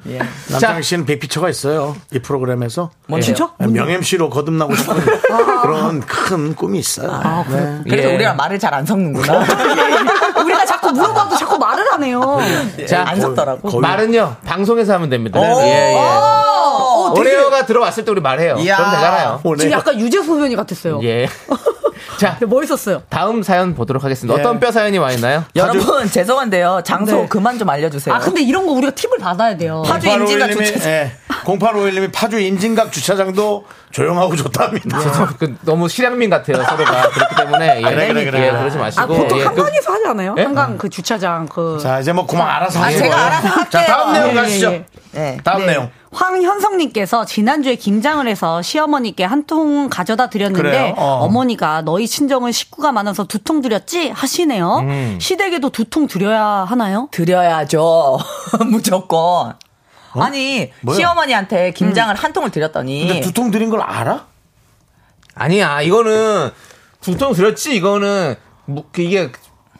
Speaker 9: 예.
Speaker 1: 남창희 씨는 빅피처가 있어요. 이 프로그램에서. 예.
Speaker 8: 뭔데요? 진짜?
Speaker 1: 명 MC로 거듭나고 싶은
Speaker 9: 아.
Speaker 1: 그런 큰 꿈이 있어요. 네.
Speaker 8: 그래서
Speaker 2: 예.
Speaker 8: 우리랑 말을 잘 안 섞는구나.
Speaker 9: 예. 우리가 자꾸 물어봐도 자꾸 말을 안 해요.
Speaker 8: 예. 안 섞더라고.
Speaker 2: 말은요 방송에서 하면 됩니다.
Speaker 9: 오.
Speaker 2: 예, 예.
Speaker 9: 어, 되게-
Speaker 2: 오레오가 들어왔을 때 우리 말해요.
Speaker 9: 이야.
Speaker 2: 그럼 되잖아요.
Speaker 9: 지금 약간 유재수 소변이 같았어요.
Speaker 2: 예. 자,
Speaker 9: 멋있었어요.
Speaker 2: 다음 사연 보도록 하겠습니다.
Speaker 8: 예.
Speaker 2: 어떤 뼈 사연이 와 있나요?
Speaker 1: 예.
Speaker 8: 여러분 죄송한데요. 장소 그만 좀 알려주세요.
Speaker 9: 아 근데 이런 거 우리가 팁을 받아야 돼요.
Speaker 1: 네. 0851님이, 예. 0851님이 파주 임진각 주차장도 조용하고 좋답니다.
Speaker 9: 예.
Speaker 2: 그 너무 실향민 같아요 서로가 그렇기 때문에 예,
Speaker 1: 그래, 그래, 그래.
Speaker 2: 예, 그러지 마시고
Speaker 9: 아 보통
Speaker 2: 예, 그-
Speaker 9: 한강에서 하지 않아요?
Speaker 2: 예?
Speaker 9: 한강 그 주차장 그.
Speaker 1: 자, 이제 뭐 그만 알아서
Speaker 9: 아,
Speaker 1: 하세요.
Speaker 8: 예.
Speaker 9: 제가 알아서 할게요.
Speaker 1: 자, 다음 내용
Speaker 9: 예, 예,
Speaker 1: 가시죠.
Speaker 9: 예.
Speaker 1: 다음 내용.
Speaker 9: 황현성님께서 지난주에 김장을 해서 시어머니께 한 통 가져다
Speaker 1: 그래요?
Speaker 9: 드렸는데
Speaker 1: 어.
Speaker 9: 어. 머니가 너희 친정은 식구가 많아서 두 통 드렸지 하시네요.
Speaker 8: 음.
Speaker 9: 시댁에도 두 통 드려야 하나요?
Speaker 8: 드려야죠. 무조건. 아니
Speaker 9: 뭐야?
Speaker 8: 시어머니한테 김장을 한 통을 드렸더니
Speaker 9: 예.
Speaker 2: 근데 두
Speaker 1: 통 드린 걸 알아?
Speaker 2: 아니야 이거는 두통 들었지 이거는 뭐, 그 이게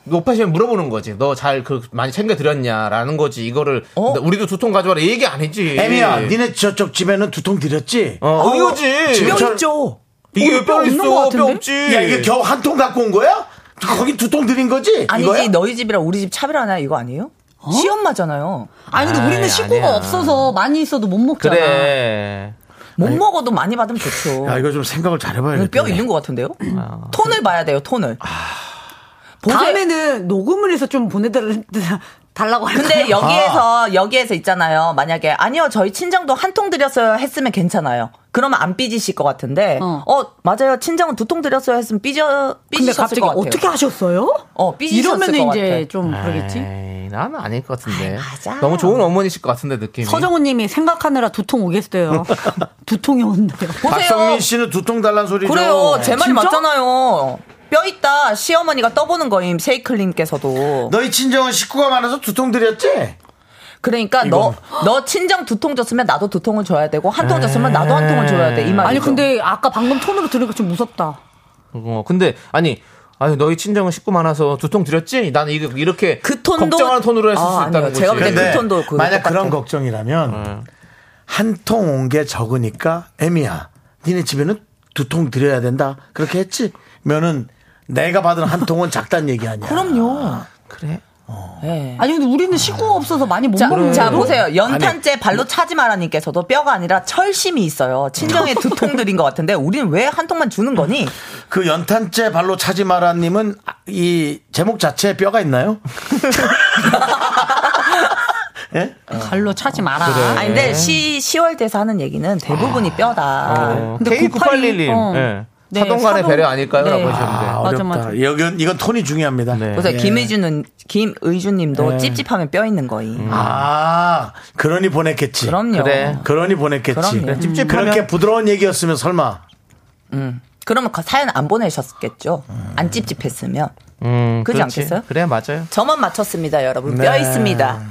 Speaker 2: 높아지면 물어보는 거지. 너 잘 그 많이 챙겨 드렸냐라는 거지. 이거를 나- 우리도 두통 가져와라 이 얘기 아니지.
Speaker 1: 어? 애미야, 니네 저쪽 집에는 두통 드렸지?
Speaker 2: 예. 어, 이거지. 뼈
Speaker 8: 있죠.
Speaker 2: 이게 왜뼈 있어? 뼈 없지.
Speaker 1: 야, 이게 겨우 한 통 갖고 온 거야? 거기 두 통 드린 거지?
Speaker 8: 아니지
Speaker 1: 이거야?
Speaker 8: 너희 집이랑 우리 집 차별하나 이거 아니에요? 시엄마잖아요.
Speaker 9: 아니 근데 우리는 식구가 없어서 많이 있어도 못 먹잖아.
Speaker 2: 그래.
Speaker 8: 못 먹어도 많이 받으면 좋죠.
Speaker 1: 야, 이거 좀 생각을 잘 해봐야겠다.
Speaker 8: 그 뼈 있는 것 같은데요? 톤을 봐야 돼요 톤을.
Speaker 9: 다음에는 녹음을 해서 좀 보내달라고 할까요?
Speaker 8: 근데 여기에서 여기에서 있잖아요. 만약에 아니요 저희 친정도 한 통 드렸어요 했으면 괜찮아요. 그러면 안 삐지실 것 같은데 어, 맞아요 친정은 두 통 드렸어요 했으면 삐져
Speaker 9: 근데
Speaker 8: 삐지셨을
Speaker 9: 갑자기
Speaker 8: 것 같아요.
Speaker 9: 어떻게 하셨어요?
Speaker 8: 어 삐지셨을
Speaker 9: 이러면
Speaker 8: 것
Speaker 9: 이제
Speaker 8: 같아.
Speaker 9: 좀 그러겠지.
Speaker 2: 에이, 나는 아닐 것 같은데. 너무 좋은 어머니실 것 같은데 느낌이.
Speaker 9: 서정우님이 생각하느라 두통 오겠어요. 두통이 온대요.
Speaker 1: 박성민 씨는 두통 달란 소리죠.
Speaker 8: 그래요 제 말이 맞잖아요. 뼈 있다 시어머니가 떠보는 거임 세이클님께서도
Speaker 1: 너희 친정은 식구가 많아서 두통 드렸지?
Speaker 8: 그러니까 너, 너 친정 두 통 줬으면 나도 두 통을 줘야 되고 한 통 줬으면 나도 한 통을 줘야 돼. 이 말이죠.
Speaker 9: 아니 근데 아까 방금 톤으로 들으니까 좀 무섭다.
Speaker 2: 어, 근데 아니 아니 너희 친정은 식구 많아서 두 통 드렸지? 나는 이거 이렇게 그
Speaker 8: 톤도-
Speaker 2: 걱정하는 톤으로 했을
Speaker 8: 아,
Speaker 2: 수
Speaker 8: 아니요.
Speaker 2: 있다는 거지.
Speaker 8: 제가 볼때
Speaker 1: 근데
Speaker 8: 톤도 그거
Speaker 1: 만약
Speaker 8: 똑같아.
Speaker 1: 그런 걱정이라면 한 통 온 게 적으니까 애미야 니네 집에는 두 통 드려야 된다 그렇게 했지 면은 내가 받은 한 통은 작단 얘기 아니야
Speaker 9: 그럼요.
Speaker 2: 그래?
Speaker 8: 예.
Speaker 9: 아니 근데 우리는 식구가 없어서 많이 못
Speaker 8: 자,
Speaker 9: 먹는
Speaker 8: 자 보세요. 연탄재 발로 차지 마라님께서도 뼈가 아니라 철심이 있어요. 친정에 두 통 드린 것 같은데 우리는 왜 한 통만 주는 거니?
Speaker 1: 그 연탄재 발로 차지 마라님은 아, 이 제목 자체에 뼈가 있나요? 예?
Speaker 9: 갈로 차지 마라.
Speaker 8: 아
Speaker 9: 아니,
Speaker 8: 근데 시 10월대에서 하는 얘기는 대부분이 뼈다.
Speaker 2: 어,
Speaker 9: 근데
Speaker 2: K9811님
Speaker 9: 어.
Speaker 2: 예.
Speaker 9: 네,
Speaker 2: 사동간의
Speaker 9: 사동-
Speaker 2: 배려 아닐까요?
Speaker 9: 네.
Speaker 2: 라고 하셨는데
Speaker 1: 아,
Speaker 9: 맞아, 네.
Speaker 1: 어렵다.
Speaker 9: 맞아.
Speaker 1: 이건, 이건 톤이 중요합니다.
Speaker 8: 그래서
Speaker 1: 예.
Speaker 8: 김의준은 김의준님도 찝찝하면 뼈 있는 거이.
Speaker 1: 아, 그러니 보냈겠지.
Speaker 8: 아, 그럼요.
Speaker 2: 그래.
Speaker 1: 음. 그러니 보냈겠지. 음.
Speaker 8: 그럼요. 그래,
Speaker 2: 찝찝하면-
Speaker 1: 그렇게 부드러운 얘기였으면 설마.
Speaker 8: 그러면 그 사연 안 보내셨겠죠? 안 찝찝했으면.
Speaker 2: 음,
Speaker 8: 그러지
Speaker 2: 그렇지.
Speaker 8: 않겠어요?
Speaker 2: 그래 맞아요
Speaker 8: 저만 맞췄습니다, 여러분. 뼈
Speaker 1: 네.
Speaker 8: 있습니다.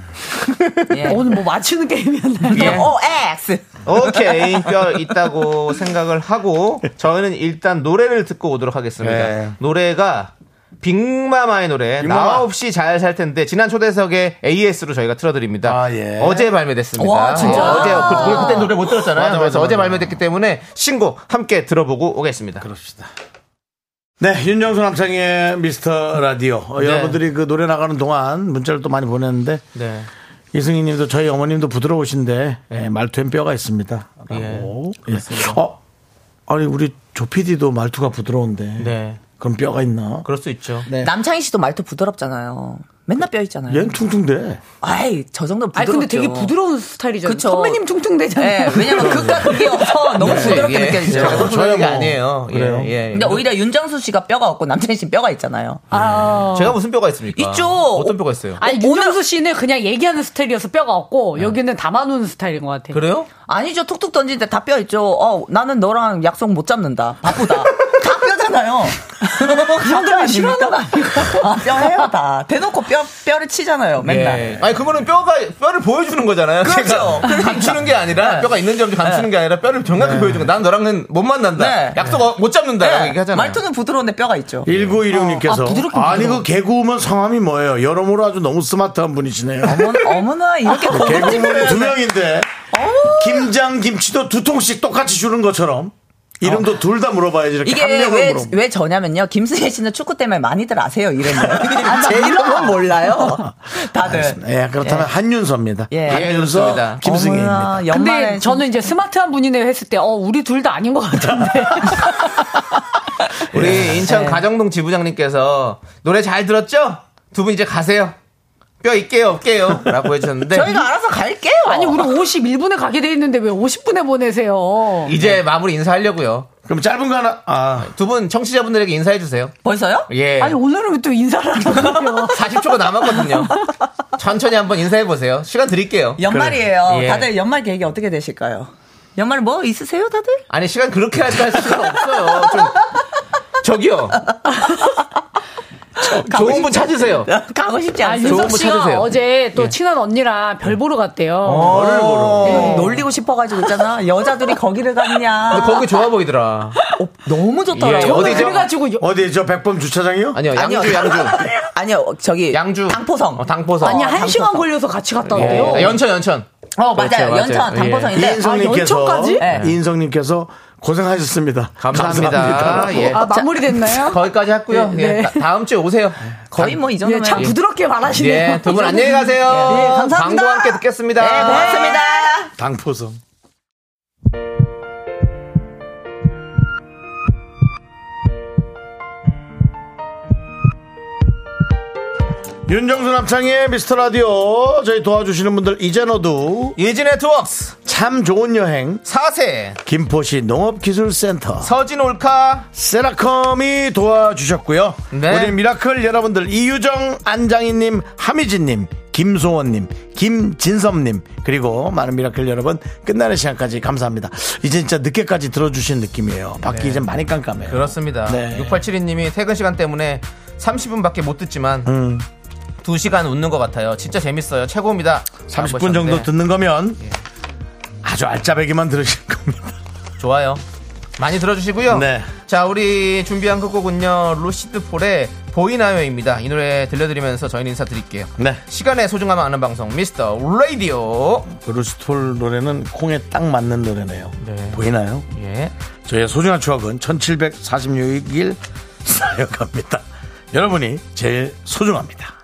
Speaker 8: 예.
Speaker 9: 오늘 뭐 맞추는 게임이었나요?
Speaker 8: 예. 오, 엑스.
Speaker 2: 오케이 뼈 있다고 생각을 하고 저희는 일단 노래를 듣고 오도록 하겠습니다
Speaker 1: 네.
Speaker 2: 노래가 빅마마의 노래
Speaker 1: 빅마마.
Speaker 2: 나 없이 잘 살 텐데 지난 초대석에 AS로 저희가 틀어드립니다
Speaker 1: 아, 예. 아.
Speaker 2: 어제 발매됐습니다
Speaker 8: 와, 진짜?
Speaker 2: 예, 어제 그, 우리 그때 노래 못 들었잖아요
Speaker 1: 맞아, 맞아,
Speaker 2: 그래서 어제
Speaker 1: 맞아. 그렇죠.
Speaker 2: 발매됐기 때문에 신곡 함께 들어보고 오겠습니다
Speaker 1: 그럽시다. 네, 윤정수 남창의 미스터 라디오. 어,
Speaker 2: 네.
Speaker 1: 여러분들이 그 노래 나가는 동안 문자를 또 많이 보냈는데
Speaker 2: 네.
Speaker 1: 이승희 님도 저희 어머님도 부드러우신데 예, 말투엔 뼈가 있습니다. 라고. 예. 어? 아니, 우리 조 PD도 말투가 부드러운데.
Speaker 2: 네.
Speaker 1: 그럼 뼈가 있나?
Speaker 2: 그럴 수 있죠
Speaker 1: 네. 예?
Speaker 8: 남창희 씨도 말투 부드럽잖아요. 맨날 뼈 있잖아요.
Speaker 1: 얜 퉁퉁대.
Speaker 8: 아이, 저 정도
Speaker 9: 아니
Speaker 8: 부드럽죠.
Speaker 9: 근데 되게 부드러운 스타일이잖아요.
Speaker 8: 그쵸.
Speaker 9: 선배님 퉁퉁대잖아요.
Speaker 8: 예, 왜냐면 극과 극이 없어. 너무 부드럽게
Speaker 2: 예.
Speaker 8: 느껴지죠.
Speaker 2: 제가
Speaker 1: 네, 저야
Speaker 2: 부르는 게
Speaker 1: 뭐.
Speaker 2: 아니에요 예,
Speaker 1: 그래요?
Speaker 2: 예.
Speaker 8: 근데 오히려 윤정수 씨가 뼈가 없고 남창희 씨는 뼈가 있잖아요.
Speaker 9: 아.
Speaker 2: 제가 무슨 뼈가 있습니까?
Speaker 8: 있죠.
Speaker 2: 어떤 뼈가 있어요?
Speaker 9: 아니 윤정수 씨는 그냥 얘기하는 스타일이어서 뼈가 없고 여기는 담아놓는 스타일인 것
Speaker 2: 네.
Speaker 9: 같아요.
Speaker 2: 그래요?
Speaker 8: 아니죠. 툭툭 던지는데 다 뼈 있죠. 어, 나는 너랑 약속 못 잡는다. 바쁘다. 다 뼈잖아요. 그 정도면 싫어하는 거 아닙니까? 아, 뼈예요, 다. 대놓고 뼈, 뼈를 치잖아요, 맨날.
Speaker 2: 예. 아니 그거는 뼈가 뼈를 보여주는 거잖아요.
Speaker 8: 그렇죠. 네.
Speaker 2: 제가 감추는 게 아니라 뼈가 있는지 없는지 감추는 게 아니라 뼈를 정확히 보여주는. 난 너랑은 못 만난다.
Speaker 8: 네.
Speaker 2: 약속 어- 못 잡는다. 이렇게 얘기하잖아요. 예.
Speaker 8: 말투는 부드러운데 뼈가 있죠.
Speaker 1: 1916님께서
Speaker 9: 아, 부드럽긴
Speaker 1: 아, 니그
Speaker 9: 부드러워.
Speaker 1: 개그우먼 성함이 뭐예요? 여러모로 아주 너무 스마트한 분이시네요.
Speaker 8: 어머나, 어머나,
Speaker 2: 아,
Speaker 8: 이렇게 뭐. 고급진
Speaker 1: 개그우먼이 두
Speaker 8: 표현을.
Speaker 1: 명인데 김장 김치도 두 통씩 똑같이 주는 것처럼 이름도 둘 다 물어봐야지 이렇게 한
Speaker 8: 이게
Speaker 1: 명을
Speaker 8: 왜,
Speaker 1: 물어.
Speaker 8: 왜 저냐면요. 김승혜 씨는 축구 때문에 많이들 아세요, 이름을. 제 이름은 몰라요. 다들.
Speaker 1: 예, 그렇다면 한윤서입니다.
Speaker 8: 예.
Speaker 1: 한윤서
Speaker 2: 그렇습니다.
Speaker 1: 김승희입니다.
Speaker 8: 어머나,
Speaker 9: 근데
Speaker 8: 연말에
Speaker 9: 저는 이제 스마트한 분이네요 했을 때, 어, 우리 둘 다 아닌 것 같은데.
Speaker 2: 우리 인천
Speaker 8: 네.
Speaker 2: 가정동 지부장님께서 노래 잘 들었죠? 두 분 이제 가세요. 뼈 있게요, 없게요?라고 해주셨는데
Speaker 8: 저희가 알아서 갈게요.
Speaker 9: 아니, 우리 51분에 가게 돼 있는데 왜 50분에 보내세요?
Speaker 8: 네.
Speaker 2: 이제 마무리 인사하려고요.
Speaker 1: 그럼 짧은 거 하나. 아,
Speaker 2: 두 분 청취자분들에게 인사해 주세요.
Speaker 8: 벌써요?
Speaker 2: 예.
Speaker 9: 아니, 오늘은 왜 또 인사를 하냐고요.
Speaker 2: 40초가 남았거든요. 천천히 한번 인사해 보세요. 시간 드릴게요.
Speaker 8: 연말이에요.
Speaker 2: 예.
Speaker 8: 다들 연말 계획이 어떻게 되실까요? 연말 뭐 있으세요, 다들?
Speaker 2: 아니 시간 그렇게 할할 시간 없어요. 좀 저기요. 좋은 분 찾으세요.
Speaker 8: 가고 싶지
Speaker 9: 아,
Speaker 8: 않습니다.
Speaker 2: 좋은
Speaker 9: 윤석
Speaker 2: 분
Speaker 9: 씨가
Speaker 2: 찾으세요. 예. 네.
Speaker 9: 어제 또 친한 언니랑 별 보러 갔대요.
Speaker 2: 뭐를 보러?
Speaker 8: 어, 놀리고 싶어가지고 있잖아. 여자들이 거기를 갔냐.
Speaker 2: 근데 거기 좋아 보이더라.
Speaker 8: 어, 너무 좋더라고.
Speaker 2: 예,
Speaker 8: 요
Speaker 2: 어디-
Speaker 9: 저는
Speaker 2: 어디죠?
Speaker 9: 그래가지고 여-
Speaker 1: 어디 저 백범 주차장이요?
Speaker 2: 아니요,
Speaker 8: 아니요.
Speaker 2: 양주, 양주.
Speaker 8: 아니요, 저기.
Speaker 2: 양주.
Speaker 8: 당포성.
Speaker 2: 어, 당포성.
Speaker 9: 아니
Speaker 8: 어,
Speaker 9: 한
Speaker 8: 당포성.
Speaker 9: 시간 걸려서 같이 갔다
Speaker 2: 예.
Speaker 9: 왔대요.
Speaker 2: 연천, 연천.
Speaker 8: 어, 맞아요.
Speaker 2: 그렇죠, 맞아요.
Speaker 8: 연천,
Speaker 2: 예.
Speaker 8: 당포성인데. 아,
Speaker 1: 이인성님께서
Speaker 9: 연초까지?
Speaker 8: 예.
Speaker 1: 이인성님께서 고생하셨습니다.
Speaker 2: 감사합니다. 예.
Speaker 9: 아 마무리 됐나요?
Speaker 2: 거기까지 했고요.
Speaker 9: 네,
Speaker 2: 예,
Speaker 9: 네.
Speaker 2: 다- 다음 주에 오세요.
Speaker 8: 거의 뭐 이
Speaker 9: 예,
Speaker 8: 정도면.
Speaker 9: 참 부드럽게 말하시네요.
Speaker 2: 예, 두 분 안녕히 가세요.
Speaker 8: 예, 감사합니다.
Speaker 2: 광고 함께 듣겠습니다.
Speaker 8: 네, 고맙습니다.
Speaker 1: 당포성. 윤정수 남창의 미스터 라디오 저희 도와주시는 분들 이젠어두
Speaker 2: 유진 네트웍스
Speaker 1: 참 좋은 여행
Speaker 2: 4세
Speaker 1: 김포시 농업기술센터
Speaker 2: 서진 올카
Speaker 1: 세라컴이 도와주셨고요.
Speaker 2: 네.
Speaker 1: 우리 미라클 여러분들 이유정, 안장희님, 함희진님, 김소원님, 김진섭님 그리고 많은 미라클 여러분 끝나는 시간까지 감사합니다. 이제 진짜 늦게까지 들어주신 느낌이에요. 밖이
Speaker 2: 네.
Speaker 1: 이제 많이 깜깜해요.
Speaker 2: 그렇습니다.
Speaker 1: 네.
Speaker 8: 음.
Speaker 2: 6872님이 퇴근 시간 때문에 30분밖에 못 듣지만 두 시간 웃는 것 같아요. 진짜 재밌어요. 최고입니다.
Speaker 1: 30분 정도
Speaker 2: 네.
Speaker 1: 듣는 거면
Speaker 2: 예.
Speaker 1: 아주 알짜배기만 들으실 겁니다.
Speaker 2: 좋아요. 많이 들어주시고요.
Speaker 1: 네.
Speaker 2: 자, 우리 준비한 끝곡은요. 루시드 폴의 보이나요입니다. 이 노래 들려드리면서 저희는 인사드릴게요.
Speaker 1: 네.
Speaker 2: 시간의 소중함을 아는 방송 미스터 라디오.
Speaker 1: 루스톨 노래는 콩에 딱 맞는 노래네요.
Speaker 2: 네.
Speaker 1: 보이나요?
Speaker 2: 예.
Speaker 1: 저희의 소중한 추억은 1746일 쌓여갑니다. 여러분이 제일 소중합니다.